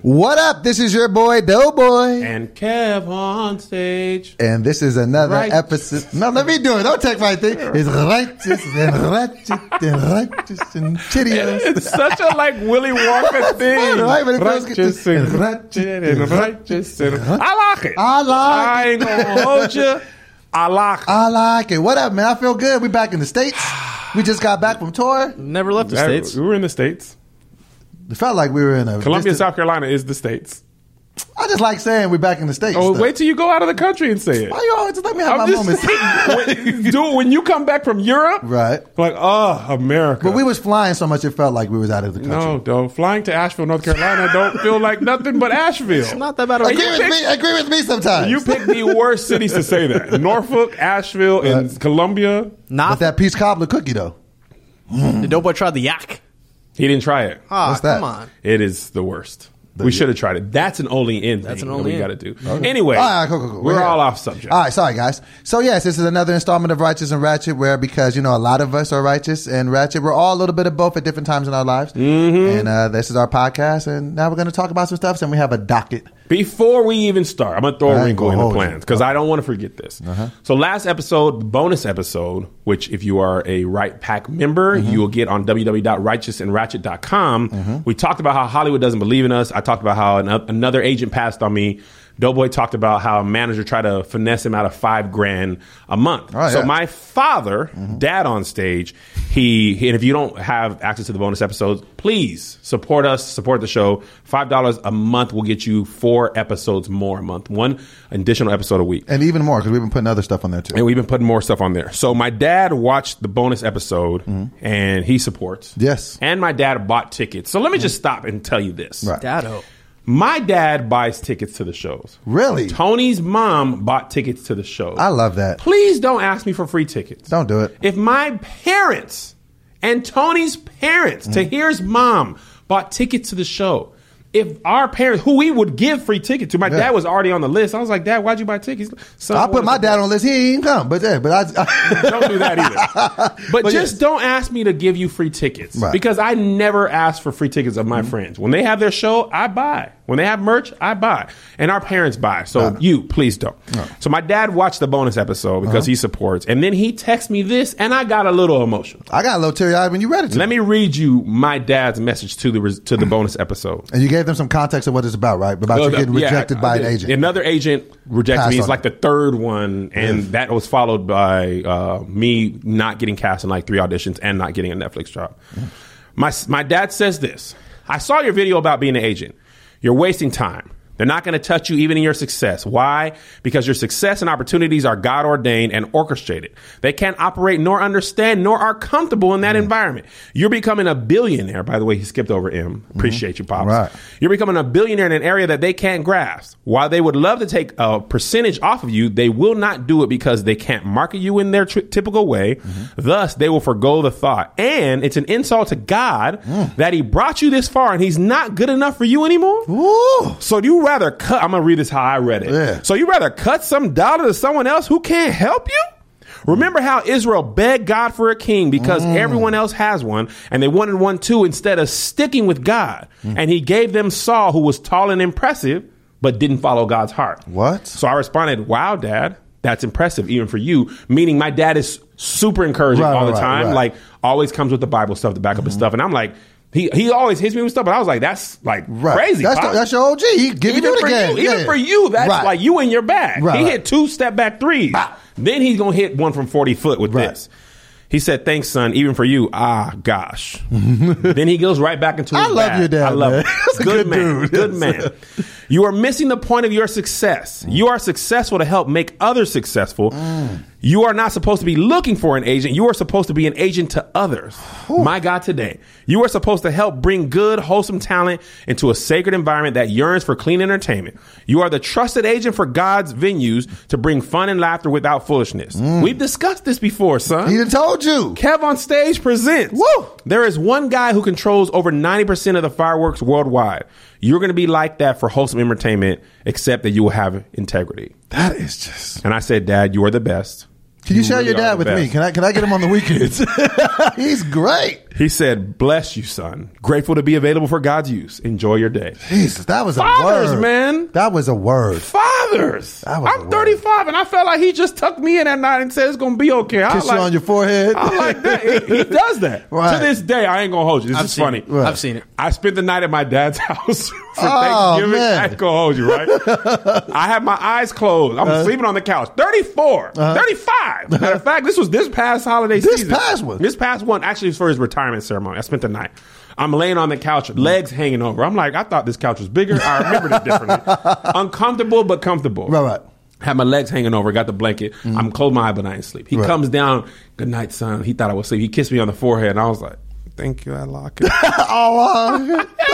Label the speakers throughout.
Speaker 1: What up? This is your boy Doughboy,
Speaker 2: and Kev on stage.
Speaker 1: and this is another
Speaker 2: Right.
Speaker 1: episode. No, let me do it. Don't take my thing. It's righteous and righteous and righteous and Cheerios.
Speaker 2: It's such a like Willy Wonka thing.
Speaker 1: right? But it goes-
Speaker 2: righteous and
Speaker 1: righteous
Speaker 2: righteous and righteous and I like it.
Speaker 1: I like
Speaker 2: I ain't gonna hold you. I like it.
Speaker 1: I like it. What up, man? I feel good. We back in the states. We just got back from tour.
Speaker 3: Never left the states.
Speaker 2: We were in the states.
Speaker 1: It felt like we were in a
Speaker 2: Columbia,
Speaker 1: distant-
Speaker 2: South Carolina is the states.
Speaker 1: I just like saying we back in the states.
Speaker 2: Oh,
Speaker 1: though.
Speaker 2: wait till you go out of the country and say it.
Speaker 1: Why you always just let me have
Speaker 2: I'm
Speaker 1: my
Speaker 2: just
Speaker 1: moments?
Speaker 2: saying, when, dude, when you come back from Europe,
Speaker 1: right.
Speaker 2: like, oh, America.
Speaker 1: But we was flying so much it felt like we was out of the country.
Speaker 2: no, though, flying to Asheville, North Carolina, don't feel like nothing but Asheville. It's
Speaker 3: Not that bad. of a-
Speaker 1: Agree
Speaker 2: you
Speaker 1: with
Speaker 2: pick-
Speaker 1: me. Agree with me sometimes.
Speaker 2: You picked the worst cities to say that: Norfolk, Asheville, and Columbia.
Speaker 1: But
Speaker 3: Not
Speaker 1: that peach cobbler cookie though.
Speaker 3: the doughboy tried the yak.
Speaker 2: He didn't try it.
Speaker 3: Ah,
Speaker 1: What's that?
Speaker 3: come on.
Speaker 2: It is the worst. we should have tried it. That's an only in. That's
Speaker 3: an only
Speaker 2: we
Speaker 3: in.
Speaker 2: got to do. Anyway,
Speaker 1: All right, cool, cool, cool.
Speaker 2: we're
Speaker 1: here.
Speaker 2: all off subject.
Speaker 1: All right, sorry guys. So yes, this is another installment of Righteous and Ratchet, where because you know a lot of us are righteous and ratchet, we're all a little bit of both at different times in our lives. Mm-hmm. And uh, this is our podcast, and now we're going to talk about some stuff, and we have a docket.
Speaker 2: Before we even start, I'm gonna throw
Speaker 1: I
Speaker 2: a
Speaker 1: ain't
Speaker 2: wrinkle
Speaker 1: gonna
Speaker 2: in the
Speaker 1: hold you. Uh-huh.
Speaker 2: plans because I don't want to forget this. So last episode, the bonus episode, which if you are a Right Pack member,
Speaker 1: Mm-hmm.
Speaker 2: you will get on www.righteousandratchet.com. We talked about how Hollywood doesn't believe in us. I talked about how an, another agent passed on me. Doughboy talked about how a manager tried to finesse him out of five grand a month.
Speaker 1: Oh,
Speaker 2: so
Speaker 1: yeah.
Speaker 2: my my father, dad on stage, he, he- and if you don't have access to the bonus episodes, please support us, support the show. $5 a month will get you four episodes more a month, one additional episode a week.
Speaker 1: And even more because we've been putting other stuff on there too.
Speaker 2: And we've been putting more stuff on there. So my dad watched the bonus episode and he supports.
Speaker 1: Yes.
Speaker 2: And my dad bought tickets. So let me just stop and tell you this.
Speaker 1: Right.
Speaker 3: Dado.
Speaker 2: My dad buys tickets to the shows.
Speaker 1: Really?
Speaker 2: Tony's mom bought tickets to the shows.
Speaker 1: I love that.
Speaker 2: Please don't ask me for free tickets.
Speaker 1: Don't do it.
Speaker 2: If my parents and Tony's
Speaker 1: Mm-hmm.
Speaker 2: parents, to hear's mom, bought tickets to the show, if our parents, who we would give free tickets to, my
Speaker 1: Yeah.
Speaker 2: dad was already on the list. I was like, Dad, why'd you buy tickets? Son,
Speaker 1: I put
Speaker 2: what
Speaker 1: my
Speaker 2: is-
Speaker 1: dad on the list. He ain't even come, but yeah, but I,
Speaker 2: Don't do that either. But,
Speaker 1: But
Speaker 2: just
Speaker 1: yes.
Speaker 2: don't ask me to give you free tickets
Speaker 1: Right. Mm-hmm.
Speaker 2: because I never ask for free tickets of my friends. When they have their show, I buy. When they have merch, I buy. And our parents buy. So you, please don't. So my dad watched the bonus episode
Speaker 1: Uh-huh.
Speaker 2: because he supports. And then he texted me this, and I got a little emotional.
Speaker 1: I got a little teary eyed when you read it. To me.
Speaker 2: Let me read you my dad's message to the res- to the bonus episode.
Speaker 1: And you gave them some context of what it's about, right? About you getting
Speaker 2: Yeah,
Speaker 1: rejected
Speaker 2: I- I
Speaker 1: by an
Speaker 2: did.
Speaker 1: agent.
Speaker 2: Another agent rejected
Speaker 1: Passed
Speaker 2: me.
Speaker 1: on
Speaker 2: It's like the third one, and that was followed by uh, me not getting cast in like three auditions and not getting a Netflix job. My s- my dad says this. I saw your video about being an agent. You're wasting time. They're not going to touch you even in your success. Why? Because your success and opportunities are God ordained and orchestrated. They can't operate nor understand nor are comfortable in that
Speaker 1: Mm.
Speaker 2: environment. You're becoming a billionaire. By the way, he skipped over M. Appreciate you, Pops.
Speaker 1: Mm-hmm. Right.
Speaker 2: You're becoming a billionaire in an area that they can't grasp. While they would love to take a percentage off of you, they will not do it because they can't market you in their tr- typical way. Thus, they will forego the thought. And it's an insult to God that He brought you this far and He's not good enough for you anymore.
Speaker 1: Ooh.
Speaker 2: So you rather cut? I'm gonna read this how I read it.
Speaker 1: Yeah.
Speaker 2: So you rather cut some dollar to someone else who can't help you? Remember how Israel begged God for a king because
Speaker 1: Mm.
Speaker 2: everyone else has one, and they wanted one too instead of sticking with God.
Speaker 1: Mm.
Speaker 2: And He gave them Saul, who was tall and impressive, but didn't follow God's heart.
Speaker 1: What?
Speaker 2: So I responded, "Wow, Dad." That's impressive, even for you. Meaning, my dad is super encouraging
Speaker 1: Right,
Speaker 2: all the
Speaker 1: right,
Speaker 2: time.
Speaker 1: right. Mm-hmm.
Speaker 2: Like, always comes with the Bible stuff to back up his stuff. And I'm like, he he always hits me with stuff, but I was like, that's like
Speaker 1: Right.
Speaker 2: crazy.
Speaker 1: That's,
Speaker 2: Pop.
Speaker 1: the, that's your OG. He give
Speaker 2: even
Speaker 1: you it
Speaker 2: for
Speaker 1: again.
Speaker 2: you, even
Speaker 1: Yeah.
Speaker 2: for you, that's
Speaker 1: Right.
Speaker 2: like you in your bag.
Speaker 1: Right,
Speaker 2: he
Speaker 1: right.
Speaker 2: hit two step back threes. Then he's gonna hit one from forty foot with
Speaker 1: Right.
Speaker 2: this. He said, "Thanks, son. Even for you, ah, gosh." then he goes right back into. His
Speaker 1: I love
Speaker 2: bag.
Speaker 1: your dad,
Speaker 2: I love
Speaker 1: man.
Speaker 2: it.
Speaker 1: That's a
Speaker 2: good,
Speaker 1: good
Speaker 2: man.
Speaker 1: dude.
Speaker 2: Good man. You are missing the point of your success. You are successful to help make others successful. You are not supposed to be looking for an agent. You are supposed to be an agent to others. My God, today. You are supposed to help bring good, wholesome talent into a sacred environment that yearns for clean entertainment. You are the trusted agent for God's venues to bring fun and laughter without foolishness. We've discussed this before, son.
Speaker 1: He done told you.
Speaker 2: Kev on stage presents.
Speaker 1: Woo!
Speaker 2: There is one guy who controls over 90% of the fireworks worldwide. You're going to be like that for wholesome entertainment, except that you will have integrity.
Speaker 1: That is just.
Speaker 2: And I said, Dad, you are the best.
Speaker 1: Can you, share
Speaker 2: really
Speaker 1: your
Speaker 2: are
Speaker 1: dad
Speaker 2: the
Speaker 1: with me?
Speaker 2: best.
Speaker 1: Can I can I get him on the weekends? He's great.
Speaker 2: He said, "Bless you, son. Grateful to be available for God's use. Enjoy your day."
Speaker 1: Jesus, that was a
Speaker 2: Fathers,
Speaker 1: word,
Speaker 2: man.
Speaker 1: That was a word.
Speaker 2: Fathers,
Speaker 1: That was a
Speaker 2: I'm
Speaker 1: word.
Speaker 2: 35, and I felt like he just tucked me in at night and said it's gonna be okay. I
Speaker 1: Kiss
Speaker 2: like,
Speaker 1: you on your forehead.
Speaker 2: I like that. He, he does that
Speaker 1: Right.
Speaker 2: to this day. I ain't gonna hold you. This
Speaker 3: I've
Speaker 2: is
Speaker 3: seen
Speaker 2: funny.
Speaker 3: it. Right. I've seen it.
Speaker 2: I spent the night at my dad's house for
Speaker 1: Oh,
Speaker 2: Thanksgiving.
Speaker 1: man.
Speaker 2: I ain't gonna hold you, right? I had my eyes closed. I'm
Speaker 1: Uh-huh.
Speaker 2: sleeping on the couch. 34, 35. Matter of fact, this was this past holiday
Speaker 1: This
Speaker 2: season.
Speaker 1: past one.
Speaker 2: This past one, actually, it's for his retirement ceremony. I spent the night. I'm laying on the couch, legs hanging over. I'm like, I thought this couch was bigger. I remembered it differently. Uncomfortable, but comfortable.
Speaker 1: Right, right.
Speaker 2: Had my legs hanging over, got the blanket. I'm closed my eye, but I ain't sleep. He
Speaker 1: Mm-hmm. Right.
Speaker 2: comes down, good night, son. He thought I was asleep. He kissed me on the forehead, and I was like, thank you, Allah. I
Speaker 1: oh, wow.
Speaker 2: felt
Speaker 1: that's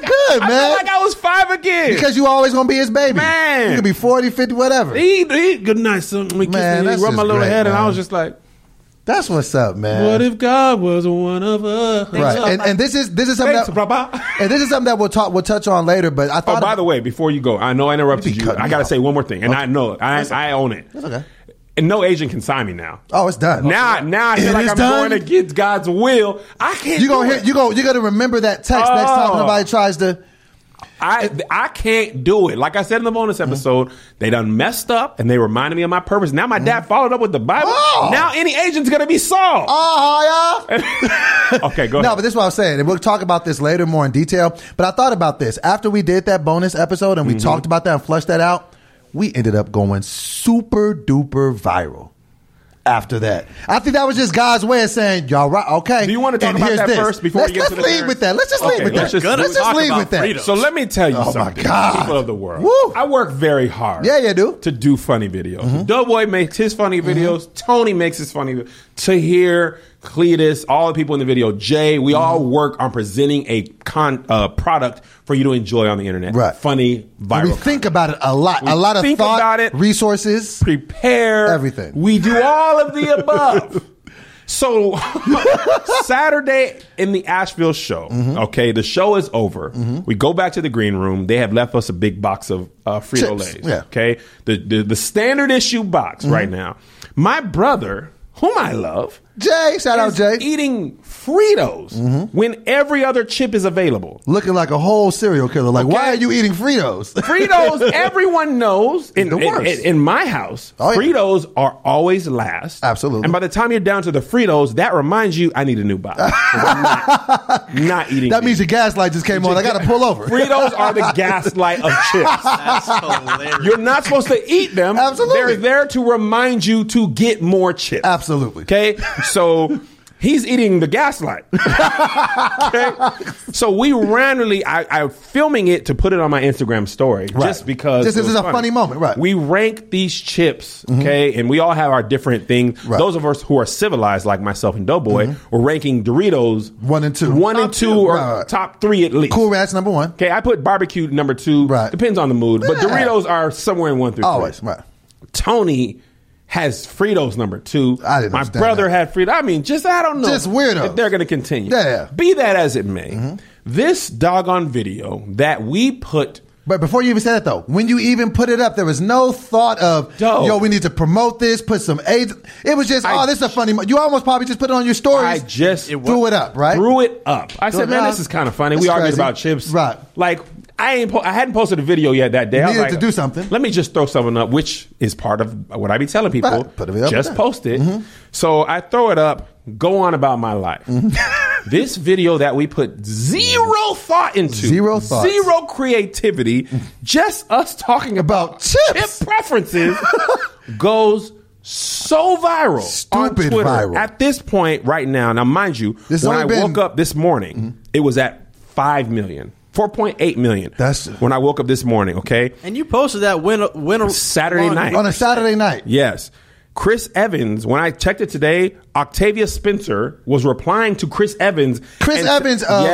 Speaker 2: like-
Speaker 1: good, man.
Speaker 2: I felt like I was five again.
Speaker 1: because you always gonna be his baby.
Speaker 2: Man.
Speaker 1: you could be 40, 50, whatever.
Speaker 2: he, he, good night, son. He kissed
Speaker 1: Man,
Speaker 2: me,
Speaker 1: that's
Speaker 2: he rubbed my
Speaker 1: just
Speaker 2: little
Speaker 1: great,
Speaker 2: head, and
Speaker 1: man.
Speaker 2: I was just like,
Speaker 1: That's what's up, man.
Speaker 2: what if God was one of us?
Speaker 1: right, and, and this is this is something
Speaker 2: Thanks,
Speaker 1: that,
Speaker 2: Papa.
Speaker 1: and this is something that we'll talk we'll touch on later. But I thought
Speaker 2: Oh, by the way, before you go, I know I interrupted
Speaker 1: You be
Speaker 2: you.
Speaker 1: cutting
Speaker 2: I got
Speaker 1: me
Speaker 2: to
Speaker 1: off.
Speaker 2: say one more thing, and I know it. I, I own it.
Speaker 1: That's okay.
Speaker 2: And no agent can sign me now.
Speaker 1: Oh, it's done.
Speaker 2: Now, now I
Speaker 1: It
Speaker 2: feel like
Speaker 1: is
Speaker 2: I'm
Speaker 1: done?
Speaker 2: going against God's will. I can't.
Speaker 1: you gonna
Speaker 2: do
Speaker 1: hear
Speaker 2: it.
Speaker 1: you go you gonna remember that text next time
Speaker 2: Oh.
Speaker 1: somebody tries to.
Speaker 2: I I can't do it. Like I said in the bonus
Speaker 1: Mm-hmm.
Speaker 2: episode, they done messed up and they reminded me of my purpose. Now my dad followed up with the Bible.
Speaker 1: Mm-hmm. Oh.
Speaker 2: Now any agent's gonna be Saul.
Speaker 1: Oh, yeah.
Speaker 2: okay, go
Speaker 1: No,
Speaker 2: ahead.
Speaker 1: but this is what I was saying. And we'll talk about this later more in detail. But I thought about this. After we did that bonus episode and we
Speaker 2: Mm-hmm.
Speaker 1: talked about that and flushed that out, we ended up going super duper viral after that. I think that was just God's way of saying, y'all right, okay.
Speaker 2: Do you want to talk
Speaker 1: and
Speaker 2: about
Speaker 1: here's
Speaker 2: that
Speaker 1: this."
Speaker 2: first before
Speaker 1: let's,
Speaker 2: we get
Speaker 1: let's
Speaker 2: to the
Speaker 1: lead
Speaker 2: parents?
Speaker 1: with that. Let's just
Speaker 2: Okay,
Speaker 1: lead with
Speaker 2: let's
Speaker 1: that.
Speaker 2: just
Speaker 1: Let's just
Speaker 3: talk
Speaker 1: lead
Speaker 3: about
Speaker 1: with that.
Speaker 3: freedom.
Speaker 2: so let me tell you
Speaker 1: Oh, my
Speaker 2: something,
Speaker 1: God.
Speaker 2: people of the world.
Speaker 1: Woo.
Speaker 2: I work very hard.
Speaker 1: Yeah, you do. Mm-hmm.
Speaker 2: To do funny videos. Doughboy makes his funny videos. Tony makes his funny videos. Tahir, Cletus, all the people in the video, Jay,
Speaker 1: Mm-hmm.
Speaker 2: we all work on presenting a con, uh, product for you to enjoy on the internet.
Speaker 1: Right.
Speaker 2: Funny, viral.
Speaker 1: We think about it a lot. a lot of
Speaker 2: think
Speaker 1: thought,
Speaker 2: about it.
Speaker 1: resources.
Speaker 2: prepare
Speaker 1: Everything.
Speaker 2: We do all of the above. So Saturday in the Asheville show,
Speaker 1: Mm-hmm.
Speaker 2: okay, the show is over. We go back to the green room. They have left us a big box of uh, Frito Lays.
Speaker 1: yeah. Mm-hmm.
Speaker 2: Okay, the, the the standard issue box right now. My brother, whom I love,
Speaker 1: Jay, shout out
Speaker 2: is
Speaker 1: Jay. Mm-hmm.
Speaker 2: eating Fritos when every other chip is available.
Speaker 1: Looking like a whole serial killer. Like, why
Speaker 2: Okay.
Speaker 1: are you eating Fritos?
Speaker 2: Fritos, everyone knows in,
Speaker 1: The
Speaker 2: in,
Speaker 1: worst.
Speaker 2: in- in my house,
Speaker 1: Oh, yeah.
Speaker 2: Fritos are always last.
Speaker 1: Absolutely.
Speaker 2: And by the time you're down to the Fritos, that reminds you, I need a new box. 'Cause I'm not, not eating.
Speaker 1: that means
Speaker 2: these.
Speaker 1: your gaslight just came on. I got to pull over.
Speaker 2: Fritos are the gaslight of chips.
Speaker 3: That's hilarious.
Speaker 2: You're not supposed to eat them.
Speaker 1: Absolutely.
Speaker 2: They're there to remind you to get more chips.
Speaker 1: Absolutely.
Speaker 2: Okay. So he's eating the gaslight. okay. So we randomly, I, I'm filming it to put it on my Instagram story just because.
Speaker 1: Just
Speaker 2: it
Speaker 1: this
Speaker 2: was
Speaker 1: is a funny moment, right. Mm-hmm.
Speaker 2: We rank these chips. Okay. And we all have our different things.
Speaker 1: Right. Mm-hmm.
Speaker 2: Those of us who are civilized, like myself and Doughboy, we're ranking Doritos
Speaker 1: One and two.
Speaker 2: One and
Speaker 1: Top
Speaker 2: two,
Speaker 1: two.
Speaker 2: or
Speaker 1: Right, right.
Speaker 2: top three at least.
Speaker 1: Cool Rats number one.
Speaker 2: Okay, I put barbecue number two.
Speaker 1: Right.
Speaker 2: Depends on the mood. But
Speaker 1: Yeah.
Speaker 2: Doritos are somewhere in one through
Speaker 1: Always,
Speaker 2: three.
Speaker 1: right.
Speaker 2: Tony has Fritos number two.
Speaker 1: I didn't
Speaker 2: My
Speaker 1: understand
Speaker 2: brother
Speaker 1: that.
Speaker 2: had Fritos. I mean, just I don't know.
Speaker 1: Just weirdos.
Speaker 2: If they're going to continue.
Speaker 1: Yeah, yeah.
Speaker 2: Be that as it may, this doggone video that we put.
Speaker 1: But before you even said that though, when you even put it up, there was no thought of
Speaker 2: Dope.
Speaker 1: yo, we need to promote this, put some AIDS. It was just,
Speaker 2: I-
Speaker 1: oh, this is a funny. Mo-. You almost probably just put it on your
Speaker 2: I
Speaker 1: stories.
Speaker 2: just
Speaker 3: It was-
Speaker 1: threw it up, right?
Speaker 2: threw it up. I
Speaker 1: Threw it
Speaker 2: said, man,
Speaker 1: up.
Speaker 2: this is kind of funny.
Speaker 1: That's
Speaker 2: we argued
Speaker 1: crazy.
Speaker 2: about chips,
Speaker 1: Right.
Speaker 2: Like I ain't. Po- I hadn't posted a video yet that day. I was
Speaker 1: Needed
Speaker 2: like,
Speaker 1: to do something.
Speaker 2: Let me just throw something up, which is part of what I be telling people.
Speaker 1: Right. Put it up
Speaker 2: just
Speaker 1: there. Mm-hmm.
Speaker 2: post it. So I throw it up. Go on about my life.
Speaker 1: Mm-hmm.
Speaker 2: this video that we put zero thought into,
Speaker 1: Zero thoughts.
Speaker 2: zero creativity, just us talking
Speaker 1: About
Speaker 2: about
Speaker 1: chips.
Speaker 2: chip preferences goes. So viral, on
Speaker 1: Stupid
Speaker 2: Twitter.
Speaker 1: viral.
Speaker 2: At this point, right now, now mind you,
Speaker 1: This has
Speaker 2: when I
Speaker 1: only been- Mm-hmm.
Speaker 2: woke up this morning, it was at 5 million, 4.8 million.
Speaker 1: That's-
Speaker 2: when I woke up this morning, okay?
Speaker 3: And you posted that win win
Speaker 2: Saturday night.
Speaker 1: on a Saturday night.
Speaker 2: Yes. Chris Evans, when I checked it today, Octavia Spencer was replying to Chris Evans.
Speaker 1: Chris
Speaker 2: and-
Speaker 1: Evans of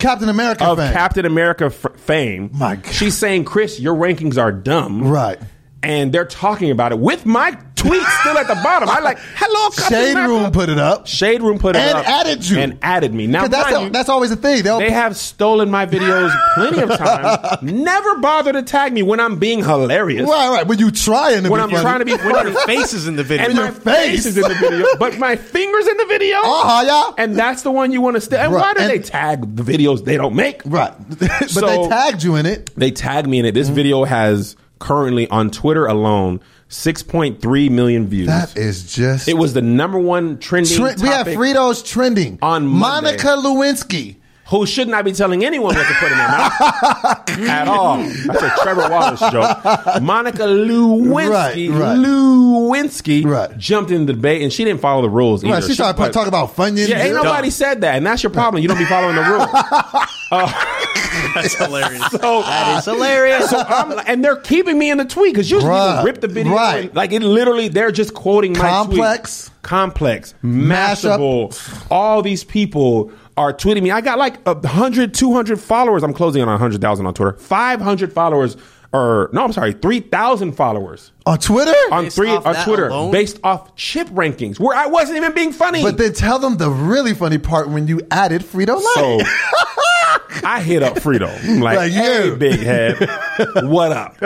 Speaker 1: Captain America
Speaker 2: of
Speaker 1: fame.
Speaker 2: Captain America f- fame.
Speaker 1: My God.
Speaker 2: She's saying, Chris, your rankings are dumb.
Speaker 1: Right.
Speaker 2: And they're talking about it with my tweet still at the bottom. I like hello Captain
Speaker 1: Shade
Speaker 2: America."
Speaker 1: Room put it up.
Speaker 2: Shade Room put it
Speaker 1: And
Speaker 2: up
Speaker 1: added you.
Speaker 2: and added me. Now
Speaker 1: 'Cause That's,
Speaker 2: mind
Speaker 1: the-
Speaker 2: you,
Speaker 1: that's always the thing. They'll
Speaker 2: they have stolen my videos plenty of times. Never bother to tag me when I'm being hilarious.
Speaker 1: Right, right. When you trying to
Speaker 2: when
Speaker 1: be
Speaker 2: I'm
Speaker 1: funny.
Speaker 2: trying to be when
Speaker 3: Your
Speaker 2: I'm
Speaker 3: face is in the video.
Speaker 2: and
Speaker 1: Your
Speaker 2: my face
Speaker 1: face.
Speaker 2: is in the video, but my fingers in the video.
Speaker 1: Uh-huh, yeah.
Speaker 2: And that's the one you want to stay. And
Speaker 1: Right,
Speaker 2: why do
Speaker 1: and-
Speaker 2: they tag the videos they don't make?
Speaker 1: Right. Mm-hmm. but they
Speaker 2: So-
Speaker 1: tagged you in it.
Speaker 2: They tag me in it. This video has currently on Twitter alone 6.3 million views.
Speaker 1: That is just.
Speaker 2: it was the number one trending
Speaker 1: Tre- we have
Speaker 2: topic,
Speaker 1: Fritos trending.
Speaker 2: On Monday.
Speaker 1: Monica Lewinsky.
Speaker 2: who should not be telling anyone what to put in their mouth at all. That's a Trevor Wallace joke. Monica Lewinsky,
Speaker 1: Right, right.
Speaker 2: Lewinsky
Speaker 1: Right.
Speaker 2: jumped in the debate and she didn't follow the rules either.
Speaker 1: Right, she started
Speaker 2: but-
Speaker 1: talking about Funyuns.
Speaker 2: Yeah,
Speaker 1: and-
Speaker 2: ain't nobody said that, and that's your problem. You don't be following the rules.
Speaker 3: That's hilarious.
Speaker 2: Oh, So,
Speaker 3: That is hilarious.
Speaker 2: so I'm, like- and they're keeping me in the tweet because usually
Speaker 1: Bruh,
Speaker 2: you rip the video.
Speaker 1: right.
Speaker 2: and, like it literally, they're just quoting my tweet.
Speaker 1: Complex.
Speaker 2: complex,
Speaker 1: Mashup.
Speaker 2: mashable. All these people are tweeting me. I got like 100, 200 followers. I'm closing on 100,000 on Twitter. 500 followers, or no, I'm sorry, 3,000 followers
Speaker 1: On Twitter?
Speaker 2: on
Speaker 3: Based
Speaker 2: three
Speaker 3: off
Speaker 2: on
Speaker 3: that
Speaker 2: Twitter
Speaker 3: alone?
Speaker 2: based off chip rankings where I wasn't even being funny.
Speaker 1: but then tell them the really funny part when you added Frito Lay.
Speaker 2: So I hit up Frito. I'm like,
Speaker 1: Like,
Speaker 2: hey,
Speaker 1: yo."
Speaker 2: big head, what up?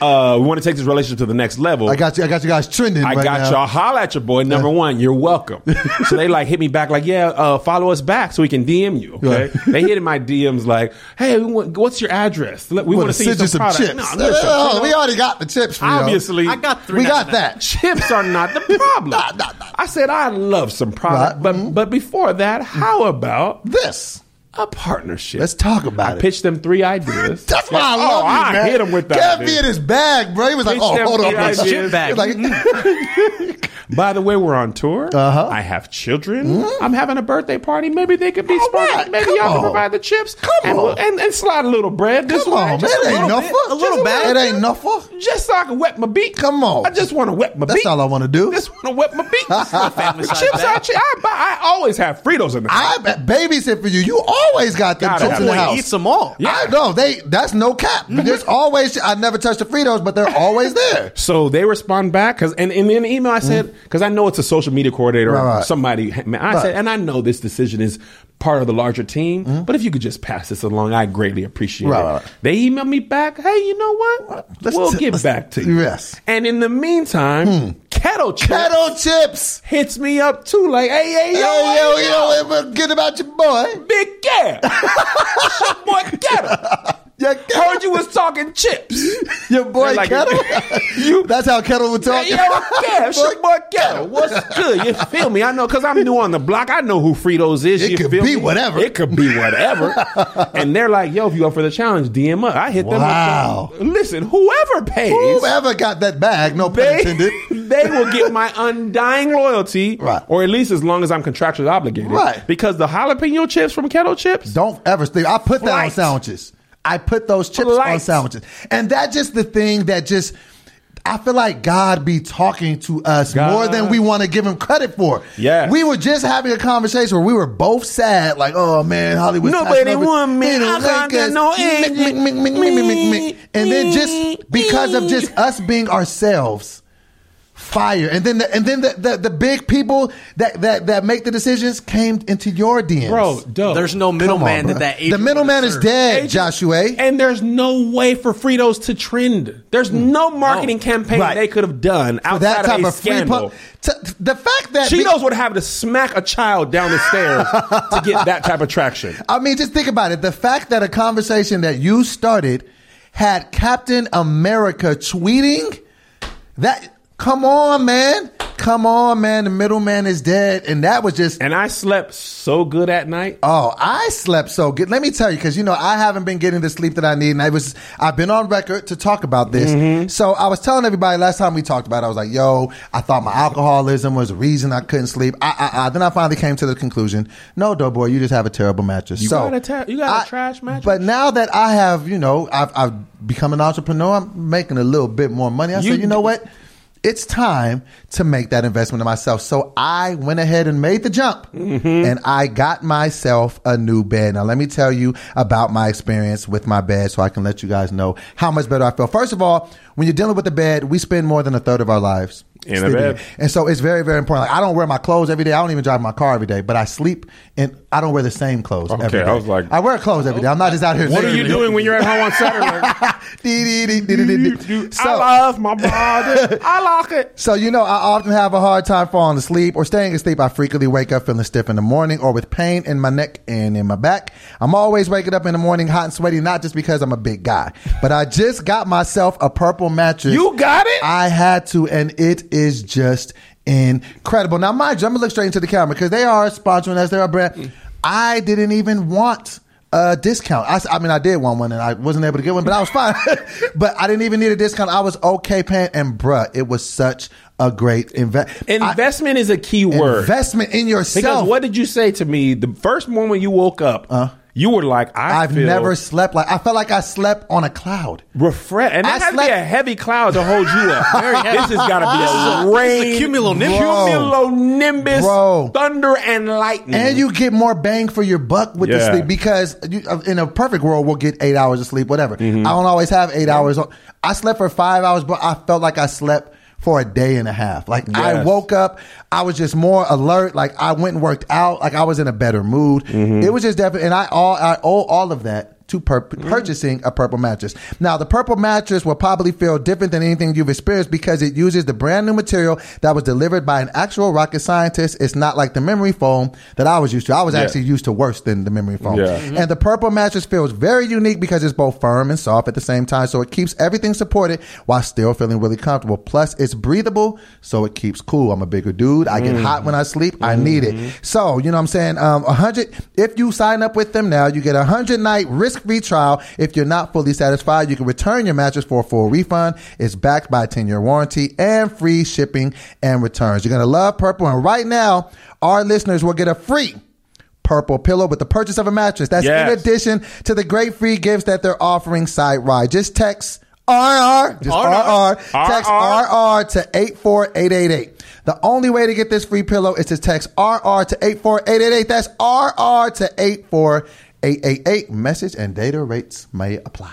Speaker 2: Uh, we want to take this relationship to the next level.
Speaker 1: I got you. I got you guys trending.
Speaker 2: I
Speaker 1: right
Speaker 2: got
Speaker 1: now.
Speaker 2: y'all. Holla at your boy. Number one, you're welcome. so they like hit me back like, yeah, uh, follow us back so we can DM you. Okay.
Speaker 1: Right.
Speaker 2: they hit in my DMs like, hey, we want, what's your address? Let- We want to see
Speaker 1: send you some
Speaker 2: product.
Speaker 1: chips.
Speaker 2: No, listen,
Speaker 1: Oh,
Speaker 2: Frito,
Speaker 1: we already got the chips. Frito.
Speaker 2: obviously,
Speaker 3: I got three.
Speaker 1: we
Speaker 3: now.
Speaker 1: got that.
Speaker 2: chips are not the problem.
Speaker 1: Nah, nah, mm-hmm. nah.
Speaker 2: I said I love some product,
Speaker 1: Right.
Speaker 2: but but before that, how about
Speaker 1: This.
Speaker 2: a partnership?
Speaker 1: Let's talk about
Speaker 2: I
Speaker 1: it.
Speaker 2: pitched them three ideas.
Speaker 1: That's why I
Speaker 2: Oh,
Speaker 1: love you,
Speaker 2: I
Speaker 1: man.
Speaker 2: hit him with that.
Speaker 1: Kev
Speaker 2: dude.
Speaker 1: be in his bag, bro. He was like,
Speaker 2: Pitch
Speaker 1: "Oh,
Speaker 2: them
Speaker 1: hold on,
Speaker 2: the
Speaker 1: bro."
Speaker 2: idea.
Speaker 1: He was
Speaker 3: Back.
Speaker 2: Mm.
Speaker 1: like,
Speaker 2: By the way, we're on tour.
Speaker 1: Uh-huh. Mm-hmm.
Speaker 2: I have children. I'm having a birthday party. Maybe they could be
Speaker 1: All
Speaker 2: sponsored.
Speaker 1: right.
Speaker 2: Maybe
Speaker 1: Come
Speaker 2: y'all
Speaker 1: on.
Speaker 2: can provide the chips.
Speaker 1: Come
Speaker 2: and, we'll-
Speaker 1: on.
Speaker 2: and, and slide a little bread this
Speaker 1: "Come
Speaker 2: way.
Speaker 1: on, man,
Speaker 2: Just a
Speaker 1: it ain't
Speaker 2: little
Speaker 1: nothing.
Speaker 2: bit.
Speaker 3: a little bit.
Speaker 1: It ain't nothing.
Speaker 2: Just so I can wet my beak.
Speaker 1: Come on.
Speaker 2: I just want to wet my
Speaker 1: That's
Speaker 2: beak.
Speaker 1: all I want to do.
Speaker 2: I just want to wet my beak.
Speaker 3: Family
Speaker 2: the
Speaker 3: size
Speaker 2: chips
Speaker 3: bag.
Speaker 2: are chi- I, buy, I always have Fritos in the house.
Speaker 1: I babysit for you. You always got them
Speaker 2: Gotta
Speaker 1: chips
Speaker 2: have
Speaker 1: in the
Speaker 2: it.
Speaker 3: Boy,
Speaker 1: house.
Speaker 3: eat some all.
Speaker 2: Yeah. Mm-hmm.
Speaker 1: I know they. That's no cap. There's always. I never touch the Fritos, but they're always there.
Speaker 2: So they respond back because and, and in the email I said because I know it's a social media coordinator
Speaker 1: Mm-hmm. Right,
Speaker 2: or
Speaker 1: right. Mm-hmm.
Speaker 2: somebody. I said and I know this decision is part of the larger team, but if you could just pass this along, I greatly appreciate
Speaker 1: Right,
Speaker 2: it.
Speaker 1: right, right.
Speaker 2: They email me back, hey, you know what?
Speaker 1: Let's-
Speaker 2: we'll
Speaker 1: let's-
Speaker 2: get back to you.
Speaker 1: Yes. Hmm.
Speaker 2: And in the meantime, Kettle Chip
Speaker 1: Kettle chips.
Speaker 2: hits me up too, like, hey, hey, yo,
Speaker 1: Yo,
Speaker 2: hey,
Speaker 1: yo, yo, yo. Get about your boy.
Speaker 2: big cat, boy, Kettle.
Speaker 1: Your,
Speaker 2: Heard you was talking chips.
Speaker 1: your boy
Speaker 2: They're like-
Speaker 1: Kettle.
Speaker 2: You-
Speaker 1: That's how Kettle would talk.
Speaker 2: Hey, yo, Kev, it's your boy Kev. What's good? You feel me? I know because I'm new on the block. I know who Fritos is.
Speaker 1: It
Speaker 2: you
Speaker 1: could
Speaker 2: feel
Speaker 1: be
Speaker 2: me?
Speaker 1: whatever.
Speaker 2: It could be whatever. and they're like, yo, if you up for the challenge, DM up. I hit
Speaker 1: Wow.
Speaker 2: them. With, Listen, whoever pays,
Speaker 1: Whoever got that bag, no pun
Speaker 2: they,
Speaker 1: intended.
Speaker 2: they will get my undying loyalty,
Speaker 1: Right.
Speaker 2: or at least as long as I'm contractually obligated.
Speaker 1: Right.
Speaker 2: Because the jalapeno chips from Kettle Chips,
Speaker 1: Don't ever sleep. I put that on
Speaker 2: Flight.
Speaker 1: sandwiches. I put those chips on
Speaker 2: Flight.
Speaker 1: sandwiches. And that's just the thing that just I feel like God be talking to us
Speaker 2: God.
Speaker 1: more than we want to give him credit for.
Speaker 2: Yeah.
Speaker 1: We were just having a conversation where we were both sad, like, oh man, Hollywood.
Speaker 2: Nobody want me. I can't get no
Speaker 1: And
Speaker 2: me,
Speaker 1: then just because of just us being ourselves fire. And then the, and then the, the, the big people that, that that make the decisions came into your DMs.
Speaker 2: bro, dope.
Speaker 3: There's no
Speaker 1: Come on,
Speaker 3: middleman
Speaker 1: bro.
Speaker 3: that that
Speaker 1: The
Speaker 3: agent
Speaker 1: middleman
Speaker 3: would've
Speaker 1: is
Speaker 3: served.
Speaker 1: dead,
Speaker 2: Agent-
Speaker 1: Joshua.
Speaker 2: And there's no way for Fritos to trend. There's no marketing
Speaker 3: No.
Speaker 2: campaign
Speaker 1: Mm. Right.
Speaker 2: they could have done outside
Speaker 1: that type
Speaker 2: of a
Speaker 1: of free
Speaker 2: scandal.
Speaker 1: pump. T- the fact that
Speaker 2: Cheetos would have to smack a child down the stairs to get that type of traction.
Speaker 1: I mean, just think about it. The fact that a conversation that you started had Captain America tweeting that. Come on, man. Come on, man. The middleman is dead, and that was just.
Speaker 2: And I slept so good at night.
Speaker 1: Oh, I slept so good. Let me tell you, because you know I haven't been getting the sleep that I need, and I was I've been on record to talk about this.
Speaker 2: Mm-hmm.
Speaker 1: So I was telling everybody last time we talked about, it, I was like, "Yo, I thought my alcoholism was the reason I couldn't sleep." I, I, I then I finally came to the conclusion, "No, doughboy, you just have a terrible mattress." You so
Speaker 2: got a ter- you got a
Speaker 1: I-
Speaker 2: trash mattress?
Speaker 1: But now that I have, you know, I've, I've become an entrepreneur, I'm making a little bit more money. I
Speaker 2: You
Speaker 1: said, "You know what? it's time to make that investment in myself. So I went ahead and made the jump
Speaker 2: Mm-hmm.
Speaker 1: and I got myself a new bed. Now, let me tell you about my experience with my bed so I can let you guys know how much better I feel. First of all, when you're dealing with the bed, we spend more than a third of our lives
Speaker 2: In a
Speaker 1: sleeping
Speaker 2: bed.
Speaker 1: and so it's very, very important. Like I don't wear my clothes every day. I don't even drive my car every day. But I sleep and I don't wear the same clothes.
Speaker 2: Okay,
Speaker 1: every day.
Speaker 2: I was like-
Speaker 1: I wear clothes every day. I'm not just out here.
Speaker 2: What are you doing when you're at home on Saturday?
Speaker 1: Dee, dee, dee, dee, dee,
Speaker 2: You-
Speaker 1: dee.
Speaker 2: you- I
Speaker 1: So-
Speaker 2: love my body. I like it.
Speaker 1: so you know, I often have a hard time falling asleep or staying asleep. I frequently wake up feeling stiff in the morning or with pain in my neck and in my back. I'm always waking up in the morning hot and sweaty, not just because I'm a big guy, but I just got myself a purple mattress.
Speaker 2: You got it?
Speaker 1: I had to, and it is just incredible. Now, mind you, I'm gonna look straight into the camera because they are sponsoring us. They're a brand. I didn't even want a discount. I, s- I mean, I did want one, and I wasn't able to get one, but I was fine. but I didn't even need a discount. I was okay paying, and bruh, it was such a great invest.
Speaker 2: Investment is a key word.
Speaker 1: investment in yourself.
Speaker 2: Because what did you say to me the first moment you woke up? you were like, I
Speaker 1: I've
Speaker 2: feel
Speaker 1: never slept like I felt like I slept on a cloud.
Speaker 2: refreshed, and
Speaker 1: I
Speaker 2: that has to be
Speaker 1: slept-
Speaker 2: a heavy cloud to hold you up. This has got to be a rain,
Speaker 3: This is a cumulonimbus.
Speaker 2: cumulonimbus,
Speaker 1: Bro.
Speaker 2: thunder and lightning,
Speaker 1: And you get more bang for your buck with the
Speaker 2: Mm-hmm. Yeah.
Speaker 1: sleep because you, uh, in a perfect world, we'll get eight hours of sleep, whatever.
Speaker 2: Mm-hmm.
Speaker 1: I don't always have eight hours. On, I slept for five hours, but I felt like I slept for a day and a half. Like I
Speaker 2: Yes.
Speaker 1: woke up, I was just more alert. Like I went and worked out. Like I was in a better mood. It was just definitely, and I all I owe all of that. To pur- purchasing a purple mattress. Now, the purple mattress will probably feel different than anything you've experienced because it uses the brand new material that was delivered by an actual rocket scientist. It's not like the memory foam that I was used to. I was
Speaker 2: Yeah.
Speaker 1: actually used to worse than the memory foam.
Speaker 2: Yeah.
Speaker 1: And the purple mattress feels very unique because it's both firm and soft at the same time. So it keeps everything supported while still feeling really comfortable. Plus, it's breathable, so it keeps cool. I'm a bigger dude. I get hot when I sleep. I need it. So, you know what I'm saying? Um, 100, if you sign up with them now, you get a 100 night risk free trial. If you're not fully satisfied, you can return your mattress for a full refund. It's backed by a 10 year warranty and free shipping and returns. You're going to love purple. And right now, our listeners will get a free purple pillow with the purchase of a mattress. That's
Speaker 2: Yes.
Speaker 1: in addition to the great free gifts that they're offering side ride. Just text RR, just RR,
Speaker 3: RR.
Speaker 1: text RR to 84888. The only way to get this free pillow is to text RR to 84888. That's RR to 84888. Message and data rates may apply.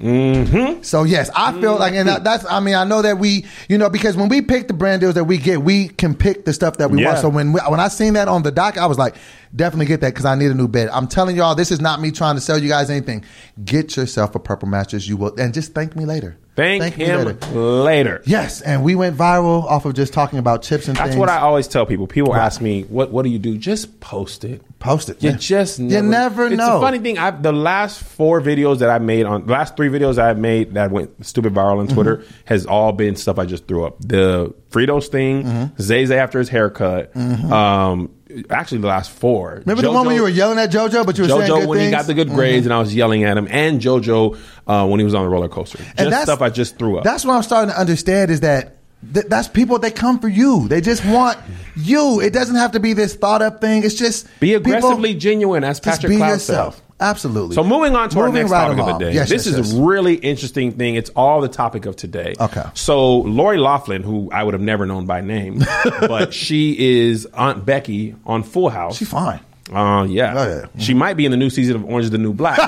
Speaker 2: Mm-hmm.
Speaker 1: So yes, I feel like, and that- that's. I mean, I know that we, you know, because when we pick the brand deals that we get, we can pick the stuff that we want.
Speaker 2: Yeah.
Speaker 1: So when we, when I seen that on the doc, I was like, definitely get that because I need a new bed. I'm telling y'all, this is not me trying to sell you guys anything. Get yourself a purple mattress. You will, and just thank me later.
Speaker 2: Thank,
Speaker 1: me
Speaker 2: him
Speaker 1: later.
Speaker 2: later.
Speaker 1: Yes, and we went viral off of just talking about chips and
Speaker 2: That's
Speaker 1: things.
Speaker 2: what I always tell people. People ask me, "What What do you do?" Just post it.
Speaker 1: Post it,
Speaker 2: You
Speaker 1: yeah.
Speaker 2: just
Speaker 1: You
Speaker 2: never,
Speaker 1: never
Speaker 2: it's
Speaker 1: know.
Speaker 2: the funny thing. I've the last four videos that I made on the last three videos I made that went stupid viral on Twitter
Speaker 1: Mm-hmm.
Speaker 2: has all been stuff I just threw up. The Fritos thing,
Speaker 1: Mm-hmm.
Speaker 2: Zay Zay after his haircut. Um, actually, the last four.
Speaker 1: Remember the one where you were yelling at JoJo, but you were saying
Speaker 2: JoJo
Speaker 1: good
Speaker 2: when
Speaker 1: things. Mm-hmm.
Speaker 2: he got the good grades, and I was yelling at him, and JoJo uh, when he was on the roller coaster.
Speaker 1: And
Speaker 2: Just stuff I just threw up.
Speaker 1: That's what I'm starting to understand is that th- that's people. They come for you. They just want you. It doesn't have to be this thought up thing. It's just
Speaker 2: Be
Speaker 1: people-
Speaker 2: aggressively genuine, as
Speaker 1: Just
Speaker 2: Patrick
Speaker 1: be
Speaker 2: Cloud
Speaker 1: yourself.
Speaker 2: says.
Speaker 1: Absolutely.
Speaker 2: So moving on to our
Speaker 1: Moving
Speaker 2: next
Speaker 1: right
Speaker 2: topic of
Speaker 1: along.
Speaker 2: the day.
Speaker 1: Yes,
Speaker 2: this
Speaker 1: yes,
Speaker 2: is
Speaker 1: yes.
Speaker 2: a really interesting thing. It's all the topic of today.
Speaker 1: Okay.
Speaker 2: So Lori Laughlin, who I would have never known by name, but she is Aunt Becky on Full House.
Speaker 1: She fine.
Speaker 2: Uh, yeah.
Speaker 1: Oh, yeah.
Speaker 2: She might be in the new season of Orange is the New Black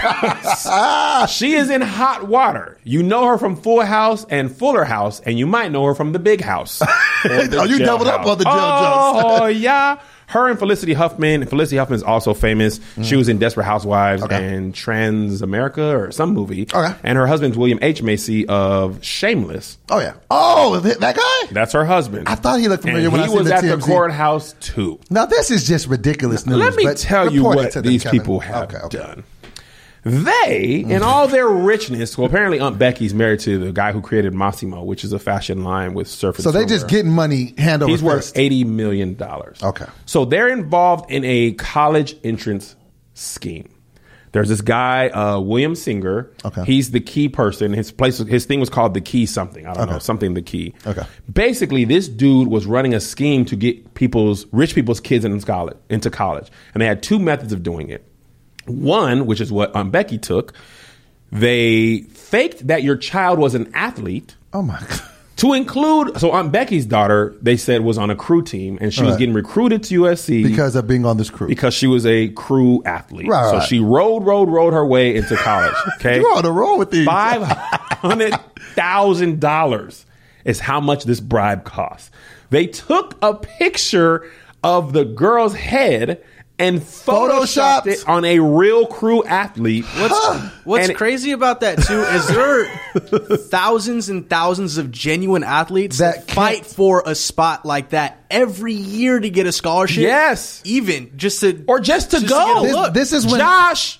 Speaker 2: because she is in hot water. You know her from Full House and Fuller House, and you might know her from The Big House.
Speaker 1: Oh, you doubled up on the jail jokes.
Speaker 2: Oh, yeah. Her and Felicity Huffman. And Felicity Huffman is also famous. She was in Desperate Housewives
Speaker 1: Mm. Okay.
Speaker 2: and Trans America or some movie.
Speaker 1: Okay.
Speaker 2: And her husband's William H. Macy of Shameless.
Speaker 1: Oh yeah. Oh, th- that guy.
Speaker 2: That's her husband.
Speaker 1: I thought he looked familiar
Speaker 2: And
Speaker 1: when I
Speaker 2: he
Speaker 1: seen
Speaker 2: was
Speaker 1: the
Speaker 2: at the
Speaker 1: TMZ.
Speaker 2: courthouse too.
Speaker 1: Now this is just ridiculous news.
Speaker 2: Let me
Speaker 1: but
Speaker 2: tell you
Speaker 1: report it
Speaker 2: what
Speaker 1: to them,
Speaker 2: these
Speaker 1: Kevin.
Speaker 2: people have
Speaker 1: Okay, Mm-hmm. okay.
Speaker 2: done. They, in all their richness, well, apparently Aunt Becky's married to the guy who created Massimo, which is a fashion line with surface.
Speaker 1: So they just
Speaker 2: get.
Speaker 1: getting money hand over
Speaker 2: He's worth
Speaker 1: fist.
Speaker 2: eighty million dollars.
Speaker 1: Okay.
Speaker 2: So they're involved in a college entrance scheme. There's this guy, uh, William Singer.
Speaker 1: Okay.
Speaker 2: He's the key person. His place, his thing was called the Key something. I don't know something the Key.
Speaker 1: Okay.
Speaker 2: Basically, this dude was running a scheme to get people's rich people's kids in college, into college, and they had two methods of doing it. One, which is what um, Becky took, they faked that your child was an athlete
Speaker 1: Oh my god.
Speaker 2: To include, so Aunt Becky's daughter, they said was on a crew team, and she was
Speaker 1: Right.
Speaker 2: getting recruited to USC
Speaker 1: because of being on this crew.
Speaker 2: because she was a crew athlete.
Speaker 1: Right,
Speaker 2: so
Speaker 1: right.
Speaker 2: she rode, rode, rode her way into college. Okay,
Speaker 1: You're on a roll with these.
Speaker 2: Five hundred thousand dollars is how much this bribe cost. They took a picture of the girl's head and photoshopped
Speaker 1: Photoshopped?
Speaker 2: it on a real crew athlete.
Speaker 1: Huh.
Speaker 3: What's, what's
Speaker 2: And-
Speaker 3: crazy about that too is there are thousands and thousands of genuine athletes
Speaker 1: That
Speaker 3: that, fight for a spot like that every year to get a scholarship.
Speaker 2: Yes.
Speaker 3: even just to
Speaker 2: or just to
Speaker 3: Just to
Speaker 2: go.
Speaker 3: get a This-
Speaker 1: look. this is when-
Speaker 2: Josh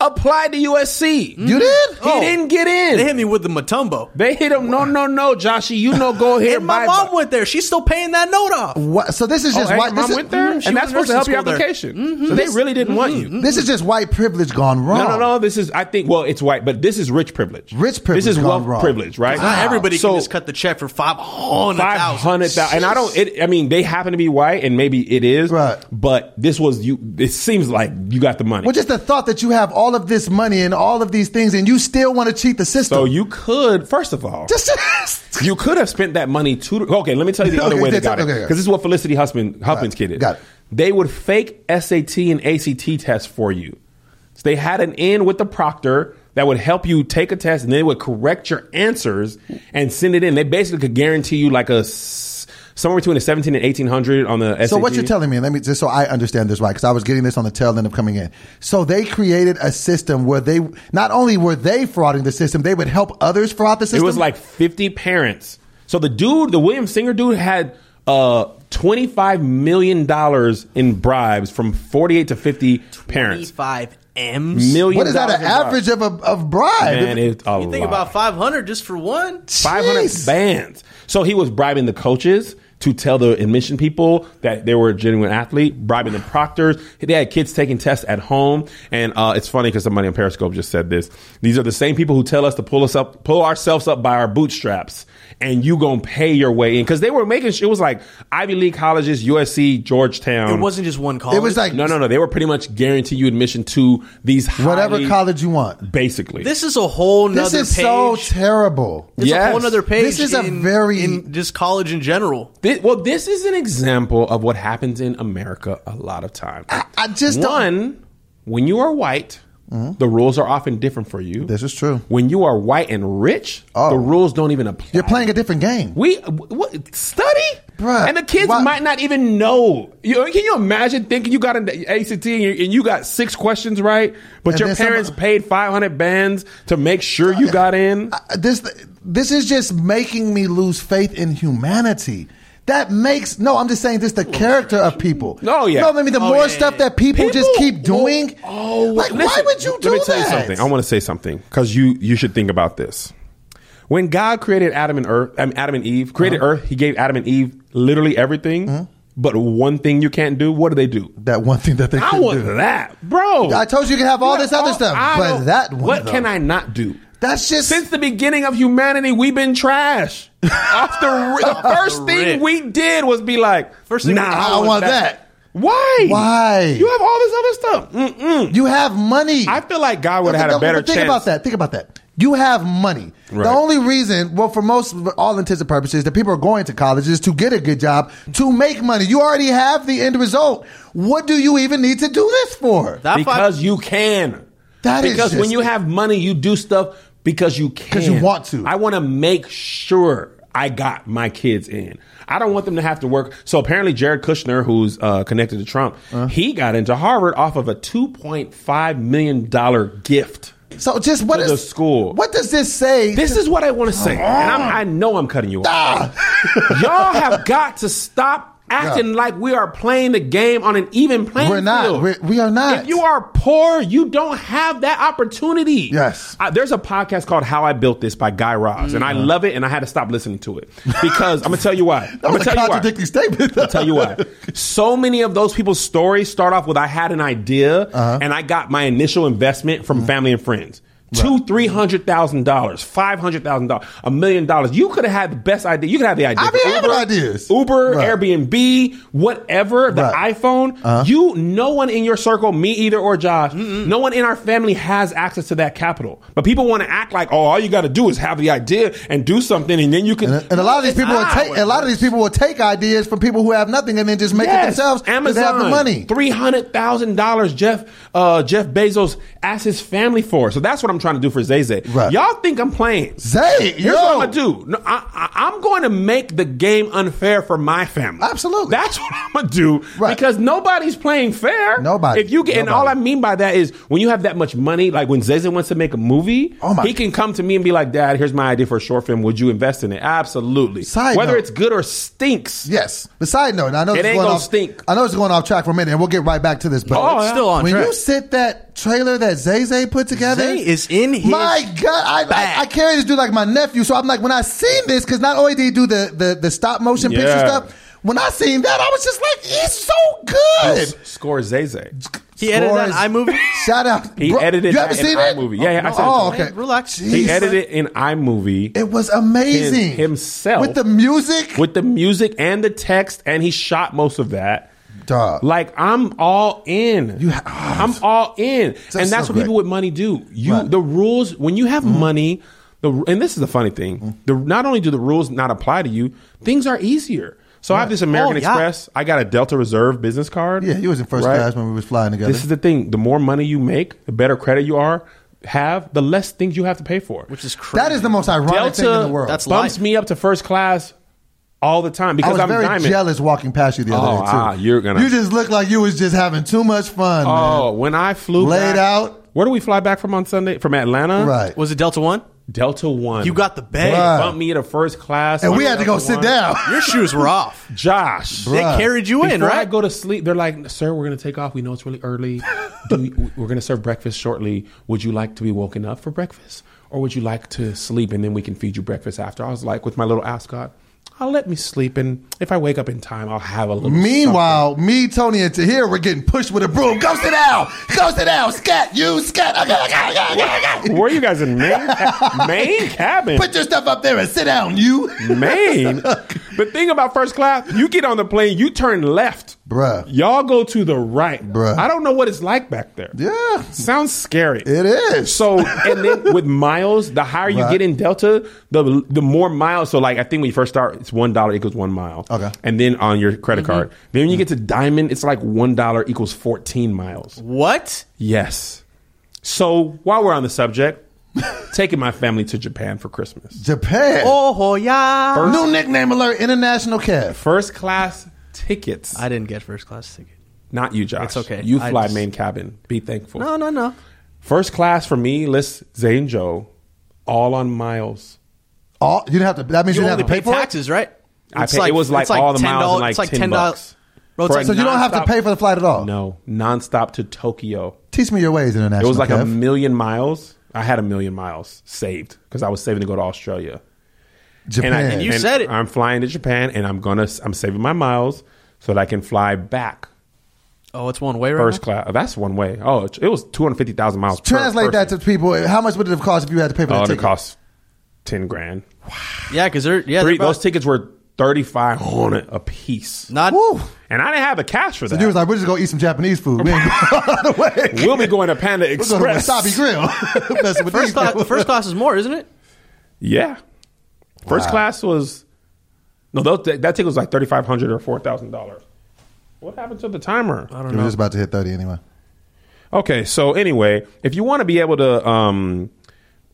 Speaker 2: applied to USC.
Speaker 1: You did?
Speaker 2: Mm-hmm. He didn't get in.
Speaker 3: They hit me with the Matumbo.
Speaker 2: They hit him. No, no, no, Joshy. You know, go here.
Speaker 3: And
Speaker 2: bye,
Speaker 3: my mom
Speaker 2: bye.
Speaker 3: went there. She's still paying that note off.
Speaker 1: What, so this is
Speaker 2: Oh,
Speaker 1: just
Speaker 2: and
Speaker 1: white.
Speaker 2: mom
Speaker 1: This
Speaker 2: went
Speaker 1: is,
Speaker 2: there,
Speaker 3: Mhm. She
Speaker 2: and that's
Speaker 3: was in
Speaker 2: supposed to help
Speaker 3: nursing
Speaker 2: your
Speaker 3: school there.
Speaker 2: application. So they really didn't want you.
Speaker 1: this is just white privilege gone wrong.
Speaker 2: No, no, no. This is, I think, well, it's white, but this is rich privilege.
Speaker 1: Rich privilege
Speaker 2: This is
Speaker 1: gone
Speaker 2: wealth
Speaker 1: wrong.
Speaker 2: privilege, right?
Speaker 3: Not everybody
Speaker 2: So,
Speaker 3: can just cut the check for five hundred
Speaker 2: Five hundred
Speaker 3: thousand.
Speaker 2: thousand, and I don't. It, I mean, they happen to be white, and maybe it is.
Speaker 1: Right.
Speaker 2: But this was you. It seems like you got the money.
Speaker 1: Well, just the thought that you have all of this money and all of these things, and you still want to cheat the system.
Speaker 2: so you could, first of all,
Speaker 1: Just-
Speaker 2: You could have spent that money to. Okay, let me tell you the other
Speaker 1: Okay,
Speaker 2: way they
Speaker 1: that's-
Speaker 2: got it.
Speaker 1: okay,
Speaker 2: Because
Speaker 1: okay.
Speaker 2: this is what Felicity Huffman, Huffman's kid did.
Speaker 1: got it.
Speaker 2: They would fake SAT and ACT tests for you. So they had an in with the proctor that would help you take a test, and they would correct your answers and send it in. They basically could guarantee you like a s- somewhere between a seventeen and eighteen hundred on the SAT.
Speaker 1: So what you're telling me, let me just so I understand this right, because I was getting this on the tail end of coming in. So they created a system where they not only were they frauding the system, they would help others fraud the
Speaker 2: It
Speaker 1: system.
Speaker 2: was like 50 parents. So the dude, the William Singer dude, had uh, 25 million dollars in bribes from 48 to 50 parents.
Speaker 3: Twenty-five m's.
Speaker 2: Million.
Speaker 1: what is that? An
Speaker 2: dollars in bribes.
Speaker 1: average of a of bribe?
Speaker 2: Man, it's a
Speaker 3: You think about five hundred just for one?
Speaker 2: 500
Speaker 1: Jeez.
Speaker 2: bands. So he was bribing the coaches to tell the admission people that they were a genuine athlete, bribing the proctors. They had kids taking tests at home. And uh, it's funny because somebody on Periscope just said this. These are the same people who tell us to pull us up, pull ourselves up by our bootstraps and you going to pay your way in. Cause they were making, sh- it was like Ivy League colleges, USC, Georgetown.
Speaker 3: It wasn't just one college.
Speaker 1: it was like
Speaker 2: no, no, no. They were pretty much guaranteeing you admission to these
Speaker 1: whatever
Speaker 2: highly-
Speaker 1: college you want.
Speaker 2: Basically.
Speaker 3: This is a whole nother
Speaker 1: This is
Speaker 3: page.
Speaker 1: so terrible.
Speaker 3: It's
Speaker 2: Yes.
Speaker 3: a whole nother page.
Speaker 1: This is a
Speaker 3: in-
Speaker 1: very-
Speaker 3: in just college in general.
Speaker 2: Thi- well, this is an example of what happens in America a lot of times.
Speaker 1: I just don't- Mm-hmm.
Speaker 2: one when you are white, the rules are often different for you.
Speaker 1: This is true.
Speaker 2: When you are white and rich,
Speaker 1: Oh.
Speaker 2: the rules don't even apply.
Speaker 1: You're playing a different game.
Speaker 2: We what, study,
Speaker 1: Bruh,
Speaker 2: and the kids
Speaker 1: why-
Speaker 2: might not even know. You, can you imagine thinking you got an ACT and you, and you got six questions right, but
Speaker 1: And
Speaker 2: your
Speaker 1: then some-
Speaker 2: parents paid five hundred bands to make sure you got in?
Speaker 1: I- this this is just making me lose faith in humanity. That makes no. I'm just saying this the character of people.
Speaker 2: Oh, yeah.
Speaker 1: No, I mean the more
Speaker 3: yeah,
Speaker 1: stuff that people, just keep
Speaker 2: will-
Speaker 1: doing. like why
Speaker 2: Oh, listen,
Speaker 1: would you do
Speaker 2: Let me tell
Speaker 1: that?
Speaker 2: you something. I want to say something because you you should think about this. When God created Adam and Earth, um, Adam and Eve created Earth, He gave Adam and Eve literally everything. But one thing you can't do. What do they do?
Speaker 1: that one thing that they
Speaker 2: I
Speaker 1: couldn't
Speaker 2: want
Speaker 1: do.
Speaker 2: that, bro.
Speaker 1: I told you you could have all this other stuff,
Speaker 2: I
Speaker 1: but
Speaker 2: don't-
Speaker 1: that one,
Speaker 2: What
Speaker 1: though.
Speaker 2: can I not do?
Speaker 1: That's just
Speaker 2: Since the beginning of humanity, we've been trash. Off the, the first thing
Speaker 3: rip.
Speaker 2: we did was be like,
Speaker 3: First thing-
Speaker 2: nah,
Speaker 1: I want that.
Speaker 2: Why?
Speaker 1: Why?
Speaker 2: You have all this other stuff. Mm-mm.
Speaker 1: you have money.
Speaker 2: I feel like God would
Speaker 1: But
Speaker 2: have had a
Speaker 1: think-
Speaker 2: better
Speaker 1: but think
Speaker 2: chance.
Speaker 1: about that. Think about that. You have money.
Speaker 2: Right.
Speaker 1: The only reason, well, for most, for all intents and purposes, that people are going to college is to get a good job, to make money. You already have the end result. What do you even need to do this for?
Speaker 3: That
Speaker 2: because you can.
Speaker 1: That is
Speaker 2: because
Speaker 1: just-
Speaker 2: when you have money, you do stuff because you can. Because
Speaker 1: you want to.
Speaker 2: I want to make sure I got my kids in. I don't want them to have to work. So apparently, Jared Kushner, who's uh, connected to Trump,
Speaker 1: Uh-huh.
Speaker 2: he got into Harvard off of a two point five million dollar gift.
Speaker 1: so just what
Speaker 2: to
Speaker 1: is
Speaker 2: the school.
Speaker 1: What does this say? Ah!
Speaker 2: This is what I want to say, and I'm, I know I'm cutting you off. Y'all have got to stop acting
Speaker 1: Yeah.
Speaker 2: like we are playing the game on an even playing
Speaker 1: We're not.
Speaker 2: field.
Speaker 1: We're- we are not.
Speaker 2: If you are poor, you don't have that opportunity.
Speaker 1: Yes. Mm-hmm.
Speaker 2: I, there's a podcast called How I Built This by Guy Raz, and I love it, and I had to stop listening to it because I'm gonna tell you why.
Speaker 1: that
Speaker 2: I'm
Speaker 1: was
Speaker 2: gonna
Speaker 1: a
Speaker 2: tell you why.
Speaker 1: contradicting statement.
Speaker 2: I'll tell you what. So many of those people's
Speaker 1: Uh-huh. Mm-hmm.
Speaker 2: stories start off with I had an idea and I got my initial investment from family and friends. Two, three hundred thousand dollars, five hundred thousand dollars, a million dollars. You could have had the best idea. You could have the idea.
Speaker 1: I be
Speaker 2: for
Speaker 1: having ideas.
Speaker 2: Uber,
Speaker 1: Right.
Speaker 2: Airbnb, whatever. The
Speaker 1: Right. Uh-huh.
Speaker 2: iPhone. You, no one in your circle, me either, or Josh. No one in our family has access to that capital. But people want to act like, oh, all you got to do is have the idea and do something, and then you can.
Speaker 1: And a lot of these people will
Speaker 2: Ah,
Speaker 1: take. A lot of these people will take ideas from people who have nothing and then just make it themselves. 'cause
Speaker 2: Amazon,
Speaker 1: they have the money.
Speaker 2: three hundred thousand dollars. Jeff uh, Jeff Bezos asked his family for. So that's what I'm trying to do for Zay Zay.
Speaker 1: Right.
Speaker 2: Y'all think I'm playing?
Speaker 1: Zay,
Speaker 2: here's what I'm
Speaker 1: yo.
Speaker 2: gonna do. No, I, I, I'm going to make the game unfair for my family.
Speaker 1: Absolutely.
Speaker 2: That's what I'm gonna do
Speaker 1: Right.
Speaker 2: because nobody's playing fair.
Speaker 1: Nobody.
Speaker 2: If you get, and all I
Speaker 1: Nobody.
Speaker 2: mean by that is when you have that much money, like when Zay Zay wants to make a movie,
Speaker 1: Oh my-
Speaker 2: he can come to me and be like, "Dad, here's my idea for a short film. Would you invest in it?" Absolutely.
Speaker 1: Side
Speaker 2: Whether
Speaker 1: note.
Speaker 2: it's good or stinks.
Speaker 1: Yes. But side note, and I know
Speaker 2: It
Speaker 1: this is
Speaker 2: ain't
Speaker 1: going
Speaker 2: gonna
Speaker 1: off,
Speaker 2: stink.
Speaker 1: I know it's going off track for a minute, and we'll get right back to this. But
Speaker 2: Oh, yeah.
Speaker 3: still on
Speaker 1: when
Speaker 3: track.
Speaker 1: you sit that trailer that Zay Zay put together,
Speaker 3: Zay is in his
Speaker 1: My God, I,
Speaker 3: bag.
Speaker 1: I, I carry this dude like my nephew. So I'm like, when I seen this, because not only did he do the the, the stop motion picture
Speaker 2: Yeah.
Speaker 1: stuff. When I seen that, I was just like, "He's so
Speaker 2: S-
Speaker 1: good."
Speaker 2: Score Zay Zay.
Speaker 3: He edited that
Speaker 1: Scores.
Speaker 3: iMovie?
Speaker 1: Shout out!
Speaker 2: He
Speaker 1: Bro,
Speaker 2: edited
Speaker 1: You
Speaker 2: that
Speaker 1: haven't
Speaker 2: in
Speaker 1: seen it?
Speaker 2: iMovie. Yeah, yeah, I said it.
Speaker 1: Oh, okay.
Speaker 3: Relax.
Speaker 2: He
Speaker 1: Jeez.
Speaker 2: edited it in iMovie
Speaker 1: It was amazing.
Speaker 2: Him- himself.
Speaker 1: with the music.
Speaker 2: with the music and the text, and he shot most of that.
Speaker 1: Dog.
Speaker 2: Like I'm all in.
Speaker 1: You ha- oh,
Speaker 2: I'm all in, and that's
Speaker 1: so
Speaker 2: what
Speaker 1: great.
Speaker 2: people with money do. You
Speaker 1: Right. Mm-hmm.
Speaker 2: the rules when you have money. The and this is the funny thing. The not only do the rules not apply to you, things are easier. So I have this American
Speaker 3: Oh, yeah.
Speaker 2: Express. I got a Delta Reserve business card.
Speaker 1: yeah, he was in first
Speaker 2: Right?
Speaker 1: class when we was flying together.
Speaker 2: This is the thing. The more money you make, the better credit you are have, the less things you have to pay for.
Speaker 3: Which is crazy.
Speaker 1: that is the most ironic thing in the
Speaker 2: Delta
Speaker 1: world.
Speaker 3: That's
Speaker 2: bumps
Speaker 3: life.
Speaker 2: me up to first class all the time
Speaker 1: I
Speaker 2: because
Speaker 1: was
Speaker 2: I'm
Speaker 1: very
Speaker 2: diamond.
Speaker 1: jealous walking past you the other
Speaker 2: Oh,
Speaker 1: day too.
Speaker 2: ah, you're gonna-
Speaker 1: You just looked like you was just having too much fun. man.
Speaker 2: Oh, when I flew
Speaker 1: Laid
Speaker 2: back-
Speaker 1: out.
Speaker 2: Where do we fly back from on Sunday? From Atlanta,
Speaker 1: Right.
Speaker 3: Was it Delta One?
Speaker 2: Delta One.
Speaker 3: You got the bag.
Speaker 2: They
Speaker 1: Bruh.
Speaker 2: bumped me to first class,
Speaker 1: and
Speaker 2: on
Speaker 1: we had to go
Speaker 2: Delta
Speaker 1: sit
Speaker 2: One.
Speaker 1: down.
Speaker 3: Your shoes were off.
Speaker 2: Josh,
Speaker 3: They
Speaker 1: Bruh.
Speaker 3: carried you in,
Speaker 2: Before I
Speaker 3: right?
Speaker 2: go to sleep, they're like, "Sir, we're going to take off. We know it's really early. Do you, we're going to serve breakfast shortly. Would you like to be woken up for breakfast, or would you like to sleep and then we can feed you breakfast after?" I was like, with my little ascot, "I'll let me sleep, and if I wake up in time, I'll have a little."
Speaker 1: Meanwhile, me, Tony, and Tahir were getting pushed with a broom. Go sit down. Go sit down. Scat. You scat. Okay, okay, okay, okay, okay.
Speaker 2: something." Were you guys in Maine? Maine cabin.
Speaker 1: Put your stuff up there and sit down. You,
Speaker 2: Maine. the thing about first class, you get on the plane, you turn left.
Speaker 1: bruh.
Speaker 2: Y'all go to the right.
Speaker 1: Bruh.
Speaker 2: I don't know what it's like back there.
Speaker 1: Yeah,
Speaker 2: Sounds scary.
Speaker 1: it is.
Speaker 2: So and then with miles, the higher you
Speaker 1: Right.
Speaker 2: get in Delta, the the more miles. So like I think when you first start, it's one dollar equals one mile.
Speaker 1: Okay.
Speaker 2: And then on your credit
Speaker 3: Mm-hmm.
Speaker 2: card, then when you get to diamond, it's like one dollar equals fourteen miles.
Speaker 3: What?
Speaker 2: Yes. So while we're on the subject, taking my family to Japan for Christmas,
Speaker 1: Japan.
Speaker 3: Oh yeah.
Speaker 1: New nickname alert. International Kev.
Speaker 2: first class tickets.
Speaker 3: I didn't get first class ticket.
Speaker 2: Not you, Josh.
Speaker 3: It's okay.
Speaker 2: You
Speaker 3: I
Speaker 2: fly
Speaker 3: just-
Speaker 2: main cabin. Be thankful.
Speaker 3: No, no, no.
Speaker 2: First class for me, list Zay and Joe, all on miles.
Speaker 1: All you didn't have to. That means you,
Speaker 3: You
Speaker 1: didn't
Speaker 3: only
Speaker 1: have to pay
Speaker 3: pay
Speaker 1: for it.
Speaker 3: taxes, right?
Speaker 2: I
Speaker 3: It's
Speaker 2: paid- it was like
Speaker 3: it's
Speaker 2: all the miles
Speaker 3: $10
Speaker 2: and like
Speaker 3: it's like
Speaker 2: 10
Speaker 3: $10.
Speaker 2: bucks.
Speaker 3: Bro, it's
Speaker 2: For
Speaker 3: like-
Speaker 1: So you don't have to
Speaker 2: nonstop-
Speaker 1: pay for the flight at all.
Speaker 2: No, nonstop to Tokyo.
Speaker 1: Teach me your ways, international.
Speaker 2: It was like a
Speaker 1: Kev.
Speaker 2: million miles. I had a million miles saved because I was saving to go to Australia.
Speaker 1: Japan.
Speaker 2: I,
Speaker 3: You said it.
Speaker 2: I'm flying to Japan, and I'm gonna. I'm saving my miles so that I can fly back
Speaker 3: Oh, it's one way right
Speaker 2: first
Speaker 3: now?
Speaker 2: class. That's one way. Oh, it it was two hundred fifty thousand miles. per
Speaker 1: Translate that
Speaker 2: person.
Speaker 1: to people. How much would it have cost if you had to pay for
Speaker 2: Oh,
Speaker 1: the
Speaker 2: it
Speaker 1: ticket?
Speaker 2: costs ten grand.
Speaker 3: Yeah, because they're yeah
Speaker 2: Three,
Speaker 3: they're
Speaker 2: those
Speaker 3: about,
Speaker 2: tickets were thirty five hundred a piece.
Speaker 3: not
Speaker 1: Woo.
Speaker 2: And I didn't have the cash for
Speaker 1: The dude was
Speaker 2: that.
Speaker 1: like, "We're just gonna eat some Japanese food. We ain't going out of the way.
Speaker 2: we'll be going to Panda
Speaker 1: We're going to
Speaker 2: Express.
Speaker 1: Wasabi Grill. Messing with
Speaker 3: first
Speaker 1: these
Speaker 3: class.
Speaker 1: people.
Speaker 3: First class is more, isn't it?
Speaker 2: Yeah. First
Speaker 1: Wow.
Speaker 2: class was no. Those, that, that ticket was like thirty five hundred or four thousand dollars. What happened to the timer?
Speaker 1: It was just about to hit thirty anyway.
Speaker 2: Okay, so anyway, if you want to be able to um,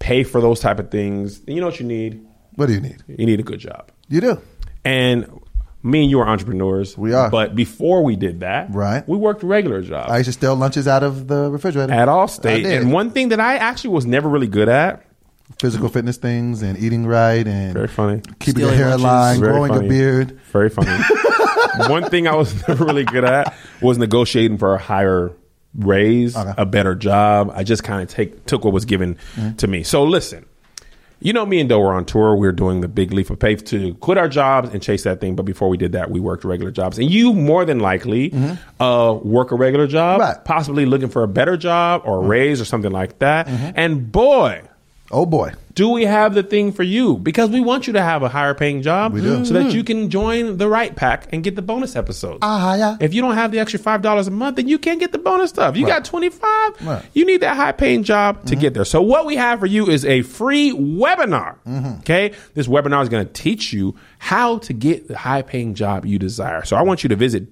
Speaker 2: pay for those type of things, then you know what you need.
Speaker 1: What do you need?
Speaker 2: You need a good job.
Speaker 1: You do.
Speaker 2: And me and you are entrepreneurs.
Speaker 1: We are.
Speaker 2: But before we did that,
Speaker 1: Right.
Speaker 2: we worked regular jobs.
Speaker 1: I used to steal lunches out of the refrigerator
Speaker 2: at all
Speaker 1: I
Speaker 2: state.
Speaker 1: did.
Speaker 2: And one thing that I actually was never really good at.
Speaker 1: physical fitness things and eating right and
Speaker 2: Very funny.
Speaker 1: keeping your
Speaker 3: Stealing
Speaker 1: hair
Speaker 3: lunches.
Speaker 1: aligned,
Speaker 2: Very
Speaker 1: growing
Speaker 2: funny.
Speaker 1: a beard.
Speaker 2: Very funny. one thing I was never really good at was negotiating for a higher raise,
Speaker 1: Okay. Mm-hmm.
Speaker 2: a better job. I just kind of take took what was given to me. So listen, You know, me and Doe were on tour. We were doing the big leap of faith to quit our jobs and chase that thing. But before we did that, we worked regular jobs. And you more than likely uh, work a regular job,
Speaker 1: Mm-hmm. Right. Mm-hmm.
Speaker 2: possibly looking for a better job or a raise or something like that. And boy,
Speaker 1: Oh boy.
Speaker 2: do we have the thing for you? Because we want you to have a higher paying job
Speaker 1: We do.
Speaker 2: so that you can join the right pack and get the bonus episodes.
Speaker 1: Ah, yeah.
Speaker 2: If you don't have the extra $5 a month, then you can't get the bonus stuff. You got 25.
Speaker 1: Right. Mm-hmm.
Speaker 2: You need that high paying job to get there. So what we have for you is a free webinar.
Speaker 1: Mm-hmm.
Speaker 2: Okay? This webinar is going to teach you how to get the high paying job you desire. So I want you to visit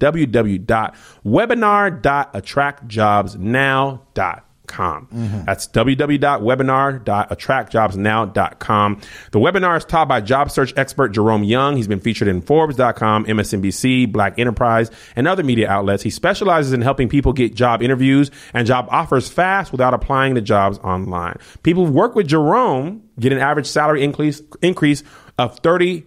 Speaker 2: www.webinar.attractjobsnow.com. That's www.webinar.attractjobsnow.com. The webinar is taught by job search expert Jerome Young. He's been featured in Forbes.com, MSNBC, Black Enterprise, and other media outlets. He specializes in helping people get job interviews and job offers fast without applying to jobs online. People who work with Jerome get an average salary increase increase of 30%.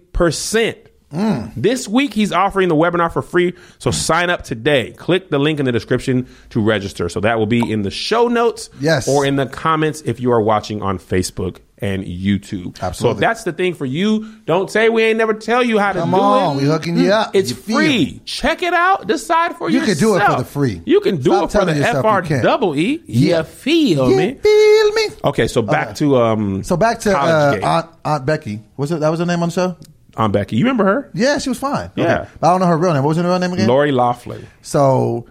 Speaker 1: Mm.
Speaker 2: This week, he's offering the webinar for free. So sign up today. Click the link in the description to register. So that will be in the show notes
Speaker 1: Yes.
Speaker 2: or in the comments if you are watching on Facebook and YouTube. So if
Speaker 1: Absolutely.
Speaker 2: that's the thing for you, don't say we ain't never tell you how to
Speaker 1: Come
Speaker 2: do
Speaker 1: on,
Speaker 2: it.
Speaker 1: we hooking you up.
Speaker 2: It's
Speaker 1: You feel
Speaker 2: free. Check it out. Decide for
Speaker 1: You
Speaker 2: yourself.
Speaker 1: can do it for the free.
Speaker 2: You can do
Speaker 1: Stop
Speaker 2: it for the
Speaker 1: telling yourself you
Speaker 2: FR
Speaker 1: can't.
Speaker 2: double E.
Speaker 1: Yeah.
Speaker 2: You feel
Speaker 1: You
Speaker 2: me?
Speaker 1: feel me?
Speaker 2: Okay, so back to um.
Speaker 1: So back to
Speaker 2: College
Speaker 1: uh,
Speaker 2: Gate.
Speaker 1: Aunt, Aunt Becky. Was it that was her name on the show?
Speaker 2: Aunt Becky. You remember her?
Speaker 1: Yeah, she was fine. Okay.
Speaker 2: Yeah.
Speaker 1: But I don't know her real name. What was her real name again?
Speaker 2: Lori Laughlin.
Speaker 1: So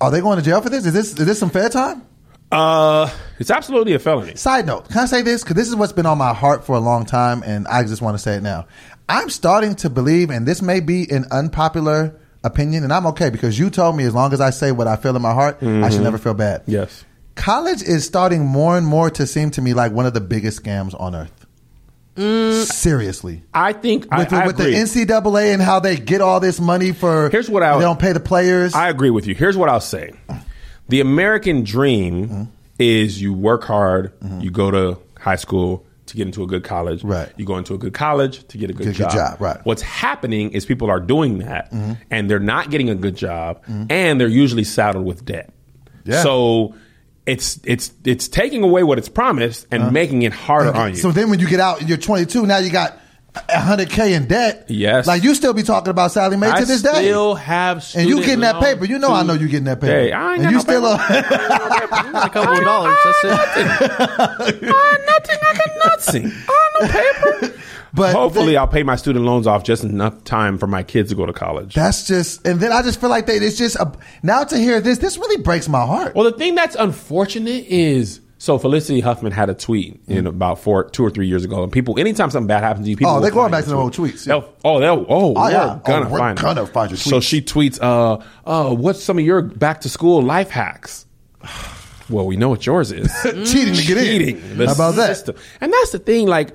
Speaker 1: are they going to jail for this? Is this is this some fair time?
Speaker 2: Uh, it's absolutely a felony.
Speaker 1: Side note, can I say this? Because this is what's been on my heart for a long time, and I just want to say it now. I'm starting to believe, and this may be an unpopular opinion, and I'm okay because you told me as long as I say what I feel in my heart, I
Speaker 2: Mm-hmm.
Speaker 1: should never feel bad.
Speaker 2: Yes.
Speaker 1: College is starting more and more to seem to me like one of the biggest scams on earth. Seriously.
Speaker 2: I think I-
Speaker 1: With,
Speaker 2: I,
Speaker 1: with the
Speaker 2: agree.
Speaker 1: NCAA and how they get all this money for
Speaker 2: Here's what I-
Speaker 1: they don't pay the players.
Speaker 2: I agree with you. Here's what I'll say: the American dream is you work hard, you go to high school to get into a good college,
Speaker 1: Right.
Speaker 2: You go into a good college to get a good,
Speaker 1: Get a
Speaker 2: job.
Speaker 1: good job, right. Mm-hmm.
Speaker 2: What's happening is people are doing that, and they're not getting a good job, and they're usually saddled with debt.
Speaker 1: Yeah.
Speaker 2: So. It's it's it's taking away what it's promised and making it harder on you.
Speaker 1: Uh-huh. So then when you get out, you're 22. Now you got 100k in debt.
Speaker 2: Yes.
Speaker 1: like you still be talking about Sally Mae
Speaker 2: I
Speaker 1: to this day.
Speaker 2: still have
Speaker 1: and you
Speaker 2: student
Speaker 1: getting that
Speaker 2: loan
Speaker 1: paper? You know, I know you getting that paper.
Speaker 2: Hey, I
Speaker 1: and
Speaker 2: ain't got
Speaker 1: you
Speaker 2: no
Speaker 1: still
Speaker 2: paper.
Speaker 3: A couple of dollars. That's it.
Speaker 2: Ah, nothing. I got nothing. Ah, no paper.
Speaker 1: But
Speaker 2: hopefully,
Speaker 1: they-
Speaker 2: I'll pay my student loans off just enough time for my kids to go to college.
Speaker 1: that's just. And then I just feel like they. It's just a, now to hear this. This really breaks my heart.
Speaker 2: well, the thing that's unfortunate is. So Felicity Huffman had a tweet in about four, two or three years ago, and people, anytime something bad happens to you, people.
Speaker 1: Oh,
Speaker 2: will
Speaker 1: they're going
Speaker 2: find
Speaker 1: back to the
Speaker 2: your
Speaker 1: old
Speaker 2: tweet.
Speaker 1: tweets, yeah.
Speaker 2: They'll, oh, they'll. Oh,
Speaker 1: Oh,
Speaker 2: we're
Speaker 1: yeah. Oh,
Speaker 2: gonna
Speaker 1: we're
Speaker 2: find. it.
Speaker 1: gonna find your
Speaker 2: So
Speaker 1: tweets.
Speaker 2: she tweets, uh, uh, what's some of your back to school life hacks? Well, we know what yours is.
Speaker 1: cheating to get in.
Speaker 2: cheating. The
Speaker 1: How about that?
Speaker 2: system. And that's the thing, like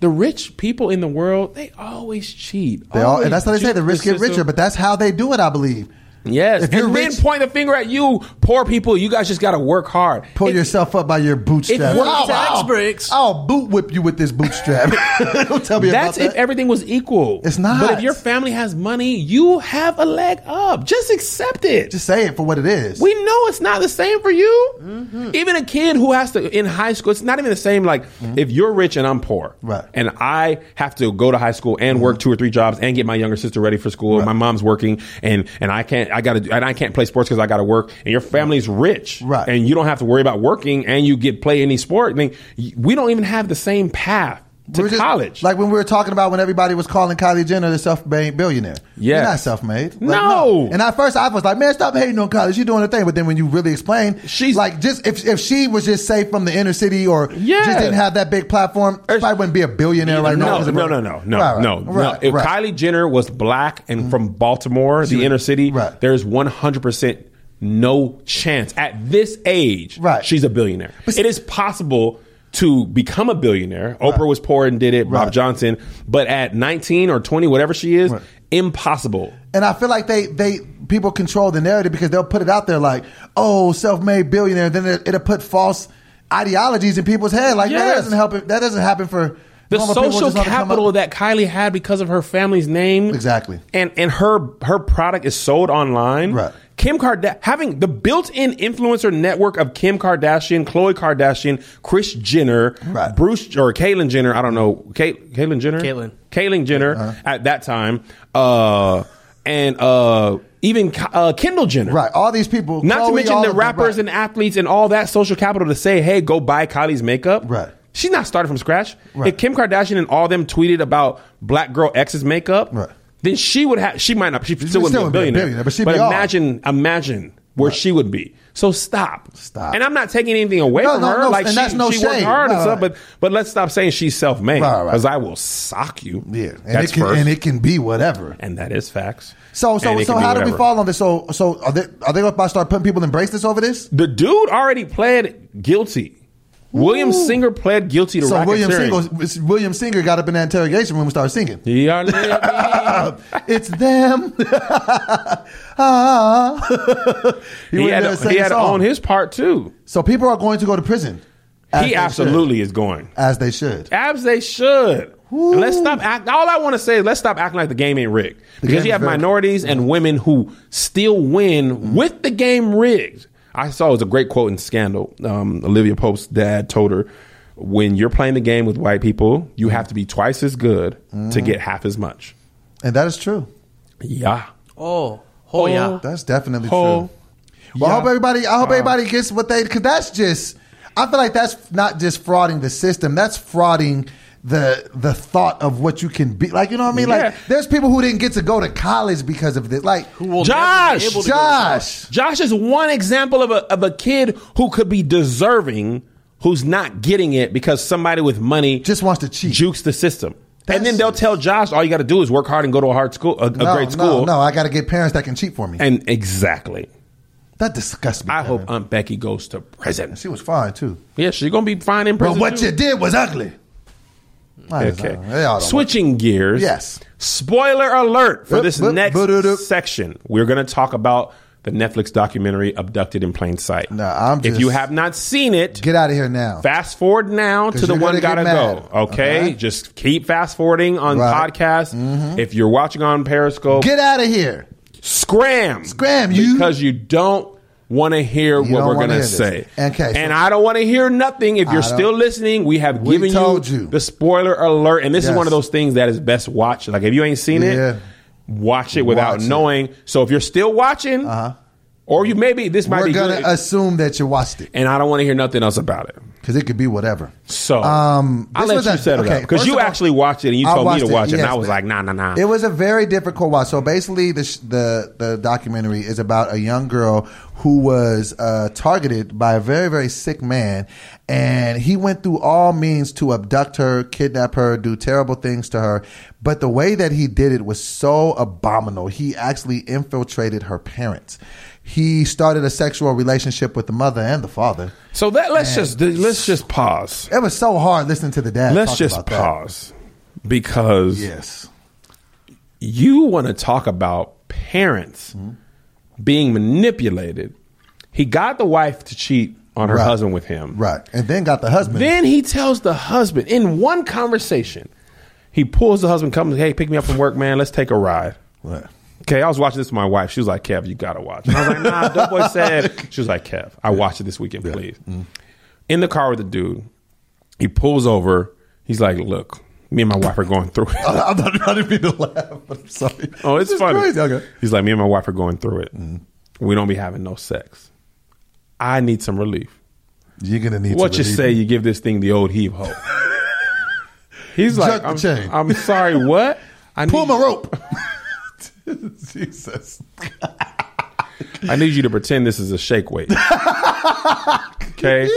Speaker 2: the rich people in the world, they always cheat.
Speaker 1: They all,
Speaker 2: Always
Speaker 1: and that's how they say
Speaker 2: cheat
Speaker 1: the rich get
Speaker 2: system.
Speaker 1: richer, but that's how they do it, I believe.
Speaker 2: yes,
Speaker 1: if you're
Speaker 2: and
Speaker 1: rich-
Speaker 2: then point the finger at you, poor people. You guys just got to work hard.
Speaker 1: Pull
Speaker 2: It-
Speaker 1: yourself up by your bootstraps.
Speaker 2: we're
Speaker 1: Wow,
Speaker 3: tax
Speaker 1: wow.
Speaker 3: breaks.
Speaker 1: I'll boot whip you with this bootstrap. Don't tell me
Speaker 2: That's
Speaker 1: about
Speaker 2: if
Speaker 1: that.
Speaker 2: everything was equal.
Speaker 1: It's not.
Speaker 2: But if your family has money, you have a leg up. Just accept it.
Speaker 1: just say it for what it is.
Speaker 2: We know it's not the same for you.
Speaker 1: Mm-hmm.
Speaker 2: Even a kid who has to in high school, it's not even the same. Like if you're rich and I'm poor,
Speaker 1: Mm-hmm. Right. Mm-hmm.
Speaker 2: And I have to go to high school and work two or three jobs and get my younger sister ready for school. My mom's working, and and I can't. I gotta do- and I can't play sports because I gotta work. And your family's rich,
Speaker 1: Right.
Speaker 2: And you don't have to worry about working, and you get play any sport. I mean, y- we don't even have the same path to
Speaker 1: We're just-
Speaker 2: college.
Speaker 1: Like when we were talking about when everybody was calling Kylie Jenner the self-made billionaire.
Speaker 2: Yes.
Speaker 1: You're not self-made. Like,
Speaker 2: No.
Speaker 1: And at first I was like, man, stop hating on Kylie. She's doing her thing. But then when you really explain,
Speaker 2: She's-
Speaker 1: she's like, just if, if she was just say from the inner city or
Speaker 2: Yeah.
Speaker 1: just didn't have that big platform, she
Speaker 2: Or-
Speaker 1: probably wouldn't be a billionaire right now.
Speaker 2: no,
Speaker 1: 'Cause of
Speaker 2: no,
Speaker 1: her-
Speaker 2: no, no, no,
Speaker 1: Right, right,
Speaker 2: no, no.
Speaker 1: right,
Speaker 2: If
Speaker 1: right.
Speaker 2: Kylie Jenner was black and from Baltimore, the
Speaker 1: would-
Speaker 2: inner city,
Speaker 1: right.
Speaker 2: there's 100 percent no chance at this age.
Speaker 1: Right.
Speaker 2: she's a billionaire. it is possible to become a billionaire. Oprah was poor and did it. Bob
Speaker 1: Right.
Speaker 2: Johnson, but at 19 or 20, whatever she is, impossible.
Speaker 1: And I feel like they they people control the narrative because they'll put it out there like, oh, self-made billionaire. Then it, it'll put false ideologies in people's head. Like no, that
Speaker 2: Yes.
Speaker 1: doesn't help. That doesn't happen for
Speaker 2: The
Speaker 1: Normal people
Speaker 2: social
Speaker 1: just wanna come
Speaker 2: capital
Speaker 1: up-
Speaker 2: that Kylie had because of her family's name,
Speaker 1: Exactly.
Speaker 2: and and her her product is sold online.
Speaker 1: Right.
Speaker 2: Kim Kardashian having the built-in influencer network of Kim Kardashian, Khloe Kardashian, Chris Jenner,
Speaker 1: Right.
Speaker 2: Bruce or Caitlyn Jenner. I don't know. Ka- Caitlyn Jenner.
Speaker 3: Caitlyn.
Speaker 2: Caitlyn Jenner
Speaker 1: Uh-huh.
Speaker 2: at that time, uh, and uh, even Ki- uh, Kendall Jenner.
Speaker 1: Right. All these people.
Speaker 2: Not
Speaker 1: Khloe,
Speaker 2: to mention
Speaker 1: all
Speaker 2: the
Speaker 1: of them,
Speaker 2: rappers
Speaker 1: right.
Speaker 2: and athletes and all that social capital to say, hey, go buy Kylie's makeup.
Speaker 1: Right.
Speaker 2: She's not starting from scratch.
Speaker 1: Right.
Speaker 2: If Kim Kardashian and all them tweeted about black girl X's makeup,
Speaker 1: Right.
Speaker 2: then she would have, she might not, she still wouldn't
Speaker 1: still would
Speaker 2: be a
Speaker 1: be a
Speaker 2: billionaire.
Speaker 1: billionaire, but she'd be all-
Speaker 2: imagine, imagine where she would be. So stop.
Speaker 1: Stop.
Speaker 2: And I'm not taking anything away
Speaker 1: No,
Speaker 2: from
Speaker 1: no,
Speaker 2: her.
Speaker 1: no,
Speaker 2: like
Speaker 1: and
Speaker 2: she,
Speaker 1: that's no
Speaker 2: she worked
Speaker 1: shade.
Speaker 2: hard and
Speaker 1: Right,
Speaker 2: stuff,
Speaker 1: right.
Speaker 2: but but let's stop saying she's self made.
Speaker 1: Right, right.
Speaker 2: Because I will sock you.
Speaker 1: Yeah. And
Speaker 2: That's
Speaker 1: it can,
Speaker 2: first.
Speaker 1: And
Speaker 2: And,
Speaker 1: it can be whatever.
Speaker 2: that is facts.
Speaker 1: So so
Speaker 2: And it
Speaker 1: so
Speaker 2: can be
Speaker 1: how do we
Speaker 2: whatever.
Speaker 1: fall on this? So so are they are they about to start putting people in bracelets over this?
Speaker 2: The dude already pled guilty. William Singer pled guilty to
Speaker 1: So William
Speaker 2: racketeering.
Speaker 1: Singer, William Singer got up in that interrogation room and started singing.
Speaker 2: He already-
Speaker 1: It's them. Ah. he
Speaker 2: he
Speaker 1: went there
Speaker 2: had, to-
Speaker 1: and sang
Speaker 2: he
Speaker 1: the
Speaker 2: had to
Speaker 1: song.
Speaker 2: own his part too.
Speaker 1: So people are going to go to prison. as they
Speaker 2: he
Speaker 1: should.
Speaker 2: absolutely is going.
Speaker 1: as they should.
Speaker 2: Abs they should. And let's stop act. All I want to say is let's stop acting like the game ain't rigged.
Speaker 1: game
Speaker 2: Because you
Speaker 1: is
Speaker 2: have
Speaker 1: rigged. Mm.
Speaker 2: minorities and women who still win with the game rigged. I saw it was a great quote in Scandal. Um, Olivia Pope's dad told her, "When you're playing the game with white people,
Speaker 1: Mm.
Speaker 2: you have to be twice as good to get half as much."
Speaker 1: And that is true.
Speaker 2: Yeah.
Speaker 3: Oh, oh yeah.
Speaker 1: That's definitely true. Well, I hope
Speaker 2: Oh. Yeah. Uh-huh.
Speaker 1: everybody. I hope everybody gets what they because that's just. I feel like that's not just frauding the system. That's frauding the the thought of what you can be. Like you know what I mean?
Speaker 2: Yeah.
Speaker 1: Like there's people who didn't get to go to college because of this. Like
Speaker 3: Who will never
Speaker 2: Josh!
Speaker 3: be able to go to college.
Speaker 1: Josh.
Speaker 2: Josh is one example of a of a kid who could be deserving, who's not getting it because somebody with money
Speaker 1: Just wants to cheat.
Speaker 2: jukes the system,
Speaker 1: That's-
Speaker 2: and then they'll tell Josh, "All you got to do is work hard and go to a hard school, a, a
Speaker 1: no,
Speaker 2: great school."
Speaker 1: No, no, I got to get parents that can cheat for me.
Speaker 2: And exactly,
Speaker 1: that disgusts me.
Speaker 2: I
Speaker 1: Kevin.
Speaker 2: hope Aunt Becky goes to prison.
Speaker 1: she was fine too.
Speaker 2: Yeah, she's gonna be fine in
Speaker 1: But
Speaker 2: prison.
Speaker 1: what
Speaker 2: too.
Speaker 1: you did was ugly. Mine is
Speaker 2: Okay.
Speaker 1: not- they all don't
Speaker 2: Switching gears.
Speaker 1: Yes.
Speaker 2: Spoiler alert for
Speaker 1: Boop,
Speaker 2: this
Speaker 1: boop,
Speaker 2: next
Speaker 1: boop-doop.
Speaker 2: section. We're going to talk about the Netflix documentary "Abducted in Plain Sight."
Speaker 1: No, I'm
Speaker 2: if you
Speaker 1: just-
Speaker 2: have not seen it,
Speaker 1: Get out of here now.
Speaker 2: fast forward now to the
Speaker 1: you're
Speaker 2: one gotta
Speaker 1: gonna get
Speaker 2: go.
Speaker 1: mad.
Speaker 2: Okay?
Speaker 1: Okay.
Speaker 2: just keep fast forwarding on
Speaker 1: Right. Mm-hmm.
Speaker 2: podcasts. If you're watching on Periscope,
Speaker 1: Get out of here.
Speaker 2: scram,
Speaker 1: Scram, you.
Speaker 2: because you don't. Want to hear what
Speaker 1: don't
Speaker 2: we're
Speaker 1: wanna
Speaker 2: gonna
Speaker 1: hear this.
Speaker 2: say,
Speaker 1: Okay, so-
Speaker 2: and I don't want to hear nothing. If you're
Speaker 1: don't-
Speaker 2: still listening, we have
Speaker 1: We
Speaker 2: given
Speaker 1: told
Speaker 2: you
Speaker 1: you.
Speaker 2: the spoiler alert, and this is
Speaker 1: Yes.
Speaker 2: one of those things that is best watched. Like if you ain't seen
Speaker 1: Yeah.
Speaker 2: it, watch it without
Speaker 1: Watch it. Uh-huh.
Speaker 2: knowing. So if you're still watching, or you maybe this might
Speaker 1: We're
Speaker 2: be
Speaker 1: gonna
Speaker 2: good,
Speaker 1: assume that you watched it
Speaker 2: and I don't want to hear nothing else about it.
Speaker 1: because it could be whatever.
Speaker 2: So
Speaker 1: Um,
Speaker 2: I'll
Speaker 1: this
Speaker 2: let
Speaker 1: was
Speaker 2: you
Speaker 1: a-
Speaker 2: settle
Speaker 1: okay,
Speaker 2: okay, because
Speaker 1: first
Speaker 2: you
Speaker 1: of all-
Speaker 2: actually watched it and you
Speaker 1: I
Speaker 2: told me
Speaker 1: watched
Speaker 2: to watch it, and
Speaker 1: yes,
Speaker 2: I was
Speaker 1: man.
Speaker 2: like, nah, nah, nah.
Speaker 1: It was a very difficult watch. So basically, the sh- the the documentary is about a young girl who was uh, targeted by a very very sick man, and he went through all means to abduct her, kidnap her, do terrible things to her. But the way that he did it was so abominable. He actually infiltrated her parents. He started a sexual relationship with the mother and the father.
Speaker 2: so that let's just let's just pause.
Speaker 1: It was so hard listening to the dad.
Speaker 2: Let's
Speaker 1: talk
Speaker 2: just
Speaker 1: about that.
Speaker 2: pause because
Speaker 1: Yes.
Speaker 2: you want to talk about parents
Speaker 1: Mm-hmm.
Speaker 2: being manipulated. He got the wife to cheat on her
Speaker 1: Right.
Speaker 2: husband with him.
Speaker 1: Right. And then got the husband.
Speaker 2: Then he tells the husband in one conversation, he pulls the husband, comes, hey, pick me up from work, man. Let's take a ride.
Speaker 1: Right.
Speaker 2: Okay, I was watching this with my wife. She was like, Kev, you gotta watch. And I was like, nah, Doughboy said. She was like, Kev, I watched it this weekend, please.
Speaker 1: Mm-hmm.
Speaker 2: In the car with the dude, he pulls over. He's like, look, me and my wife are going through it.
Speaker 1: I'm not trying to be the laugh, but I'm sorry.
Speaker 2: Oh, it's
Speaker 1: This is
Speaker 2: funny.
Speaker 1: Crazy. Okay. Mm-hmm.
Speaker 2: He's like, me and my wife are going through it. We don't be having no sex. I need some relief.
Speaker 1: You're gonna need
Speaker 2: what
Speaker 1: to
Speaker 2: you
Speaker 1: relieve
Speaker 2: say?
Speaker 1: me.
Speaker 2: You give this thing the old heave ho. He's like,
Speaker 1: the
Speaker 2: I'm,
Speaker 1: chain."
Speaker 2: I'm sorry, what? I
Speaker 1: Pull
Speaker 2: need-
Speaker 1: my rope. Jesus.
Speaker 2: I need you to pretend this is a shake weight. okay.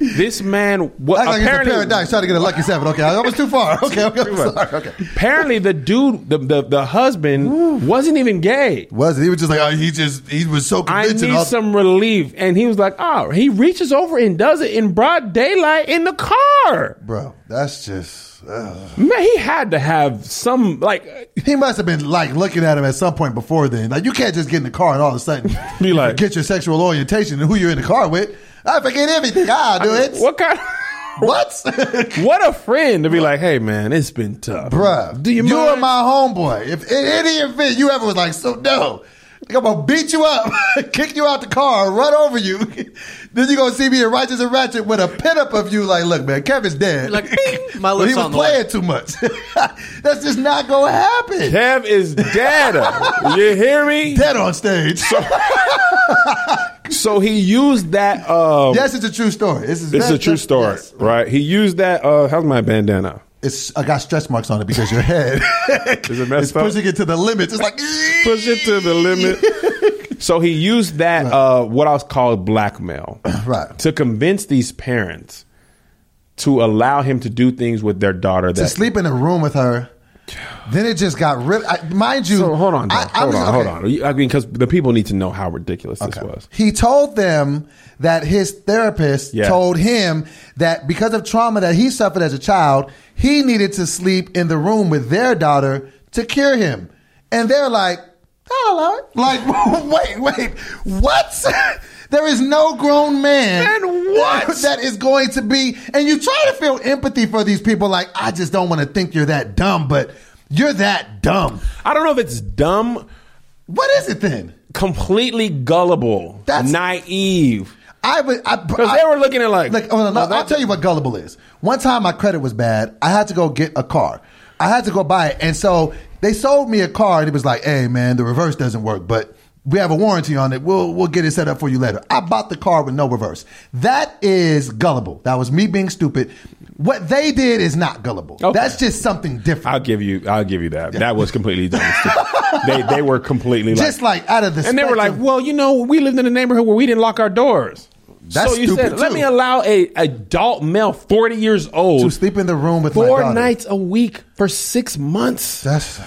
Speaker 2: This man what
Speaker 1: Act like it's a
Speaker 2: apparently
Speaker 1: paradise. Try to get a lucky seven. Okay, I was too far. Okay, okay, I'm sorry. Okay.
Speaker 2: apparently the dude the the, the husband wasn't even gay.
Speaker 1: Was it? He was just like oh, he just he was so
Speaker 2: I
Speaker 1: convincing.
Speaker 2: need
Speaker 1: all-
Speaker 2: some relief. And he was like, oh, he reaches over and does it in broad daylight in the car.
Speaker 1: Bro, that's just. ugh.
Speaker 2: Man, he had to have some like
Speaker 1: He must have been like looking at him at some point before then. Like you can't just get in the car and all of a sudden
Speaker 2: Be like-
Speaker 1: get your sexual orientation and who you're in the car with. I forget everything. I'll do it.
Speaker 2: what kind
Speaker 1: Ah, What?
Speaker 2: What a friend to be like, hey man, it's been tough,
Speaker 1: Bruh.
Speaker 2: Do you
Speaker 1: you are
Speaker 2: mind?
Speaker 1: my homeboy. If in any event you ever was like, so no. I'm gonna beat you up, kick you out the car, run over you. then you gonna see me in Righteous and Ratchet with a pin up of you. Like, look, man, Kevin's dead.
Speaker 3: Like, bing, my
Speaker 1: But
Speaker 3: lips
Speaker 1: he was
Speaker 3: on the
Speaker 1: playing too much. That's just not gonna happen.
Speaker 2: Kev is dead. you hear me?
Speaker 1: Dead on stage.
Speaker 2: So he used that. Um,
Speaker 1: yes, it's a true story. This is
Speaker 2: This is a
Speaker 1: that-
Speaker 2: true
Speaker 1: that-
Speaker 2: story,
Speaker 1: yes.
Speaker 2: right? He used that. Uh, how's my bandana?
Speaker 1: It's I got stretch marks on it because your head
Speaker 2: Is it messed
Speaker 1: is
Speaker 2: up?
Speaker 1: pushing it to the limits. It's like
Speaker 2: Push it to the limit. so he used that uh, what I was called blackmail,
Speaker 1: Right.
Speaker 2: to convince these parents to allow him to do things with their daughter
Speaker 1: to
Speaker 2: that
Speaker 1: sleep in a room with her. Then it just got ripped. I, mind you,
Speaker 2: So hold on, though.
Speaker 1: I- I
Speaker 2: hold,
Speaker 1: was-
Speaker 2: on
Speaker 1: okay.
Speaker 2: hold on, I mean, because the people need to know how ridiculous this
Speaker 1: Okay.
Speaker 2: was.
Speaker 1: He told them that his therapist
Speaker 2: Yeah.
Speaker 1: told him that because of trauma that he suffered as a child, he needed to sleep in the room with their daughter to cure him. And they're like, "I'll allow it." Like, wait, wait, what? there is no grown man
Speaker 2: And what?
Speaker 1: that is going to be. And you try to feel empathy for these people. Like, I just don't want to think you're that dumb, but you're that dumb.
Speaker 2: I don't know if it's dumb,
Speaker 1: What is it then?
Speaker 2: completely gullible,
Speaker 1: That's-
Speaker 2: naive.
Speaker 1: I would. I,
Speaker 2: Because they
Speaker 1: I-
Speaker 2: were looking at like,
Speaker 1: Like, oh, no, no, I'll tell you what gullible is. One time my credit was bad. I had to go get a car. I had to go buy it. And so they sold me a car and it was like, hey, man, the reverse doesn't work, but we have a warranty on it. We'll, we'll get it set up for you later. I bought the car with no reverse. That is gullible. That was me being stupid. What they did is not gullible.
Speaker 2: Okay.
Speaker 1: That's just something different.
Speaker 2: I'll give you, I'll give you that. That was completely dumb. they they were completely like,
Speaker 1: just like out of the
Speaker 2: and they were like,
Speaker 1: spectrum.
Speaker 2: well, you know, we lived in a neighborhood where we didn't lock our doors.
Speaker 1: That's
Speaker 2: so you
Speaker 1: stupid,
Speaker 2: said, let
Speaker 1: too.
Speaker 2: me allow a adult male, forty years old,
Speaker 1: to sleep in the room with my
Speaker 2: four
Speaker 1: daughter.
Speaker 2: nights a week for six months.
Speaker 1: That's.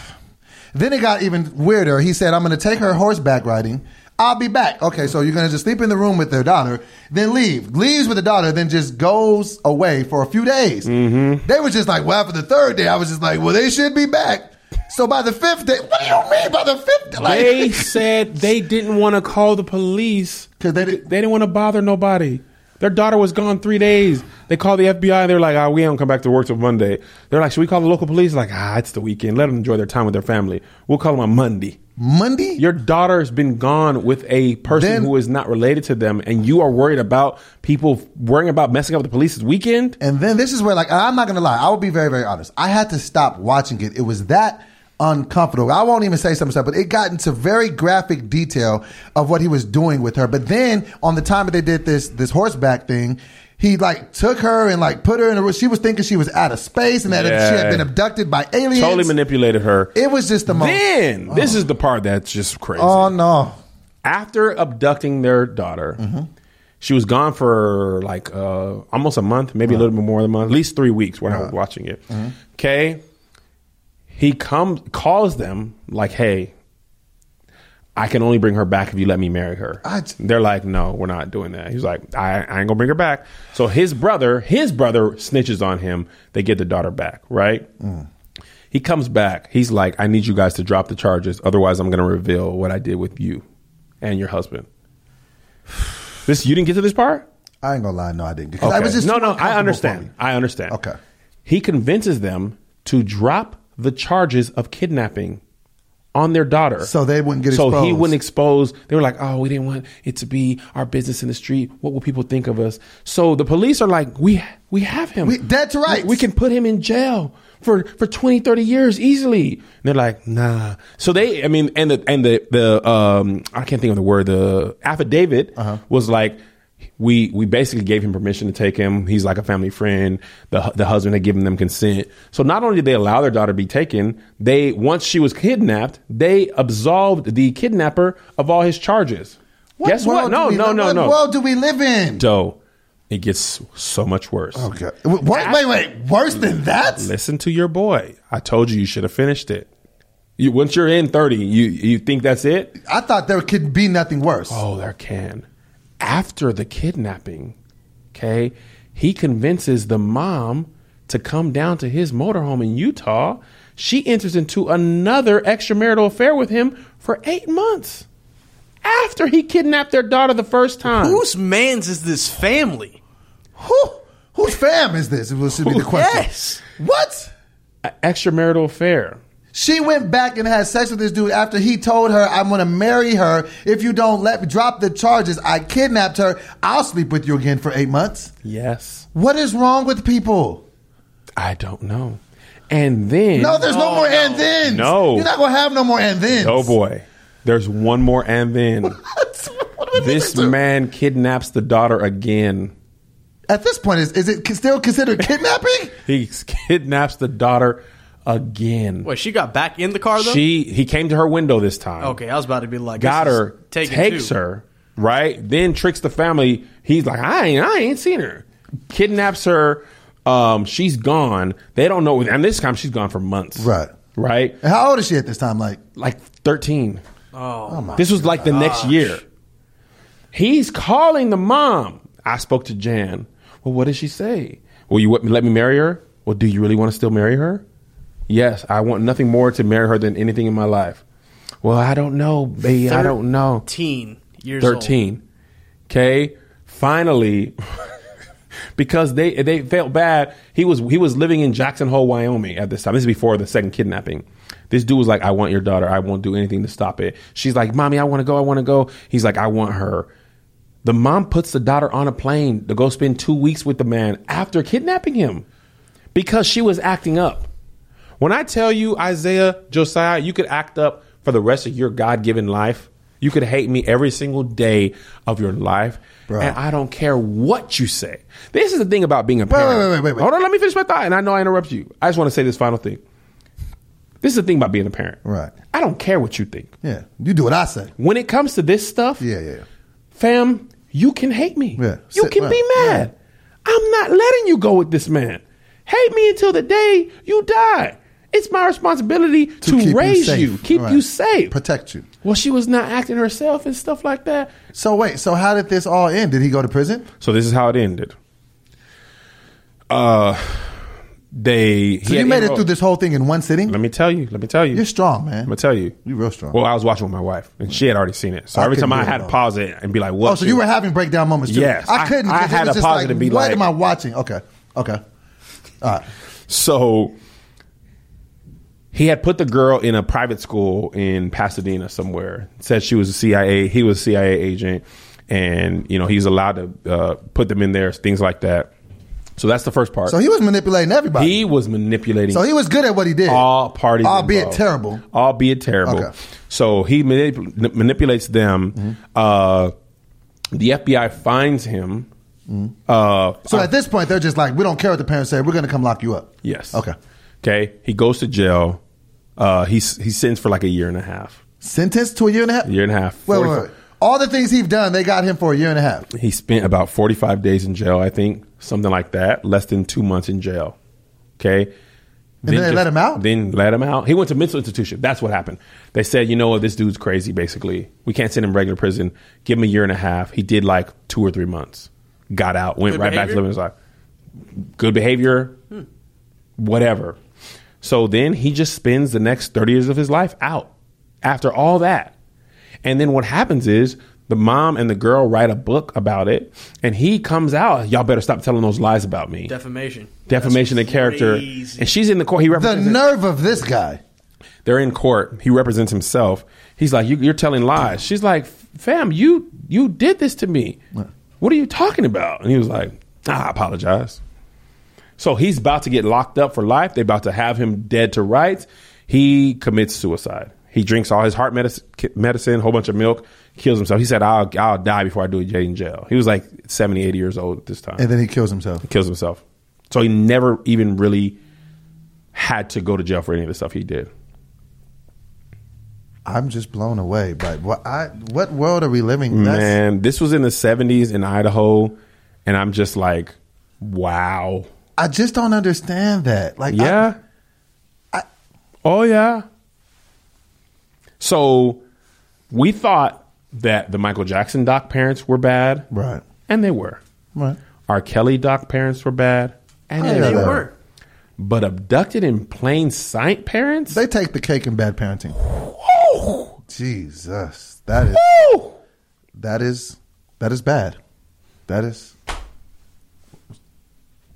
Speaker 1: Then it got even weirder. He said, "I'm going to take her horseback riding. I'll be back." Okay, so you're going to just sleep in the room with their daughter, then leave. Leaves with the daughter, then just goes away for a few days. Mm-hmm. They was just like, "Well, after the third day, I was just like, well, they should be back." So by the fifth day, what do you mean by the fifth? Day?
Speaker 2: they
Speaker 1: Like,
Speaker 2: said they didn't want to call the police
Speaker 1: 'Cause they didn't-
Speaker 2: didn't, want to bother nobody. Their daughter was gone three days. They called the FBI. They're like, "Ah, we don't come back to work till Monday." They're like, "Should we call the local police?" Like, "Ah, it's the weekend. Let them enjoy their time with their family. We'll call them on Monday."
Speaker 1: Monday,
Speaker 2: Your daughter's been gone with a person
Speaker 1: Then-
Speaker 2: who is not related to them, and you are worried about people worrying about messing up with the police this weekend.
Speaker 1: And then this is where, like, I'm not gonna lie, I will be very, very honest. I had to stop watching it. It was that uncomfortable. I won't even say some stuff, but it got into very graphic detail of what he was doing with her. But then on the time that they did this this horseback thing, he like took her and like put her in a room. She was thinking she was out of space and that she had
Speaker 2: Yeah.
Speaker 1: been abducted by aliens.
Speaker 2: Totally manipulated her.
Speaker 1: It was just the most.
Speaker 2: Then this is the part that's just crazy.
Speaker 1: Oh no.
Speaker 2: after abducting their daughter, she was gone for like uh, almost a month, maybe a little bit more than a month, at least three weeks when I was watching it. Okay. He comes, calls them like, hey, I can only bring her back if you let me marry her.
Speaker 1: I j-
Speaker 2: They're like, no, we're not doing that. He's like, I, I ain't gonna bring her back. So his brother, his brother snitches on him. They get the daughter back, right? He comes back. He's like, I need you guys to drop the charges. Otherwise, I'm gonna reveal what I did with you and your husband. This you didn't get to this part?
Speaker 1: I ain't gonna lie, no, I didn't. Because I was just
Speaker 2: no,
Speaker 1: too
Speaker 2: no.
Speaker 1: uncomfortable
Speaker 2: I
Speaker 1: for me.
Speaker 2: understand. I understand.
Speaker 1: Okay.
Speaker 2: He convinces them to drop the charges of kidnapping on their daughter,
Speaker 1: So they wouldn't get
Speaker 2: So he
Speaker 1: exposed.
Speaker 2: wouldn't expose. They were like, "Oh, we didn't want it to be our business in the street. What will people think of us?" So the police are like, "We we have him.
Speaker 1: We- that's right.
Speaker 2: We, we can put him in jail." For, for 20, 30 years easily. And they're like, nah. So they, I mean, and the, and the, the, um, I can't think of the word, the affidavit
Speaker 1: Uh-huh.
Speaker 2: was like, we we basically gave him permission to take him. He's like a family friend. The hu- the husband had given them consent. So not only did they allow their daughter to be taken, they once she was kidnapped, they absolved the kidnapper of all his charges. Guess
Speaker 1: world
Speaker 2: what?
Speaker 1: do
Speaker 2: No,
Speaker 1: we
Speaker 2: no,
Speaker 1: live-
Speaker 2: no,
Speaker 1: What
Speaker 2: no.
Speaker 1: world do we live in?
Speaker 2: So it gets so much worse.
Speaker 1: Okay. What, wait, wait. Worse than that?
Speaker 2: Listen to your boy. I told you you should have finished it. You, once you're in thirty, you you think that's it?
Speaker 1: I thought there could be nothing worse.
Speaker 2: Oh, there can. After the kidnapping, okay, he convinces the mom to come down to his motorhome in Utah. She enters into another extramarital affair with him for eight months. After he kidnapped their daughter the first time.
Speaker 3: Whose man's is this family?
Speaker 1: Whew. Whose fam is this? It should be the question.
Speaker 3: Yes.
Speaker 1: What?
Speaker 2: A extramarital affair.
Speaker 1: She went back and had sex with this dude after he told her, "I'm going to marry her if you don't let drop the charges. I kidnapped her. I'll sleep with you again for eight months."
Speaker 2: Yes.
Speaker 1: What is wrong with people?
Speaker 2: I don't know. And then
Speaker 1: No, there's no, more and thens.
Speaker 2: No.
Speaker 1: you're not going to have no more and thens.
Speaker 2: Oh boy. There's one more and then
Speaker 1: What would
Speaker 2: this
Speaker 1: do?
Speaker 2: man kidnaps the daughter again.
Speaker 1: At this point, is is it still considered kidnapping?
Speaker 2: He kidnaps the daughter again.
Speaker 3: Wait, she got back in the car though.
Speaker 2: She he came to her window this time.
Speaker 3: okay, I was about to be like,
Speaker 2: Got
Speaker 3: this is
Speaker 2: her,
Speaker 3: taken
Speaker 2: takes
Speaker 3: too.
Speaker 2: her, right? Then tricks the family. He's like, I ain't I ain't seen her. Kidnaps her. Um, she's gone. They don't know and this time she's gone for months.
Speaker 1: Right.
Speaker 2: Right?
Speaker 1: And how old is she at this time? Like,
Speaker 2: Like thirteen.
Speaker 3: Oh,
Speaker 2: This was like the next year. He's calling the mom. I spoke to Jan. Well, what did she say? Will you let me- let me marry her? Well, do you really want to still marry her? Yes, I want nothing more to marry her than anything in my life. Well, I don't know, baby. I don't know.
Speaker 3: teen years. old.
Speaker 2: 13 okay finally because they they felt bad he was he was living in jackson hole wyoming at this time this is before the second kidnapping this dude was like i want your daughter i won't do anything to stop it she's like mommy i want to go i want to go he's like i want her the mom puts the daughter on a plane to go spend two weeks with the man after kidnapping him because she was acting up when I tell you, Isaiah, Josiah, you could act up for the rest of your God given life. You could hate me every single day of your life.
Speaker 1: Bruh.
Speaker 2: And I don't care what you say. This is the thing about being a
Speaker 1: wait,
Speaker 2: parent.
Speaker 1: wait, wait, wait.
Speaker 2: Hold on, let me finish my thought. And I know I interrupt you. I just want to say this final thing. This is the thing about being a parent.
Speaker 1: Right.
Speaker 2: I don't care what you think.
Speaker 1: yeah, you do what I say.
Speaker 2: When it comes to this stuff,
Speaker 1: Yeah, yeah.
Speaker 2: fam, you can hate me.
Speaker 1: Yeah.
Speaker 2: You
Speaker 1: Sit
Speaker 2: can be
Speaker 1: down.
Speaker 2: mad. I'm not letting you go with this man. Hate me until the day you die. It's my responsibility to,
Speaker 1: keep you
Speaker 2: raise
Speaker 1: safe.
Speaker 2: you, keep
Speaker 1: Right.
Speaker 2: you safe.
Speaker 1: protect you.
Speaker 2: Well, she was not acting herself and stuff like that.
Speaker 1: So wait, so how did this all end? Did he go to prison?
Speaker 2: So this is how it ended. Uh, they.
Speaker 1: So you made it through this whole thing in one sitting.
Speaker 2: Let me tell you. Let me tell you.
Speaker 1: You're strong, man.
Speaker 2: I'm gonna tell you.
Speaker 1: You real strong.
Speaker 2: Well, I was watching with my wife, and she had already seen it. So
Speaker 1: I
Speaker 2: every
Speaker 1: couldn't
Speaker 2: time I
Speaker 1: do it
Speaker 2: had to
Speaker 1: alone.
Speaker 2: pause it and be like, "What?"
Speaker 1: Oh, so you were having breakdown moments too.
Speaker 2: Yes.
Speaker 1: I
Speaker 2: I-
Speaker 1: couldn't.
Speaker 2: I
Speaker 1: 'cause it
Speaker 2: had
Speaker 1: was
Speaker 2: a
Speaker 1: just
Speaker 2: positive
Speaker 1: like,
Speaker 2: be
Speaker 1: what
Speaker 2: like-
Speaker 1: am I watching? Okay, okay, all right.
Speaker 2: So he had put the girl in a private school in Pasadena somewhere. Said she was a CIA. He was a CIA agent, and you know he was allowed to uh, put them in there, things like that. So that's the first part.
Speaker 1: So he was manipulating everybody.
Speaker 2: he Uh, was manipulating
Speaker 1: so he was good at what he did.
Speaker 2: all parties,
Speaker 1: albeit
Speaker 2: involved.
Speaker 1: terrible.
Speaker 2: albeit terrible.
Speaker 1: Okay. Mm-hmm.
Speaker 2: So he manip- manipulates them. Uh, the FBI finds him. Uh,
Speaker 1: Mm-hmm. So at this point, they're just like, we don't care what the parents say. We're going to come lock you up.
Speaker 2: yes.
Speaker 1: Okay.
Speaker 2: Okay. He goes to jail. Uh, he's he's sentenced for like a year and a half.
Speaker 1: Sentenced to a year and a half.
Speaker 2: Year and a half.
Speaker 1: Wait, wait,
Speaker 2: 45
Speaker 1: wait. All the things he's done, they got him for a year and a half.
Speaker 2: He spent about 45 days in jail, I think, something like that, less than two months in jail. Okay.
Speaker 1: then they let him out?
Speaker 2: Then let him out. He went to mental institution. That's what happened. They said, you know what, this dude's crazy, basically. We can't send him to regular prison. Give him a year and a half. He did like two or three months, got out, went
Speaker 3: Good
Speaker 2: right back to
Speaker 3: behavior?
Speaker 2: living his life. Good behavior, whatever. So then he just spends the next 30 years of his life out after all that. And then what happens is the mom and the girl write a book about it, and he comes out. Y'all better stop telling those lies about me.
Speaker 3: defamation.
Speaker 2: Defamation of
Speaker 3: That's
Speaker 2: character.
Speaker 3: crazy.
Speaker 2: And she's in the court. He
Speaker 1: The
Speaker 2: represents.
Speaker 1: nerve of this guy.
Speaker 2: They're in court. He represents himself. He's like, you, "You're telling lies." She's like, "Fam, you you did this to me. What are you talking about?" And he was like, "Ah, "I apologize." So he's about to get locked up for life. They're about to have him dead to rights. He commits suicide. He drinks all his heart medicine, medicine whole bunch of milk, kills himself. He said, "I'll I'll die before I do a day in jail." He was like 70, 80 years old at this time
Speaker 1: And then he kills himself.
Speaker 2: kills himself. So he never even really had to go to jail for any of the stuff he did.
Speaker 1: I'm just blown away. But what, I, what world are we living? That's-
Speaker 2: Man, this was in the 70s in Idaho, and I'm just like, wow.
Speaker 1: I just don't understand that. Like, I-
Speaker 2: Yeah. oh, yeah. So we thought that the Michael Jackson doc parents were bad,
Speaker 1: right,
Speaker 2: and they were.
Speaker 1: right.
Speaker 2: Our Kelly doc parents were bad, and
Speaker 1: Oh,
Speaker 2: they
Speaker 1: yeah,
Speaker 3: They
Speaker 1: they
Speaker 2: were.
Speaker 3: were.
Speaker 2: But abducted in plain sight parents?
Speaker 1: They take the cake in bad parenting.
Speaker 2: Woo!
Speaker 1: Jesus, that is
Speaker 2: Woo!
Speaker 1: that is that is bad. That is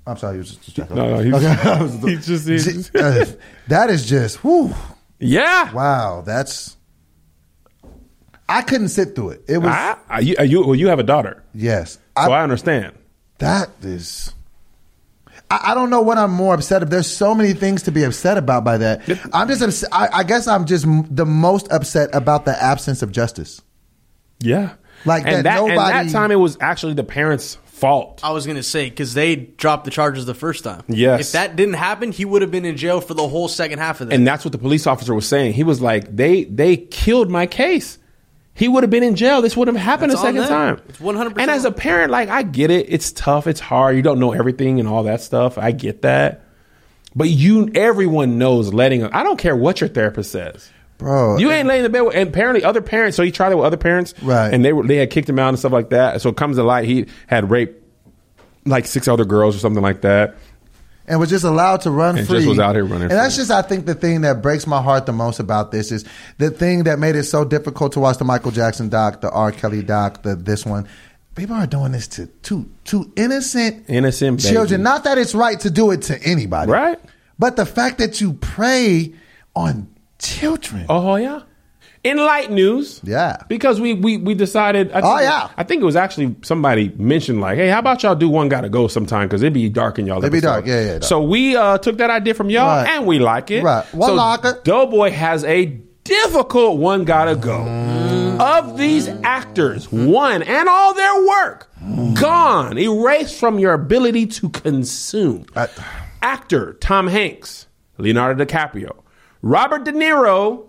Speaker 1: I'm sorry, you was just distracted.
Speaker 2: No, no, he's,
Speaker 1: Okay.
Speaker 2: he's just. he's just-
Speaker 1: Uh, that is just whew,
Speaker 2: yeah.
Speaker 1: wow. That's I couldn't sit through it. It was
Speaker 2: I, I, you, you, well, you have a daughter,
Speaker 1: yes.
Speaker 2: so
Speaker 1: I,
Speaker 2: I understand.
Speaker 1: that is. I, I don't know what I'm more upset of. There's so many things to be upset about by that. I'm just. Ups- I, I guess I'm just m- the most upset about the absence of justice.
Speaker 2: Yeah.
Speaker 1: Like that
Speaker 2: and that, and
Speaker 1: nobody-
Speaker 2: that time, it was actually the parents' fault.
Speaker 3: I was gonna say because they dropped the charges the first time.
Speaker 2: Yes.
Speaker 3: If that didn't happen, he would have been in jail for the whole second half of that.
Speaker 2: And that's what the police officer was saying. He was like, "They they killed my case. He would have been in jail. This would have happened
Speaker 3: That's
Speaker 2: a second
Speaker 3: on them.
Speaker 2: time."
Speaker 3: It's 100%
Speaker 2: And as a parent, like I get it. It's tough. It's hard. You don't know everything and all that stuff. I get that. But you, everyone knows letting. I don't care what your therapist says.
Speaker 1: Bro,
Speaker 2: you ain't laying in the bed. With, and apparently, other parents. So he tried it with other parents,
Speaker 1: Right.
Speaker 2: And they were they had kicked him out and stuff like that. So it comes to light he had raped like six other girls or something like that.
Speaker 1: and was just allowed to run
Speaker 2: And
Speaker 1: free.
Speaker 2: just was out here running
Speaker 1: And that's
Speaker 2: free.
Speaker 1: just, I think, the thing that breaks my heart the most about this is the thing that made it so difficult to watch the Michael Jackson doc, the R. Kelly doc, the this one. People are doing this to to to innocent
Speaker 2: Innocent baby.
Speaker 1: children. Not that it's right to do it to anybody,
Speaker 2: Right.
Speaker 1: But the fact that you prey on children.
Speaker 2: Oh yeah. In light news.
Speaker 1: Yeah.
Speaker 2: Because we we we decided. I think,
Speaker 1: Oh, yeah.
Speaker 2: I think it was actually somebody mentioned like, hey, how about y'all do one gotta go sometime because it'd be dark in y'all.
Speaker 1: It'd be
Speaker 2: episode.
Speaker 1: dark. Yeah, yeah, dark.
Speaker 2: So we uh, took that idea from y'all all
Speaker 1: Right.
Speaker 2: and we like it.
Speaker 1: Right. One
Speaker 2: so
Speaker 1: locker.
Speaker 2: Doughboy has a difficult one gotta go. Of these actors, one and all their work gone, erased from your ability to consume.
Speaker 1: I-
Speaker 2: Actor Tom Hanks, Leonardo DiCaprio, Robert De Niro,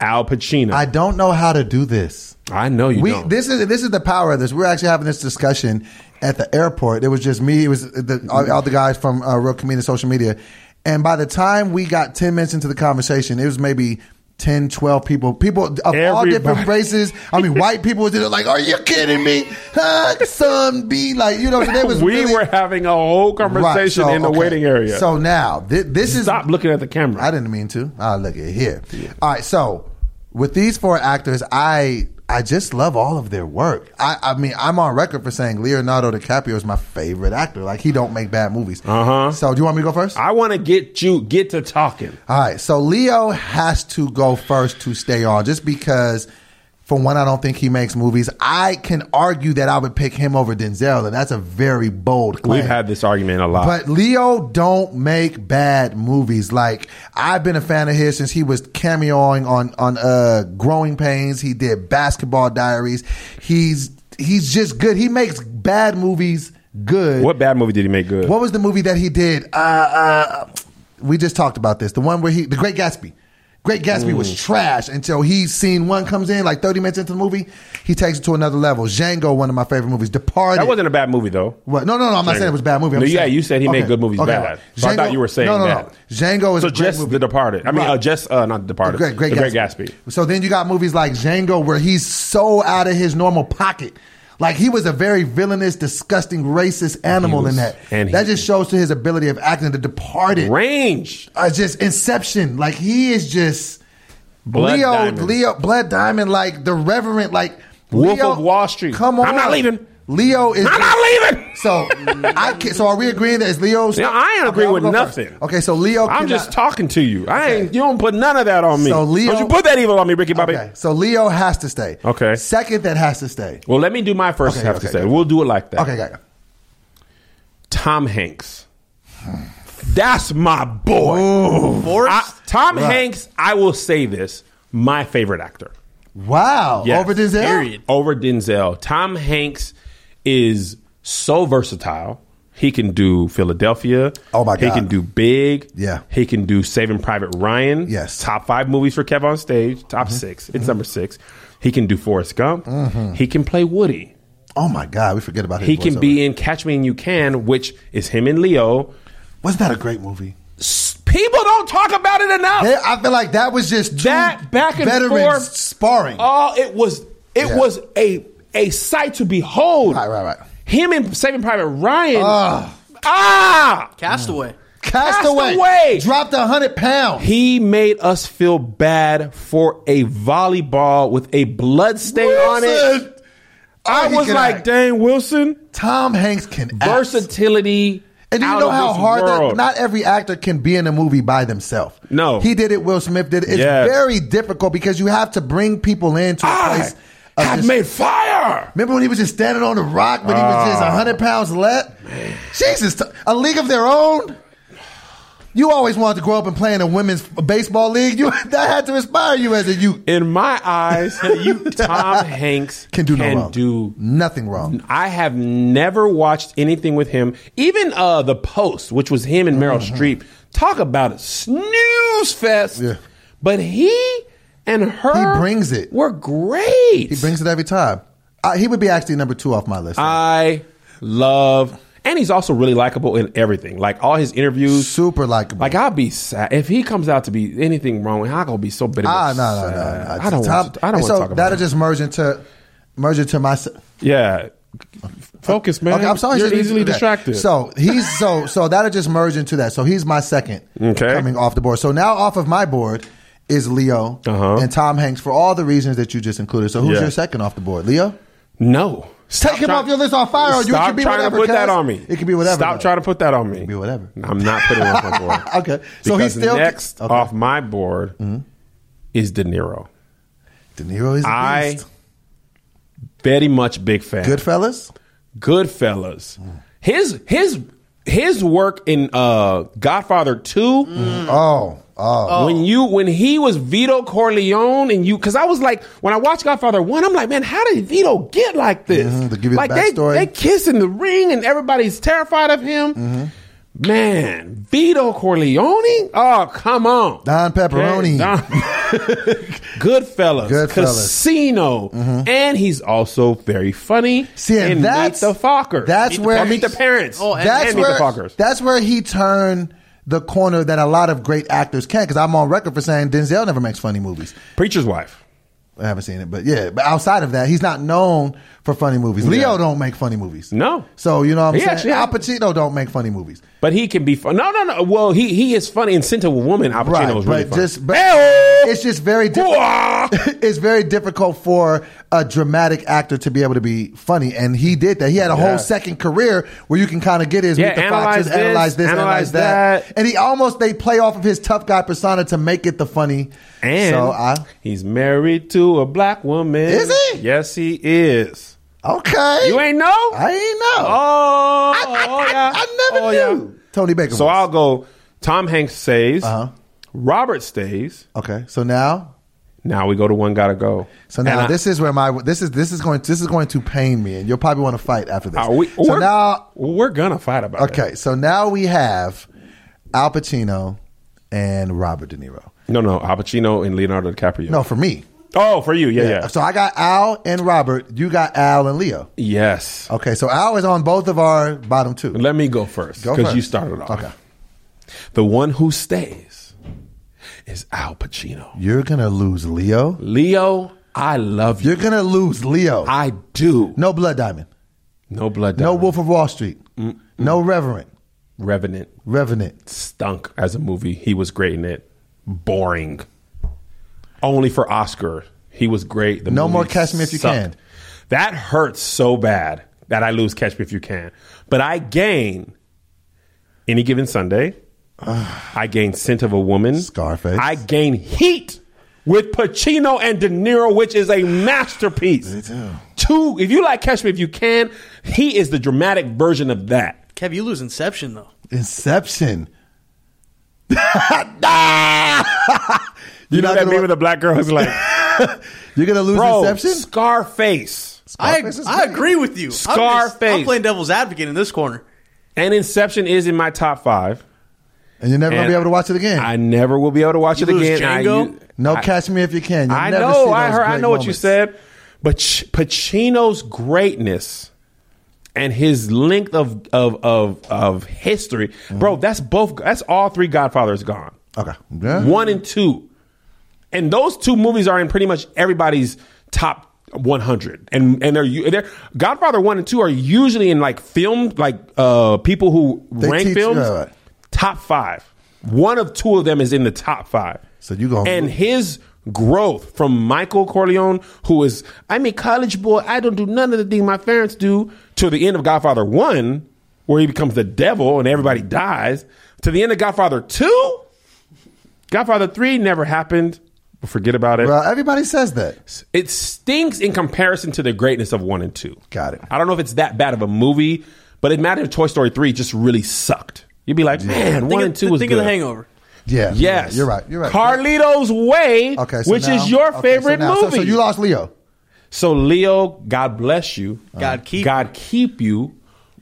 Speaker 2: Al Pacino.
Speaker 1: I
Speaker 2: I,
Speaker 1: don't know how to do this.
Speaker 2: know you
Speaker 1: we
Speaker 2: don't.
Speaker 1: this is this is the power of this. We're actually having this discussion at the airport. It was just me. It was the, all, all the guys from uh, Real Comedian Social Media. And by the time we got ten minutes into the conversation, it was maybe. 10, 12 people, people of all
Speaker 2: Everybody.
Speaker 1: different races. I mean, white people was just like, "Are you kidding me?" Huh? Some be like, you know, so they was
Speaker 2: we
Speaker 1: really-
Speaker 2: were having a whole
Speaker 1: Right,
Speaker 2: conversation
Speaker 1: so,
Speaker 2: in the
Speaker 1: okay.
Speaker 2: waiting area.
Speaker 1: So now thi- this is
Speaker 2: stop looking at the camera.
Speaker 1: I didn't mean to. Ah, look at here. All right, so with these four actors, I I just love all of their work. I, I mean, I'm on record for saying Leonardo DiCaprio is my favorite actor. Like he don't make bad movies. Uh
Speaker 2: Uh-huh.
Speaker 1: So do you want me to go first?
Speaker 2: I want to get you get to talking.
Speaker 1: all right, so Leo has to go first to stay on, just because. For one, I don't think he makes movies. I can argue that I would pick him over Denzel, and that's a very bold claim.
Speaker 2: We've had this argument a lot.
Speaker 1: But Leo don't make bad movies. Like I've been a fan of his since he was cameoing on on uh, Growing Pains. He did Basketball Diaries. He's he's just good. He makes bad movies good.
Speaker 2: what bad movie did he make good?
Speaker 1: What was the movie that he did? Uh, uh, we just talked about this. The one where he, The Great Gatsby. Great Gatsby
Speaker 2: Mm.
Speaker 1: was trash until he scene one comes in like thirty minutes into the movie. He takes it to another level. Django, one of my favorite movies. Departed.
Speaker 2: that wasn't a bad movie though.
Speaker 1: What? No, no, no. I'm not saying it was a bad movie. I'm
Speaker 2: No, yeah,
Speaker 1: saying-
Speaker 2: you said he made good movies bad. So I thought you were saying
Speaker 1: no, no,
Speaker 2: that.
Speaker 1: No. Django is
Speaker 2: So
Speaker 1: a great
Speaker 2: just
Speaker 1: movie.
Speaker 2: The Departed. I mean,
Speaker 1: Right.
Speaker 2: uh, just uh, not The Departed.
Speaker 1: Great, great,
Speaker 2: the Great
Speaker 1: Gatsby.
Speaker 2: Gatsby.
Speaker 1: So then you got movies like Django, where he's so out of his normal pocket. Like he was a very villainous, disgusting, racist animal
Speaker 2: was-
Speaker 1: in that.
Speaker 2: and he-
Speaker 1: that just shows to his ability of acting. The Departed,
Speaker 2: Range.
Speaker 1: uh, just Inception. Like he is just
Speaker 2: Blood
Speaker 1: Leo,
Speaker 2: Diamond.
Speaker 1: Leo, Blood Diamond. Like the Reverend, like
Speaker 2: Wolf
Speaker 1: Leo-
Speaker 2: of Wall Street.
Speaker 1: Come on,
Speaker 2: I'm not leaving.
Speaker 1: Leo is.
Speaker 2: I'm not leaving.
Speaker 1: So
Speaker 2: Mm-hmm.
Speaker 1: I can, so are we agreeing that it's Leo's?
Speaker 2: Yeah, I ain't agree
Speaker 1: I'll
Speaker 2: with
Speaker 1: go
Speaker 2: nothing.
Speaker 1: first. Okay, so Leo.
Speaker 2: I'm
Speaker 1: cannot-
Speaker 2: just talking to you. I ain't. You don't put none of that on me.
Speaker 1: So, Leo-
Speaker 2: don't you put that evil on me, Ricky Bobby?
Speaker 1: Okay, so Leo has to stay.
Speaker 2: Okay.
Speaker 1: Second, that has to stay.
Speaker 2: Well, let me do my first.
Speaker 1: Okay,
Speaker 2: have
Speaker 1: okay,
Speaker 2: to say
Speaker 1: okay.
Speaker 2: we'll do it like that.
Speaker 1: Okay, got it.
Speaker 2: Tom Hanks. That's my boy.
Speaker 3: Forrest?
Speaker 2: I- Tom Hanks. I will say this. My favorite actor.
Speaker 1: Wow.
Speaker 2: Yes.
Speaker 1: Over Denzel.
Speaker 3: Period.
Speaker 2: over Denzel. Tom Hanks is so versatile. He can do Philadelphia.
Speaker 1: Oh, my
Speaker 2: He
Speaker 1: God.
Speaker 2: can do Big.
Speaker 1: Yeah.
Speaker 2: He can do Saving Private Ryan.
Speaker 1: Yes. Mm-hmm.
Speaker 2: Top five movies for Kev on stage. Top six. It's number six. He can do Forrest Gump. He can play Woody.
Speaker 1: Oh my God, we forget about his.
Speaker 2: He can
Speaker 1: voiceover.
Speaker 2: be in Catch Me and You Can, which is him and Leo.
Speaker 1: Wasn't that a great movie?
Speaker 2: S- People don't talk about it enough.
Speaker 1: They- I feel like that was just two
Speaker 2: that back and
Speaker 1: veterans
Speaker 2: forth
Speaker 1: sparring.
Speaker 2: Oh, it was it
Speaker 1: Yeah.
Speaker 2: was a a sight to behold.
Speaker 1: Right, right, right.
Speaker 2: Him and Saving Private Ryan.
Speaker 1: Ugh.
Speaker 2: Ah,
Speaker 3: Castaway.
Speaker 1: Castaway
Speaker 2: Castaway.
Speaker 1: dropped a hundred pounds.
Speaker 2: he made us feel bad for a volleyball with a blood stain on it.
Speaker 1: Oh,
Speaker 2: I
Speaker 1: he
Speaker 2: was
Speaker 1: can
Speaker 2: like,
Speaker 1: act.
Speaker 2: dang, Wilson
Speaker 1: Tom Hanks can act.
Speaker 2: versatility.
Speaker 1: And you
Speaker 2: out
Speaker 1: know
Speaker 2: of
Speaker 1: how
Speaker 2: this
Speaker 1: hard that
Speaker 2: world.
Speaker 1: not every actor can be in a movie by themselves.
Speaker 2: No.
Speaker 1: He did it, Will Smith did it. It's
Speaker 2: Yeah.
Speaker 1: very difficult because you have to bring people into a
Speaker 2: I
Speaker 1: place of
Speaker 2: have
Speaker 1: just-
Speaker 2: Ah! made fire.
Speaker 1: Remember when he was just standing on the rock when he was just
Speaker 2: Ah.
Speaker 1: 100 pounds let? Jesus, t- a league of their own? You always wanted to grow up and play in a women's baseball league. You That had to inspire you as a youth.
Speaker 2: In my eyes, you, Tom Hanks
Speaker 1: Can do no
Speaker 2: can
Speaker 1: wrong.
Speaker 2: do
Speaker 1: Nothing wrong.
Speaker 2: I have never watched anything with him. Even uh, the post, which was him and Meryl
Speaker 1: Mm-hmm.
Speaker 2: Streep, talk about a snooze fest.
Speaker 1: Yeah.
Speaker 2: But he and her,
Speaker 1: He brings it.
Speaker 2: Were great.
Speaker 1: He brings it every time. Uh, he would be actually number two off my list.
Speaker 2: I love, and he's also really likable in everything. Like all his interviews.
Speaker 1: Super likable.
Speaker 2: like I'll be sad if he comes out to be anything wrong. I'm gonna be so bitter.
Speaker 1: ah,
Speaker 2: and
Speaker 1: no, no,
Speaker 2: sad.
Speaker 1: no, no.
Speaker 2: I don't.
Speaker 1: Tom-
Speaker 2: want to, I don't
Speaker 1: and
Speaker 2: want
Speaker 1: so
Speaker 2: to talk about.
Speaker 1: that'll
Speaker 2: it.
Speaker 1: just merge into, merge into my. s-
Speaker 2: yeah, focus, man.
Speaker 1: Okay, I'm sorry.
Speaker 2: You're
Speaker 1: Shanice.
Speaker 2: easily
Speaker 1: Okay.
Speaker 2: distracted.
Speaker 1: So he's so so that'll just merge into that. So he's my second
Speaker 2: Okay.
Speaker 1: coming off the board. So now off of my board is Leo
Speaker 2: Uh-huh.
Speaker 1: and Tom Hanks for all the reasons that you just included. So who's
Speaker 2: Yeah.
Speaker 1: your second off the board, Leo?
Speaker 2: No. Stop
Speaker 1: Take him
Speaker 2: try-
Speaker 1: off your list on fire. Or you
Speaker 2: Stop
Speaker 1: it could be
Speaker 2: trying
Speaker 1: whatever,
Speaker 2: to put that
Speaker 1: cuz.
Speaker 2: on me.
Speaker 1: It could be whatever,
Speaker 2: Stop
Speaker 1: though.
Speaker 2: trying to put that on me. It could
Speaker 1: be whatever.
Speaker 2: I'm not putting it on my board.
Speaker 1: Okay. So
Speaker 2: Because
Speaker 1: he's still-
Speaker 2: next
Speaker 1: Okay. Mm-hmm.
Speaker 2: off my board is De Niro.
Speaker 1: De Niro is a
Speaker 2: I
Speaker 1: beast.
Speaker 2: very much big fan.
Speaker 1: Goodfellas.
Speaker 2: Goodfellas. His his his work in uh, Godfather Two.
Speaker 1: Oh, oh.
Speaker 2: When you when he was Vito Corleone and you because I was like when I watched Godfather One I'm like man how did Vito get like this
Speaker 1: Mhm, to give you the
Speaker 2: like they
Speaker 1: backstory.
Speaker 2: they kiss in the ring and everybody's terrified of him
Speaker 1: Mm-hmm.
Speaker 2: man Vito Corleone oh come on
Speaker 1: Don Pepperoni.
Speaker 2: Goodfellas
Speaker 1: Goodfellas. Mm-hmm.
Speaker 2: Casino and he's also very funny
Speaker 1: See, and
Speaker 2: in
Speaker 1: that's-
Speaker 2: Meet the Fockers
Speaker 1: that's
Speaker 2: Meet
Speaker 1: where-
Speaker 2: the, Fo- Meet the Parents
Speaker 3: Oh, and-
Speaker 1: that's
Speaker 2: and Meet the
Speaker 1: where
Speaker 2: Fockers
Speaker 1: that's where he turned the corner that a lot of great actors can. Because I'm on record for saying Denzel never makes funny movies.
Speaker 2: Preacher's Wife
Speaker 1: I haven't seen it, but yeah. But outside of that, he's not known for funny movies. Leo don't make funny movies.
Speaker 2: No.
Speaker 1: So you know what I'm
Speaker 2: He
Speaker 1: saying?
Speaker 2: actually-
Speaker 1: Al Pacino don't make funny movies.
Speaker 2: But he can be fun. No, no, no. Well, he he is funny. And Sent a Woman, Al Pacino
Speaker 1: Right,
Speaker 2: is really
Speaker 1: but
Speaker 2: funny.
Speaker 1: just- but
Speaker 2: Hey-oh!
Speaker 1: It's just very
Speaker 2: Wah!
Speaker 1: difficult. it's very difficult for a dramatic actor to be able to be funny, and he did that. He had a
Speaker 2: Yeah.
Speaker 1: whole second career where you can kind of get his
Speaker 2: Yeah,
Speaker 1: meet the
Speaker 2: analyze
Speaker 1: foxes,
Speaker 2: this,
Speaker 1: analyze this,
Speaker 2: analyze
Speaker 1: analyze that.
Speaker 2: that.
Speaker 1: and he almost they play off of his tough guy persona to make it the funny.
Speaker 2: and
Speaker 1: so I
Speaker 2: he's married to a black woman.
Speaker 1: Is he?
Speaker 2: Yes, he is.
Speaker 1: okay,
Speaker 2: You ain't know?
Speaker 1: I ain't know.
Speaker 2: Oh,
Speaker 1: I, I-
Speaker 2: oh, yeah.
Speaker 1: I never
Speaker 2: Oh,
Speaker 1: knew.
Speaker 2: yeah.
Speaker 1: Tony Baker.
Speaker 2: So
Speaker 1: was.
Speaker 2: I'll go. Tom Hanks stays.
Speaker 1: Uh-huh.
Speaker 2: Robert stays.
Speaker 1: Okay, so now,
Speaker 2: Now we go to one gotta go.
Speaker 1: so now
Speaker 2: And I-
Speaker 1: this is where my this is this is going this is going to pain me, and you'll probably want to fight after this.
Speaker 2: are uh, we,
Speaker 1: so
Speaker 2: we're,
Speaker 1: now,
Speaker 2: we're gonna fight about it.
Speaker 1: okay, so now we have Al Pacino and Robert De Niro.
Speaker 2: No, no. Al Pacino and Leonardo DiCaprio.
Speaker 1: No, for me.
Speaker 2: Oh, for you. Yeah, yeah.
Speaker 1: So I got Al and Robert. You got Al and Leo.
Speaker 2: Yes.
Speaker 1: Okay, so Al is on both of our bottom two.
Speaker 2: Let me go first
Speaker 1: Go
Speaker 2: because you
Speaker 1: first.
Speaker 2: started off.
Speaker 1: Okay.
Speaker 2: The one who stays is Al Pacino.
Speaker 1: You're gonna lose Leo.
Speaker 2: Leo, I love you.
Speaker 1: You're gonna lose Leo.
Speaker 2: I do.
Speaker 1: no Blood Diamond.
Speaker 2: No blood.
Speaker 1: No
Speaker 2: Diamond.
Speaker 1: Wolf of Wall Street. No Reverend.
Speaker 2: Revenant
Speaker 1: Revenant.
Speaker 2: stunk as a movie. He was great in it. Boring. Only for Oscar. He was great. The
Speaker 1: No
Speaker 2: movie
Speaker 1: more Catch Me If You
Speaker 2: sucked.
Speaker 1: Can.
Speaker 2: That hurts so bad that I lose Catch Me If You Can. But I gain any given Sunday. I gain Scent of a Woman.
Speaker 1: Scarface.
Speaker 2: I gain Heat with Pacino and De Niro, which is a masterpiece. Two, if you like Catch Me If You Can, he is the dramatic version of that.
Speaker 3: Kev, you lose Inception though.
Speaker 1: Inception.
Speaker 2: You
Speaker 1: You're
Speaker 2: Ah! know
Speaker 1: not
Speaker 2: that meme
Speaker 1: gonna,
Speaker 2: with the black girl who's like,
Speaker 1: you're gonna lose
Speaker 2: bro,
Speaker 1: Inception.
Speaker 2: Scarface
Speaker 3: I,
Speaker 1: Scarface is
Speaker 3: I
Speaker 1: great.
Speaker 3: agree with you. I'm just- I'm,
Speaker 2: Scarface.
Speaker 3: playing devil's advocate in this corner.
Speaker 2: and Inception is in my top five.
Speaker 1: and you're never gonna
Speaker 2: And
Speaker 1: be able to watch it again.
Speaker 2: I never will be able to watch
Speaker 3: You
Speaker 2: it
Speaker 3: lose
Speaker 2: again. I,
Speaker 3: Django?
Speaker 2: u-
Speaker 1: no,
Speaker 2: I-
Speaker 1: catch me if you can. You'll
Speaker 2: I
Speaker 1: never
Speaker 2: know.
Speaker 1: See
Speaker 2: I
Speaker 1: those
Speaker 2: heard. I
Speaker 1: great
Speaker 2: know what you
Speaker 1: moments.
Speaker 2: said, but Ch- Pacino's greatness and his length of of of, of history,
Speaker 1: Mm-hmm.
Speaker 2: bro. That's both. That's all three Godfathers gone.
Speaker 1: Okay. Yeah.
Speaker 2: One and two, and those two movies are in pretty much everybody's top. 100 and and they're, u- they're Godfather 1 and 2 are usually in like film like uh people who
Speaker 1: They
Speaker 2: rank
Speaker 1: teach-
Speaker 2: films
Speaker 1: right, right.
Speaker 2: top 5 one of two of them is in the top 5
Speaker 1: So you gonna
Speaker 2: and
Speaker 1: lose.
Speaker 2: his growth from Michael Corleone, who is I'm a college boy, I don't do none of the things my parents do, to the end of Godfather One, where he becomes the devil and everybody dies, to the end of Godfather 2. Godfather 3 never happened. Forget about it.
Speaker 1: Bro, everybody says that.
Speaker 2: It stinks in comparison to the greatness of 1 and 2.
Speaker 1: Got it.
Speaker 2: I don't know if it's that bad of a movie, but it mattered if Toy Story 3 just really sucked. You'd be like, man, 1
Speaker 3: Think
Speaker 2: and
Speaker 3: of-
Speaker 2: 2 was
Speaker 3: think
Speaker 2: good.
Speaker 3: of the Hangover.
Speaker 1: Yeah.
Speaker 2: Yes.
Speaker 1: You're right. You're right.
Speaker 2: Carlito's Way,
Speaker 1: okay. so
Speaker 2: which
Speaker 1: now-
Speaker 2: is your
Speaker 1: okay, so
Speaker 2: favorite
Speaker 1: now- so-
Speaker 2: movie.
Speaker 1: So, you lost Leo.
Speaker 2: So Leo, God bless you. Uh,
Speaker 3: God keep-
Speaker 2: God keep you.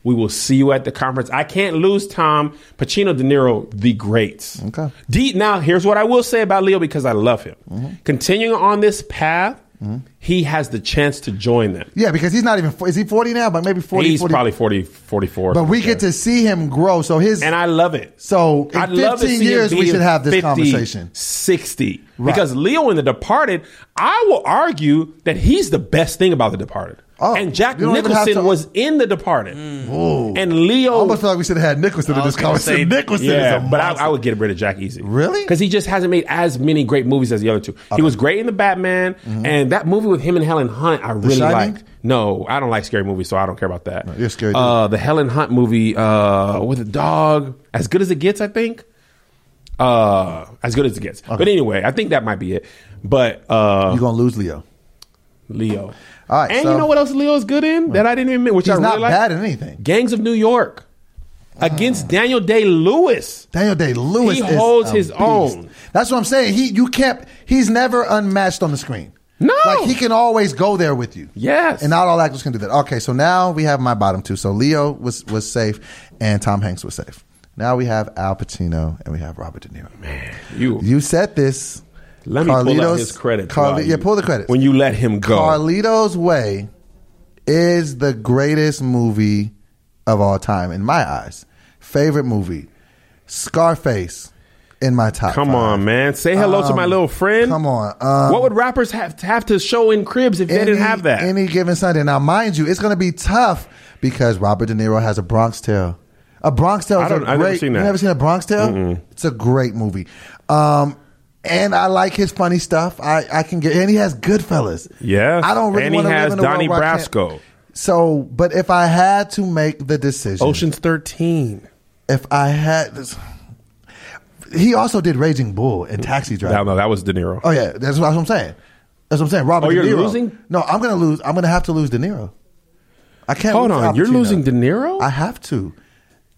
Speaker 2: We will see you at the conference. I can't lose Tom Pacino, De Niro, the greats.
Speaker 1: Okay.
Speaker 2: D, now here's what I will say about Leo because I love him.
Speaker 1: Mm-hmm.
Speaker 2: Continuing on this path, he has the chance to join them.
Speaker 1: Yeah, because he's not even. Is he 40 now? But maybe 40.
Speaker 2: He's
Speaker 1: 40.
Speaker 2: probably 40, 44.
Speaker 1: But we get to see him grow. So his.
Speaker 2: and I love it.
Speaker 1: So, in
Speaker 2: I'd love to
Speaker 1: 15
Speaker 2: see him
Speaker 1: years, we
Speaker 2: be
Speaker 1: should have this
Speaker 2: 50,
Speaker 1: conversation.
Speaker 2: 60.
Speaker 1: Right.
Speaker 2: Because Leo in The Departed, I will argue that he's the best thing about The Departed.
Speaker 1: Oh,
Speaker 2: and Jack
Speaker 1: you don't even have
Speaker 2: Nicholson
Speaker 1: to- Mm.
Speaker 2: was in The Departed.
Speaker 1: Ooh.
Speaker 2: And
Speaker 1: I
Speaker 2: Leo.
Speaker 1: almost feel like we should have had Nicholson in
Speaker 3: was
Speaker 1: this
Speaker 3: gonna say-
Speaker 1: conversation. Nicholson
Speaker 2: Yeah,
Speaker 1: is a
Speaker 2: but I,
Speaker 1: monster.
Speaker 2: I would get rid of Jack easy.
Speaker 1: Really?
Speaker 2: Because he just hasn't made as many great movies as the other two. He was great in The Batman, and that movie with him and Helen Hunt, I really
Speaker 1: Mm-hmm. Shining?
Speaker 2: liked. No, I don't like scary movies, so I don't care about that.
Speaker 1: you're a scary dude.
Speaker 2: Uh, the Helen Hunt movie uh, with a dog, as good as it gets, I think. Uh, as good as it gets. But anyway, I think that might be it. But uh,
Speaker 1: You're gonna lose Leo.
Speaker 2: Leo.
Speaker 1: All right,
Speaker 2: and
Speaker 1: so-
Speaker 2: you know what else Leo's good in that I didn't even mention, which
Speaker 1: He's
Speaker 2: I
Speaker 1: not
Speaker 2: really like?
Speaker 1: bad Ah. at anything.
Speaker 2: Gangs of New York against Daniel Day Lewis.
Speaker 1: Daniel Day Lewis
Speaker 2: He holds his own.
Speaker 1: That's what I'm saying. He you can't. He's never unmatched on the screen.
Speaker 2: No.
Speaker 1: like he can always go there with you.
Speaker 2: Yes.
Speaker 1: and not all actors can do that. Okay, so now we have my bottom two. So Leo was was safe, and Tom Hanks was safe. Now we have Al Pacino and we have Robert De Niro. Man,
Speaker 2: you-
Speaker 1: you said this.
Speaker 2: Let me pull out his credit.
Speaker 1: Carli- yeah, pull the credits.
Speaker 2: credit When you let him go.
Speaker 1: Carlito's Way is the greatest movie of all time in my eyes. Favorite movie, Scarface, in my top.
Speaker 2: Come
Speaker 1: five.
Speaker 2: on, man. Say hello to my little friend.
Speaker 1: um, come on, um,
Speaker 2: what would rappers have to, have to show in cribs if they didn't have that?
Speaker 1: Any given Sunday. Now, mind you, it's going to be tough because Robert De Niro has a Bronx Tale. A Bronx Tale.
Speaker 2: I
Speaker 1: Is a
Speaker 2: don't-
Speaker 1: great,
Speaker 2: I've never seen that.
Speaker 1: You never seen a Bronx Tale? It's a great movie. Um, and I like his funny stuff. I, I can get, and he has Goodfellas.
Speaker 2: Yes.
Speaker 1: I don't really
Speaker 2: And he
Speaker 1: want to
Speaker 2: has
Speaker 1: live in a world
Speaker 2: Donnie
Speaker 1: where I can't-
Speaker 2: Brasco.
Speaker 1: So, but if I had to make the decision,
Speaker 2: Ocean's 13.
Speaker 1: if I had, this, he also did Raging Bull and Taxi Driver.
Speaker 2: No, no, that was De Niro.
Speaker 1: Oh yeah, that's what, that's what I'm saying. That's what I'm saying. Robert.
Speaker 2: Oh, you're
Speaker 1: De Niro.
Speaker 2: losing?
Speaker 1: No, I'm gonna lose. I'm gonna have to lose De Niro. I can't.
Speaker 2: Hold
Speaker 1: lose
Speaker 2: on,
Speaker 1: Al
Speaker 2: you're
Speaker 1: Pacino.
Speaker 2: losing De Niro?
Speaker 1: I have to.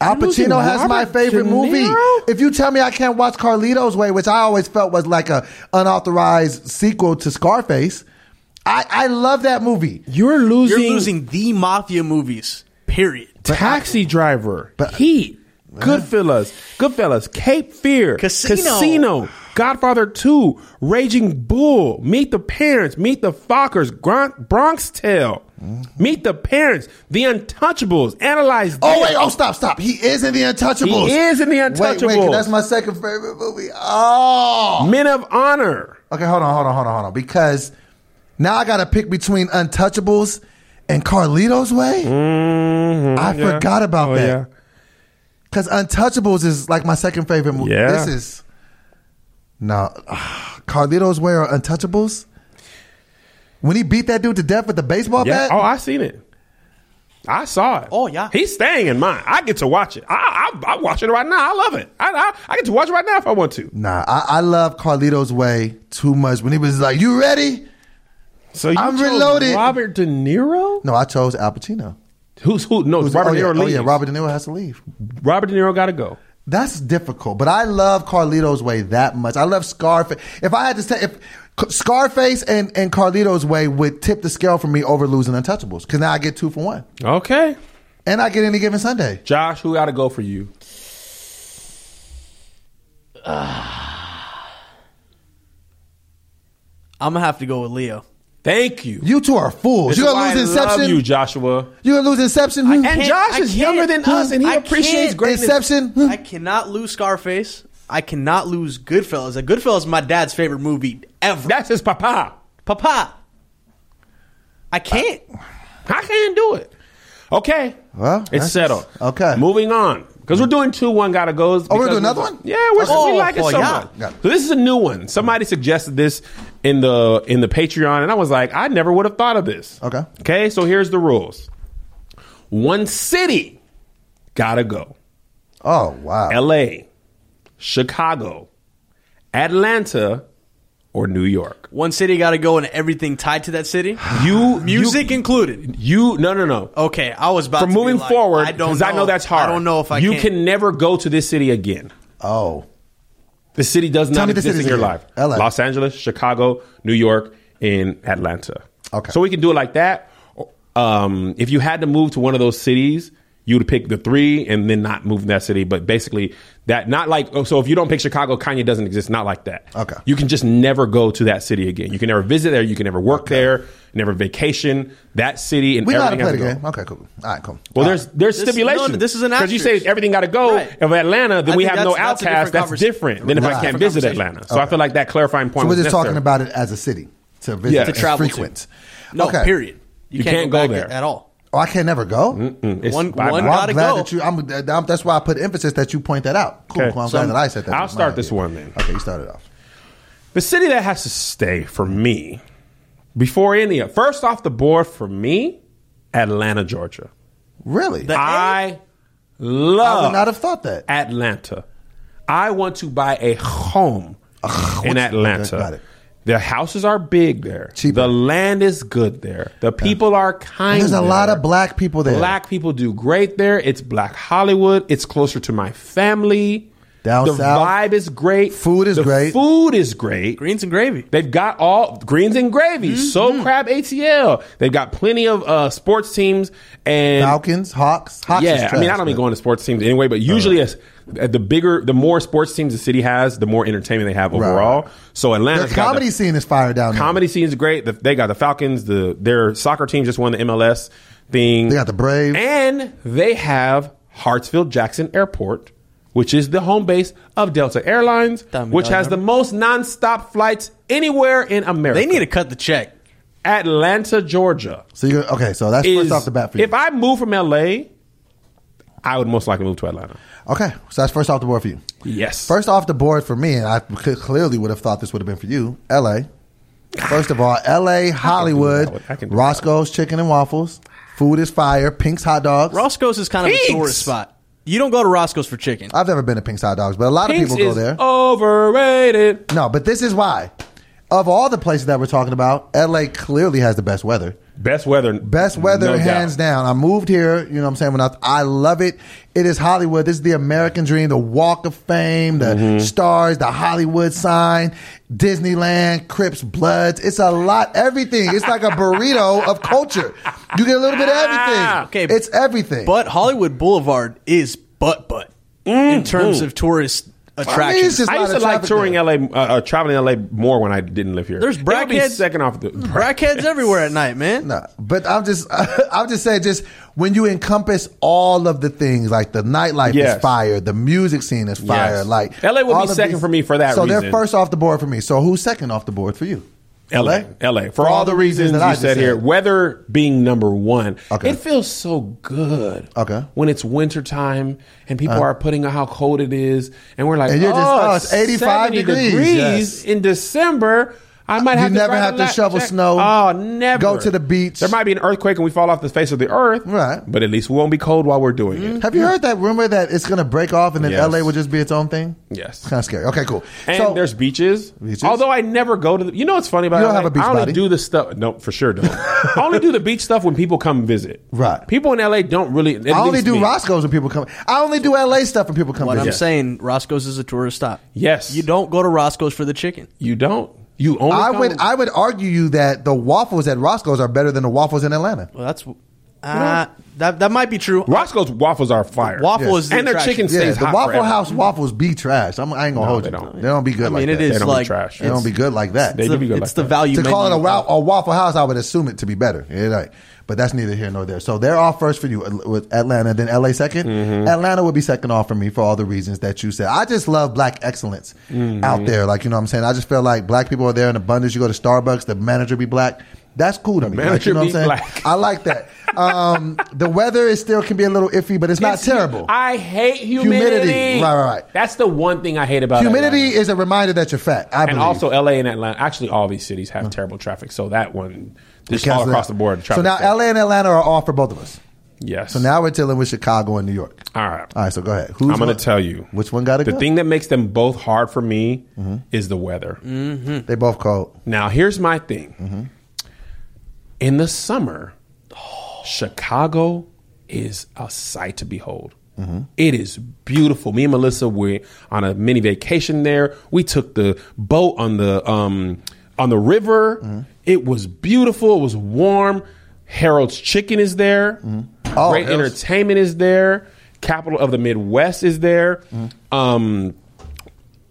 Speaker 1: Al
Speaker 2: You're losing
Speaker 1: Pacino has my
Speaker 2: Robert
Speaker 1: favorite
Speaker 2: De
Speaker 1: movie.
Speaker 2: Niro?
Speaker 1: If you tell me I can't watch Carlito's Way, which I always felt was like a unauthorized sequel to Scarface, I, I love that movie.
Speaker 2: You're losing,
Speaker 3: You're losing the mafia movies. Period.
Speaker 2: Taxi Driver,
Speaker 1: but-
Speaker 2: Heat, Goodfellas, Goodfellas, Cape Fear,
Speaker 3: Casino.
Speaker 2: Casino, Godfather 2, Raging Bull, Meet the Parents, Meet the Fockers, Gron- Bronx Tale, Meet the Parents, The Untouchables, Analyze
Speaker 1: Oh
Speaker 2: This.
Speaker 1: wait! Oh stop! Stop! He is in the Untouchables.
Speaker 2: He is in The
Speaker 1: Wait, wait! 'cause
Speaker 2: Untouchables.
Speaker 1: That's my second favorite movie. Oh.
Speaker 2: Men of Honor.
Speaker 1: Okay, hold on, hold on, hold on, hold on. Because now I got to pick between Untouchables and Carlito's Way. I
Speaker 2: Mm-hmm, yeah.
Speaker 1: forgot about
Speaker 2: Oh, yeah.
Speaker 1: that. Because Untouchables is like my second favorite movie.
Speaker 2: Yeah.
Speaker 1: This is. No. Carlito's Way or Untouchables? When he beat that dude to death with the baseball
Speaker 2: Yeah.
Speaker 1: bat?
Speaker 2: Oh, I seen it. I saw it.
Speaker 3: Oh, yeah.
Speaker 2: He's staying in mine. I get to watch it. I, I, I'm watching it right now. I love it. I, I, I get to watch it right now if I want to.
Speaker 1: Nah, I, I love Carlito's Way too much. When he was like, You ready?
Speaker 2: So you
Speaker 1: I'm
Speaker 2: chose
Speaker 1: reloaded.
Speaker 2: Robert De Niro.
Speaker 1: No, I chose Al Pacino.
Speaker 2: Who's who? No,
Speaker 1: Who's-
Speaker 2: Robert
Speaker 1: oh,
Speaker 2: De
Speaker 1: yeah,
Speaker 2: Niro.
Speaker 1: oh, yeah,
Speaker 2: leaves.
Speaker 1: Robert De Niro has to leave.
Speaker 2: Robert De Niro got to go.
Speaker 1: That's difficult, but I love Carlito's Way that much. I love Scarface. If I had to say, if Scarface and, and Carlito's Way would tip the scale for me over losing Untouchables, because now I get two for one,
Speaker 2: Okay,
Speaker 1: and I get any given Sunday.
Speaker 2: Josh, who got to go for you?
Speaker 3: I'm gonna have to go with Leo.
Speaker 2: Thank you.
Speaker 1: You two are fools.
Speaker 2: This
Speaker 1: You
Speaker 2: is
Speaker 1: gonna
Speaker 2: why
Speaker 1: lose
Speaker 2: I love
Speaker 1: Inception.
Speaker 2: you,
Speaker 1: You.
Speaker 2: Joshua.
Speaker 1: are gonna lose Inception. Hmm.
Speaker 2: And
Speaker 3: can't-
Speaker 2: Josh
Speaker 3: I
Speaker 2: is
Speaker 3: can't-
Speaker 2: younger than us, and he
Speaker 3: I
Speaker 2: appreciates
Speaker 3: can't-
Speaker 2: greatness.
Speaker 1: Inception. Hmm.
Speaker 3: I cannot lose Scarface. I cannot lose Goodfellas. Like, Goodfellas is my dad's favorite movie ever.
Speaker 2: That's his papa.
Speaker 3: Papa, I can't.
Speaker 2: I can't do it. Okay,
Speaker 1: Well,
Speaker 2: it's
Speaker 1: that's-
Speaker 2: settled.
Speaker 1: okay.
Speaker 2: moving on because we're doing two one gotta goes.
Speaker 1: Oh, we're
Speaker 2: because
Speaker 1: doing
Speaker 2: we-
Speaker 1: another one?
Speaker 2: Yeah, we're,
Speaker 3: Oh,
Speaker 2: we like it
Speaker 3: oh,
Speaker 2: so
Speaker 3: yeah.
Speaker 2: much.
Speaker 1: Yeah.
Speaker 2: So this is a new one. Somebody suggested this in the in the Patreon, and I was like, I never would have thought of this.
Speaker 1: Okay.
Speaker 2: Okay, so here's the rules. One city Gotta go.
Speaker 1: Oh wow.
Speaker 2: L.A., Chicago, Atlanta, or New York.
Speaker 3: One city got to go, and everything tied to that city.
Speaker 2: You
Speaker 3: Music
Speaker 2: you,
Speaker 3: included.
Speaker 2: you no no no.
Speaker 3: Okay, I was about
Speaker 2: From
Speaker 3: to be
Speaker 2: moving
Speaker 3: like,
Speaker 2: forward,
Speaker 3: I don't
Speaker 2: because I, know that's hard.
Speaker 3: I don't know if I
Speaker 2: you
Speaker 3: can.
Speaker 2: can never go to this city again.
Speaker 1: oh.
Speaker 2: The city does
Speaker 1: Tell
Speaker 2: not
Speaker 1: me the
Speaker 2: exist in
Speaker 1: cities
Speaker 2: your
Speaker 1: again.
Speaker 2: life.
Speaker 1: LA.
Speaker 2: Los Angeles, Chicago, New York, and Atlanta.
Speaker 1: Okay.
Speaker 2: So we can do it like that. Um, if you had to move to one of those cities, you would pick the three and then not move in that city. But basically, that not like oh, so if you don't pick Chicago, Kanye doesn't exist. Not like that.
Speaker 1: Okay.
Speaker 2: You can just never go to that city again. You can never visit there. You can never work there. Never vacation that city and
Speaker 1: We know how to
Speaker 2: everything
Speaker 1: play the
Speaker 2: has to go.
Speaker 1: game. Okay, cool. All right, cool. All
Speaker 2: Well, there's
Speaker 1: right.
Speaker 2: there's
Speaker 3: Uh, This-
Speaker 2: stipulation.
Speaker 3: no, this is an
Speaker 2: because you say
Speaker 3: asterisk.
Speaker 2: everything got to go
Speaker 3: Right.
Speaker 2: of Atlanta, then
Speaker 3: I
Speaker 2: we
Speaker 3: think
Speaker 2: have no
Speaker 3: that's- that's a
Speaker 2: outcast.
Speaker 3: different
Speaker 2: That's
Speaker 3: conversa-
Speaker 2: different than if I
Speaker 1: Right.
Speaker 2: can't
Speaker 1: Different
Speaker 2: visit
Speaker 3: conversation.
Speaker 2: Atlanta. So I feel like that clarifying point.
Speaker 1: So we're
Speaker 2: was
Speaker 1: just talking
Speaker 2: necessary.
Speaker 1: about it as a city to visit,
Speaker 2: Yeah.
Speaker 1: and
Speaker 2: To
Speaker 3: travel to.
Speaker 1: frequent.
Speaker 3: No,
Speaker 1: Okay.
Speaker 3: period.
Speaker 2: You can't go
Speaker 3: back
Speaker 2: there.
Speaker 3: at all.
Speaker 1: Oh, I can never go.
Speaker 2: It's
Speaker 3: One-
Speaker 2: five
Speaker 1: Well,
Speaker 3: one
Speaker 2: miles.
Speaker 1: I'm
Speaker 3: Gotta
Speaker 1: glad
Speaker 3: go.
Speaker 1: that you. I'm, I'm- that's why I put emphasis that you point that out. Cool.
Speaker 2: Okay.
Speaker 1: cool. I'm
Speaker 2: So
Speaker 1: glad that I said that.
Speaker 2: I'll
Speaker 1: That's my
Speaker 2: start this
Speaker 1: idea.
Speaker 2: one then.
Speaker 1: Okay, you started off.
Speaker 2: The city that has to stay for me before any of first off the board for me, Atlanta, Georgia.
Speaker 1: Really?
Speaker 3: That-
Speaker 2: I
Speaker 1: I
Speaker 2: love
Speaker 1: would not have thought that.
Speaker 2: Atlanta. I want to buy a home in Atlanta.
Speaker 1: got it.
Speaker 2: Their houses are big there.
Speaker 1: Cheaper.
Speaker 2: The land is good there. The people are kind.
Speaker 1: There's a lot
Speaker 2: there.
Speaker 1: of black people there.
Speaker 2: Black people do great there. It's black Hollywood. It's closer to my family.
Speaker 1: Down
Speaker 2: the
Speaker 1: south.
Speaker 2: vibe is great.
Speaker 1: Food is
Speaker 2: The
Speaker 1: great.
Speaker 2: Food is great.
Speaker 3: Greens and gravy.
Speaker 2: They've got all greens and gravy, so crab ATL. They've got plenty of uh, sports teams and
Speaker 1: Falcons, Hawks, Hawks. is
Speaker 2: yeah, I mean,
Speaker 1: trash, Uh.
Speaker 2: I don't mean
Speaker 1: but-
Speaker 2: going to sports teams anyway, but usually as the bigger, the more sports teams the city has, the more entertainment they have
Speaker 1: Right,
Speaker 2: overall.
Speaker 1: right.
Speaker 2: So Atlanta,
Speaker 1: Their comedy scene is fired down. there.
Speaker 2: comedy scene's great. The, they got the Falcons. The their soccer team just won the MLS thing.
Speaker 1: They got the Braves.
Speaker 2: and they have Hartsfield Jackson Airport, which is the home base of Delta Airlines,
Speaker 3: Dummy,
Speaker 2: which
Speaker 3: dummy.
Speaker 2: has the most nonstop flights anywhere in America.
Speaker 3: They need to cut the check.
Speaker 2: Atlanta, Georgia
Speaker 1: So you okay? So that's
Speaker 2: is
Speaker 1: first off the bat for you.
Speaker 2: if I move from LA, I would most likely move to Atlanta.
Speaker 1: okay, so that's first off the board for you.
Speaker 2: Yes.
Speaker 1: First off the board for me, and I c- clearly would have thought this would have been for you. L.A. First of all, L.A. Hollywood,
Speaker 2: I can do that.
Speaker 1: Roscoe's Chicken and Waffles, food is fire. Pink's hot dogs.
Speaker 3: Roscoe's is kind of
Speaker 2: Pigs.
Speaker 3: a tourist spot. You don't go to Roscoe's for chicken.
Speaker 1: I've never been to Pink's hot dogs, but a lot
Speaker 2: Pink's
Speaker 1: of people go
Speaker 2: is
Speaker 1: there.
Speaker 2: overrated.
Speaker 1: No, but this is why. Of all the places that we're talking about, L.A. clearly has the best weather.
Speaker 2: Best weather.
Speaker 1: Best weather,
Speaker 2: no
Speaker 1: hands
Speaker 2: doubt.
Speaker 1: down. I moved here, you know what I'm saying? When I, I love it. It is Hollywood. This is the American dream, the walk of fame, the
Speaker 2: Mm-hmm.
Speaker 1: stars, the Hollywood sign, Disneyland, Crips, Bloods. It's a lot, everything. It's like a burrito of culture. You get a little bit of everything.
Speaker 3: Okay.
Speaker 1: It's everything.
Speaker 3: But Hollywood Boulevard is butt butt in terms of tourist
Speaker 1: I mean, it's
Speaker 3: attractions.
Speaker 1: just
Speaker 2: Mm-hmm. I
Speaker 1: a lot
Speaker 2: used to
Speaker 1: of
Speaker 2: like
Speaker 1: traffic
Speaker 2: touring
Speaker 1: there.
Speaker 2: LA, uh, uh, traveling LA more when I didn't live here.
Speaker 3: There's
Speaker 2: It would be
Speaker 3: brackheads-
Speaker 2: Second off the
Speaker 3: Crackheads everywhere at night, man.
Speaker 1: No, but I'm just, I'm just saying, just when you encompass all of the things, like the nightlife
Speaker 2: Yes.
Speaker 1: is fire, the music scene is fire,
Speaker 2: Yes.
Speaker 1: like
Speaker 2: LA would be
Speaker 1: all of
Speaker 2: second for me for that
Speaker 1: So
Speaker 2: reason.
Speaker 1: they're first off the board for me. So who's second off the board for you?
Speaker 2: LA, LA, for all the reasons
Speaker 1: that
Speaker 2: you
Speaker 1: I
Speaker 2: said,
Speaker 1: just
Speaker 2: here,
Speaker 1: said.
Speaker 2: weather being number one,
Speaker 1: Okay.
Speaker 2: it feels so good.
Speaker 1: Okay. Uh-huh.
Speaker 2: when it's wintertime and people are putting out how cold it is, and we're like,
Speaker 1: And you're
Speaker 2: oh,
Speaker 1: just, oh, it's 85
Speaker 2: 70
Speaker 1: degrees, yes.
Speaker 2: in December. I might
Speaker 1: You
Speaker 2: have to
Speaker 1: never
Speaker 2: drive
Speaker 1: have
Speaker 2: a
Speaker 1: to
Speaker 2: lot-
Speaker 1: shovel
Speaker 2: check-
Speaker 1: snow,
Speaker 2: Oh, never
Speaker 1: go to the beach.
Speaker 2: There might be an earthquake and we fall off the face of the earth,
Speaker 1: Right.
Speaker 2: But at least we won't be cold while we're doing it.
Speaker 1: Have you heard that rumor that it's going to break off and then
Speaker 2: Yes.
Speaker 1: LA will just be its own thing?
Speaker 2: Yes.
Speaker 1: kind of scary. Okay, cool.
Speaker 2: And
Speaker 1: so
Speaker 2: there's beaches.
Speaker 1: Beaches?
Speaker 2: Although I never go to the. You know what's funny about
Speaker 1: You don't
Speaker 2: LA?
Speaker 1: have a beach
Speaker 2: I only
Speaker 1: body.
Speaker 2: do the stuff. No, for sure don't. I only do the beach stuff when people come visit.
Speaker 1: Right.
Speaker 2: People in LA don't really. at
Speaker 1: I only
Speaker 2: least
Speaker 1: do
Speaker 2: me.
Speaker 1: Roscoe's when people come. I only do LA stuff when people come.
Speaker 3: But
Speaker 1: Visit.
Speaker 3: I'm saying Roscoe's is a tourist stop.
Speaker 2: Yes.
Speaker 3: You don't go to Roscoe's for the chicken.
Speaker 2: You don't. You only.
Speaker 1: I
Speaker 2: come-
Speaker 1: would I would argue you that the waffles at Roscoe's are better than the waffles in Atlanta.
Speaker 3: Well, that's uh, that that might be true.
Speaker 2: Roscoe's waffles are fire.
Speaker 3: Waffle is the
Speaker 2: and their
Speaker 3: attraction.
Speaker 2: chicken
Speaker 1: Yeah,
Speaker 2: stays
Speaker 1: the
Speaker 2: hot.
Speaker 1: Waffle
Speaker 2: forever.
Speaker 1: House waffles be trash. I'm, I ain't gonna
Speaker 2: No,
Speaker 1: hold
Speaker 2: they
Speaker 1: you.
Speaker 2: don't.
Speaker 1: They don't be good.
Speaker 3: I mean,
Speaker 1: like
Speaker 3: it
Speaker 1: that.
Speaker 2: They
Speaker 3: is
Speaker 2: don't be
Speaker 3: like
Speaker 2: trash.
Speaker 1: They don't be good like that.
Speaker 2: They
Speaker 3: It's
Speaker 2: do
Speaker 3: the,
Speaker 2: be good
Speaker 3: it's
Speaker 2: like
Speaker 3: the
Speaker 2: that.
Speaker 3: value
Speaker 1: to call it
Speaker 3: menu.
Speaker 1: a, wa- a Waffle House, I would assume it to be better. It ain't. But that's neither here nor there. So they're all first for you uh, with Atlanta, then LA 2nd
Speaker 2: Mm-hmm.
Speaker 1: Atlanta would be second off for me for all the reasons that you said. I just love black excellence
Speaker 2: Mm-hmm.
Speaker 1: out there. Like, you know what I'm saying? I just feel like black people are there in abundance. You go to Starbucks, the manager be black. That's cool to me. Like,
Speaker 2: manager
Speaker 1: you know what
Speaker 2: be
Speaker 1: I'm saying?
Speaker 2: black.
Speaker 1: I like that. Um, the weather is still can be a little iffy, but it's not
Speaker 2: It's-
Speaker 1: terrible.
Speaker 2: I hate humidity.
Speaker 1: Humidity. Right, right, right.
Speaker 2: That's the one thing I hate about
Speaker 1: Humidity
Speaker 2: Atlanta.
Speaker 1: is a reminder that you're fat. I
Speaker 2: And
Speaker 1: believe.
Speaker 2: also LA and Atlanta. Actually, all these cities have terrible traffic. So that one, just all
Speaker 1: Cancel
Speaker 2: across
Speaker 1: that.
Speaker 2: the board.
Speaker 1: uh, So
Speaker 2: traffic
Speaker 1: now
Speaker 2: sucks.
Speaker 1: LA and Atlanta are off for both of us.
Speaker 2: Yes.
Speaker 1: So now we're dealing with Chicago and New York.
Speaker 2: all right.
Speaker 1: All right, so go ahead. Who's
Speaker 2: I'm going
Speaker 1: to
Speaker 2: to tell you
Speaker 1: which one got to
Speaker 2: the
Speaker 1: go.
Speaker 2: thing that makes them both hard for me is the weather.
Speaker 1: Mm-hmm. They both cold.
Speaker 2: Now, here's my thing.
Speaker 1: Mm-hmm.
Speaker 2: In the summer, Chicago is a sight to behold.
Speaker 1: Mm-hmm.
Speaker 2: It is beautiful. Me and Melissa were on a mini vacation there. We took the boat on the um, on the river.
Speaker 1: Mm-hmm.
Speaker 2: It was beautiful. It was warm. Harold's Chicken is there.
Speaker 1: Oh,
Speaker 2: Great
Speaker 1: Harold's-
Speaker 2: entertainment is there. Capital of the Midwest is there.
Speaker 1: Mm-hmm.
Speaker 2: Um,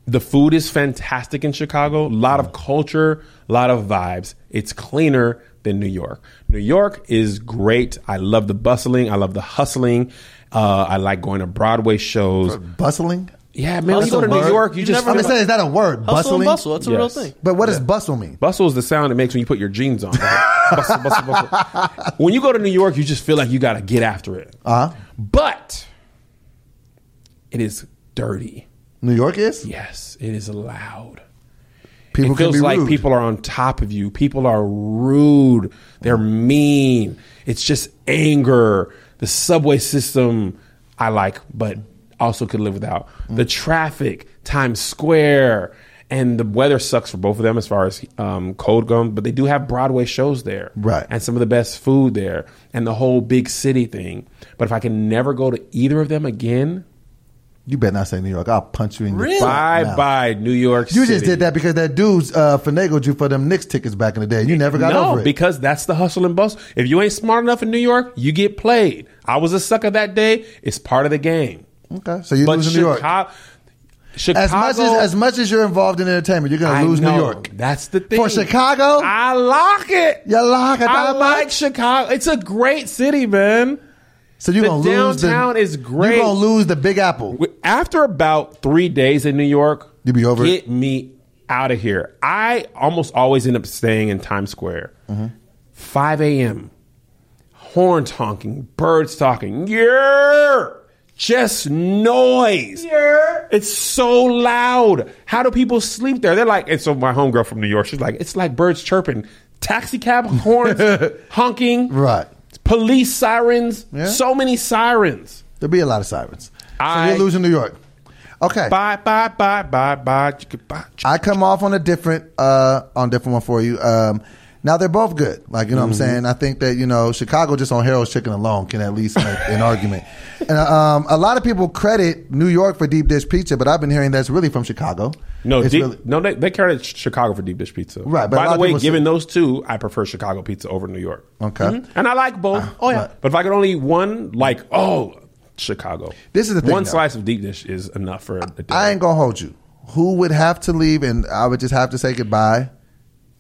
Speaker 2: the food is fantastic in Chicago. A lot of culture, a lot of vibes. It's cleaner than New York. New York is great. I love the bustling. I love the hustling. Uh, I like going to Broadway shows.
Speaker 1: Bustling?
Speaker 2: Yeah, man, when you
Speaker 3: Hustle
Speaker 2: go to New
Speaker 3: word.
Speaker 2: York, you,
Speaker 3: You
Speaker 2: just
Speaker 1: I'm just saying, is that a word?
Speaker 3: Hustle
Speaker 1: bustling?
Speaker 3: and bustle. That's a real
Speaker 2: Yes.
Speaker 3: thing.
Speaker 1: But what does bustle mean?
Speaker 2: Bustle is the sound it makes when you put your jeans on. bustle, bustle, bustle. When you go to New York, you just feel like you got to get after it.
Speaker 1: Uh-huh.
Speaker 2: But it is dirty.
Speaker 1: New York is?
Speaker 2: Yes, it is loud.
Speaker 1: People
Speaker 2: it feels
Speaker 1: can be
Speaker 2: like
Speaker 1: rude.
Speaker 2: people are on top of you. People are rude. They're mean. It's just anger. The subway system I like, but also could live without. The traffic, Times Square, and the weather sucks for both of them as far as um, cold gum. But they do have Broadway shows there,
Speaker 1: Right.
Speaker 2: And some of the best food there, and the whole big city thing. But if I can never go to either of them again,
Speaker 1: You better not say New York. I'll punch you in
Speaker 3: Really?
Speaker 1: your
Speaker 2: bye
Speaker 1: fucking mouth.
Speaker 2: bye New York.
Speaker 1: You
Speaker 2: City.
Speaker 1: just did that because that dude's uh, finagled you for them Knicks tickets back in the day. You never got
Speaker 2: no,
Speaker 1: over it.
Speaker 2: because that's the hustle and bustle. If you ain't smart enough in New York, you get played. I was a sucker that day. It's part of the game.
Speaker 1: okay, so you
Speaker 2: but
Speaker 1: lose in New York.
Speaker 2: Chicago, Chicago,
Speaker 1: As much as as much as you're involved in entertainment, you're gonna
Speaker 2: I
Speaker 1: lose New
Speaker 2: know.
Speaker 1: York.
Speaker 2: That's the thing
Speaker 1: For Chicago?
Speaker 2: I like it.
Speaker 1: You like it,
Speaker 2: I
Speaker 1: dog?
Speaker 2: like Chicago. It's a great city, man.
Speaker 1: so you're
Speaker 2: the
Speaker 1: gonna lose the
Speaker 2: downtown is great.
Speaker 1: You're gonna lose the Big Apple.
Speaker 2: W- After about three days in New York,
Speaker 1: You be over
Speaker 2: Get me out of here. I almost always end up staying in Times Square. 5 a.m. Horns honking, birds talking. Yeah, just noise. Yeah, it's so loud. How do people sleep there? They're like, and so my homegirl from New York, she's like, it's like birds chirping, taxi cab horns honking,
Speaker 1: Right.
Speaker 2: Police sirens,
Speaker 1: Yeah.
Speaker 2: so many sirens.
Speaker 1: There'll be a lot of sirens.
Speaker 2: I-
Speaker 1: so you're losing New York. Okay.
Speaker 2: Bye, bye, bye, bye, bye, chicka, bye. chicka.
Speaker 1: I come off on a different uh on different one for you. Um now they're both good. Like you know
Speaker 2: Mm-hmm.
Speaker 1: what I'm saying? I think that, you know, Chicago just on Harold's chicken alone can at least make an argument. And um a lot of people credit New York for deep dish pizza, but I've been hearing that's really from Chicago.
Speaker 2: No,
Speaker 1: it's
Speaker 2: deep,
Speaker 1: really-
Speaker 2: no, they, they carried Ch- Chicago for deep dish pizza.
Speaker 1: Right, but a
Speaker 2: By
Speaker 1: lot
Speaker 2: the
Speaker 1: of
Speaker 2: way,
Speaker 1: people
Speaker 2: given
Speaker 1: say-
Speaker 2: those two, I prefer Chicago pizza over New York. Mm-hmm.
Speaker 1: Okay. Ah,
Speaker 2: And I like both. Oh yeah. But if I could only eat one, like oh, Chicago.
Speaker 1: This is the thing,
Speaker 2: One
Speaker 1: though.
Speaker 2: slice of deep dish is enough for a day.
Speaker 1: I ain't gonna hold you. Who would have to leave and I would just have to say goodbye?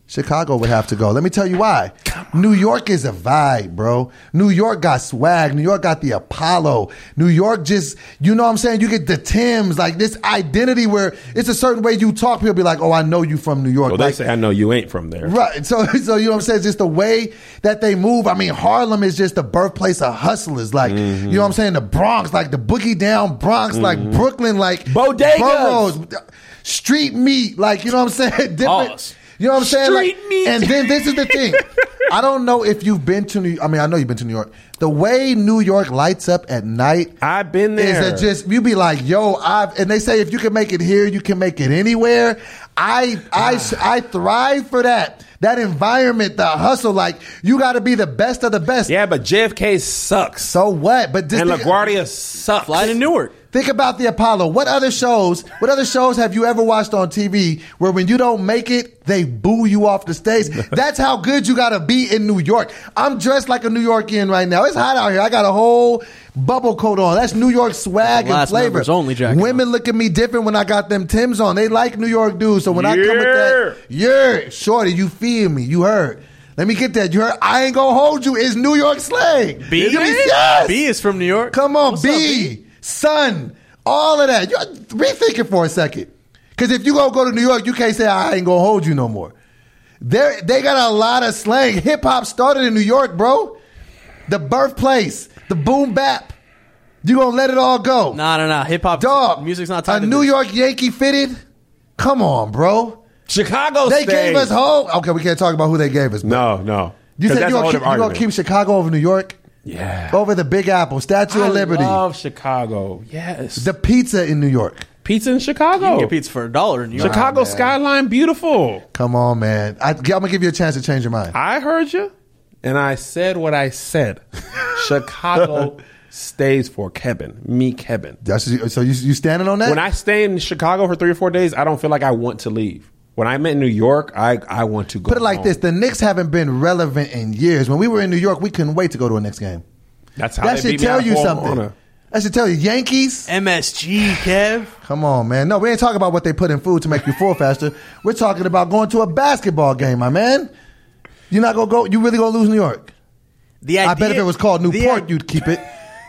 Speaker 1: Chicago would have to go. Let me tell you why. New York is a vibe, bro. New York got swag. New York got the Apollo. New York just, you know what I'm saying? You get the Timbs, like this identity where it's a certain way you talk. People be like, oh, I know you from New York.
Speaker 2: Well, they
Speaker 1: Like,
Speaker 2: say I know you ain't from there.
Speaker 1: Right. So, so you know what I'm saying? Just the way that they move. I mean, Harlem is just the birthplace of hustlers. Like,
Speaker 2: Mm-hmm.
Speaker 1: you know what I'm saying? The Bronx, like the boogie down Bronx, like Brooklyn, like
Speaker 2: Bodegas.
Speaker 1: boroughs, street meat, like you know what I'm saying? Different.
Speaker 3: Pause.
Speaker 1: You know what I'm saying?
Speaker 2: Street
Speaker 1: Like-
Speaker 2: meat.
Speaker 1: And then this is the thing. I don't know if you've been to New. I mean, I know you've been to New York. The way New York lights up at night.
Speaker 2: I've been there.
Speaker 1: Is that just you be like, yo, I've and they say if you can make it here, you can make it anywhere. I I
Speaker 2: Ah.
Speaker 1: I thrive for that. That environment, the hustle, like you got to be the best of the best.
Speaker 2: yeah, but JFK sucks.
Speaker 1: So what? But just
Speaker 2: and
Speaker 1: think,
Speaker 2: LaGuardia sucks.
Speaker 3: Fly to Newark.
Speaker 1: think about the Apollo. What other shows? What other shows have you ever watched on TV where when you don't make it, they boo you off the stage? That's how good you got to be in New York. I'm dressed like a New Yorkian right now. It's hot out here. I got a whole bubble coat on. That's New York swag and
Speaker 3: Last
Speaker 1: flavor.
Speaker 3: members only jacket
Speaker 1: Women look at me different when I got them Tims on. They like New York dudes. So when I come with that, yeah, shorty, you feel me? You heard. Let me get that. You heard? I ain't gonna hold you. It's New York slang.
Speaker 3: B,
Speaker 1: You be- yes.
Speaker 3: B is from New York.
Speaker 1: Come on,
Speaker 3: What's
Speaker 1: B,
Speaker 3: up, B?
Speaker 1: son, all of that. You rethink it for a second, because if you gonna go to New York, you can't say I ain't gonna hold you no more. They they got a lot of slang. Hip hop started in New York, bro. The birthplace, the boom bap. You gonna let it all go,
Speaker 3: Nah, nah, nah. Hip hop
Speaker 1: dog?
Speaker 3: Music's
Speaker 1: a
Speaker 3: not tied to
Speaker 1: New
Speaker 3: this.
Speaker 1: York Yankee fitted. Come on, bro.
Speaker 2: Chicago
Speaker 1: They
Speaker 2: stays.
Speaker 1: gave us home. Okay, we can't talk about who they gave us. but-
Speaker 2: No, no.
Speaker 1: you
Speaker 2: 'Cause
Speaker 1: said
Speaker 2: that's
Speaker 1: you gonna,
Speaker 2: a whole
Speaker 1: keep,
Speaker 2: different
Speaker 1: you gonna
Speaker 2: argument.
Speaker 1: keep Chicago over New York?
Speaker 2: Yeah.
Speaker 1: over the Big Apple, Statue
Speaker 2: I
Speaker 1: of Liberty,
Speaker 2: love Chicago. Yes.
Speaker 1: the pizza in New York.
Speaker 2: pizza in
Speaker 3: You
Speaker 2: Chicago.
Speaker 3: can get pizza for a dollar in New York.
Speaker 2: Chicago skyline beautiful.
Speaker 1: Come on, man. I, I'm gonna give you a chance to change your mind.
Speaker 2: I heard you and I said what I said. Chicago stays for Kevin, me Kevin.
Speaker 1: That's, so you you standing on that?
Speaker 2: When I stay in Chicago for 3 or 4 days, I don't feel like I want to leave. When I'm in New York, I I want to go.
Speaker 1: Put it like
Speaker 2: home.
Speaker 1: this: the Knicks haven't been relevant in years. When we were in New York, we couldn't wait to go to a Knicks game.
Speaker 2: That's how
Speaker 1: That
Speaker 2: they
Speaker 1: should
Speaker 2: beat me
Speaker 1: tell
Speaker 2: out
Speaker 1: you
Speaker 2: of
Speaker 1: something.
Speaker 2: Florida.
Speaker 1: That should tell you Yankees.
Speaker 3: MSG, Kev.
Speaker 1: Come on, man. No, we ain't talking about what they put in food to make you full faster. We're talking about going to a basketball game, my man. You're not gonna go. You really gonna lose New York?
Speaker 3: The idea,
Speaker 1: I bet if it was called
Speaker 3: the
Speaker 1: Newport,
Speaker 3: i-
Speaker 1: you'd keep it.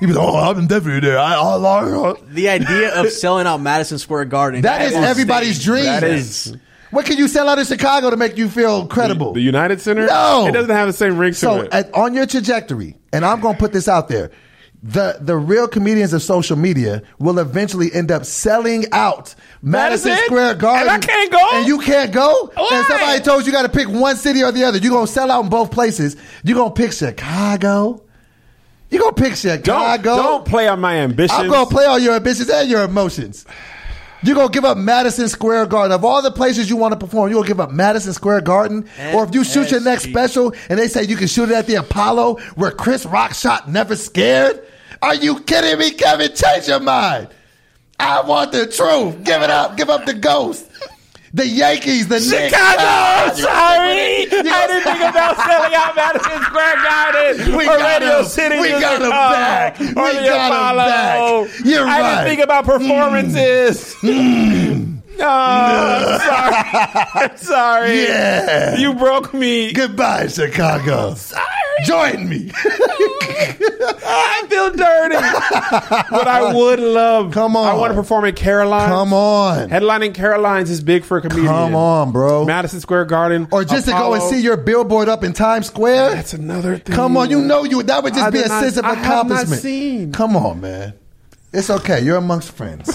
Speaker 1: You'd be like, oh, I'm definitely there. I, I, I, I.
Speaker 3: The idea of selling out Madison Square Garden.
Speaker 1: That is
Speaker 3: on
Speaker 1: everybody's
Speaker 3: stage.
Speaker 1: dream.
Speaker 3: That is.
Speaker 1: What can you sell out in Chicago to make you feel credible?
Speaker 2: The United Center?
Speaker 1: No,
Speaker 2: It doesn't have the same ring to
Speaker 1: So
Speaker 2: it.
Speaker 1: at, on your trajectory, and I'm going to put this out there: the the real comedians of social media will eventually end up selling out Madison
Speaker 2: Madison?
Speaker 1: Square Garden,
Speaker 2: And I can't go?
Speaker 1: and you can't go.
Speaker 2: Why?
Speaker 1: And somebody told you you got to pick one city or the other. You're going to sell out in both places. You're going to pick Chicago. You're going to pick Chicago.
Speaker 2: Don't, don't play on my ambition.
Speaker 1: I'm gonna play all your ambitions and your emotions. You're gonna give up Madison Square Garden. Of all the places you want to perform, you're gonna give up Madison Square Garden. or if you shoot your next
Speaker 3: MSG.
Speaker 1: special and they say you can shoot it at the Apollo where Chris Rock shot Never Scared. Are you kidding me, Kevin? Change your mind. I want the truth. Give it up. Give up the ghost. The Yankees, the Knicks. Ah,
Speaker 2: Chicago, I'm sorry. I
Speaker 1: You gonna-
Speaker 2: didn't think about selling out Madison Square Garden
Speaker 1: We
Speaker 2: or
Speaker 1: got
Speaker 2: Radio
Speaker 1: him.
Speaker 2: City.
Speaker 1: We
Speaker 2: to
Speaker 1: got him
Speaker 2: Chicago
Speaker 1: back.
Speaker 2: Or
Speaker 1: We
Speaker 2: the
Speaker 1: got him
Speaker 2: Apollo.
Speaker 1: back. You're
Speaker 2: I
Speaker 1: right. Mm.
Speaker 2: didn't think about performances. No, I'm sorry. I'm sorry.
Speaker 1: Yeah.
Speaker 2: You broke me.
Speaker 1: Goodbye, Chicago. Sorry. Join me.
Speaker 2: I feel dirty. but I would love.
Speaker 1: Come on.
Speaker 2: I want to perform at Caroline's.
Speaker 1: Come on.
Speaker 2: Headlining Caroline's is big for a comedian.
Speaker 1: Come on, bro.
Speaker 2: Madison Square Garden.
Speaker 1: or just to go and
Speaker 2: Apollo.
Speaker 1: see your billboard up in Times Square.
Speaker 2: That's another thing.
Speaker 1: Come on, you know you that would just
Speaker 2: I
Speaker 1: be
Speaker 2: did
Speaker 1: a
Speaker 2: not-
Speaker 1: sense of
Speaker 2: I have not
Speaker 1: accomplishment.
Speaker 2: seen.
Speaker 1: Come on, man. It's okay. You're amongst friends.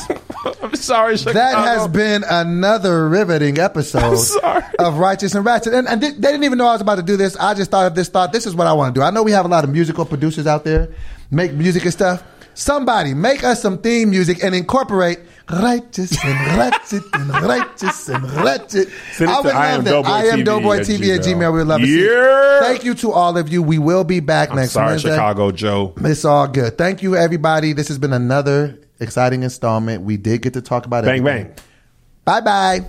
Speaker 2: I'm sorry, Chicago.
Speaker 1: That has been another riveting episode
Speaker 2: sorry.
Speaker 1: of Righteous and Ratchet. And, and they they didn't even know I was about to do this. I just thought of this thought. This is what I want to do. I know we have a lot of musical producers out there, make music and stuff. Somebody make us some theme music and incorporate righteous and ratchet and righteous and ratchet.
Speaker 2: Send it to I am Doughboy
Speaker 1: I am
Speaker 2: TV
Speaker 1: Doughboy
Speaker 2: at
Speaker 1: TV at
Speaker 2: Gmail.
Speaker 1: Gmail. We would love to see.
Speaker 2: Yeah.
Speaker 1: it. Thank you to all of you. We will be back next
Speaker 2: sorry,
Speaker 1: Wednesday.
Speaker 2: Chicago Joe.
Speaker 1: It's all good. Thank you, everybody. This has been another exciting installment. We did get to talk about
Speaker 2: Bang,
Speaker 1: everything.
Speaker 2: bang.
Speaker 1: Bye bye.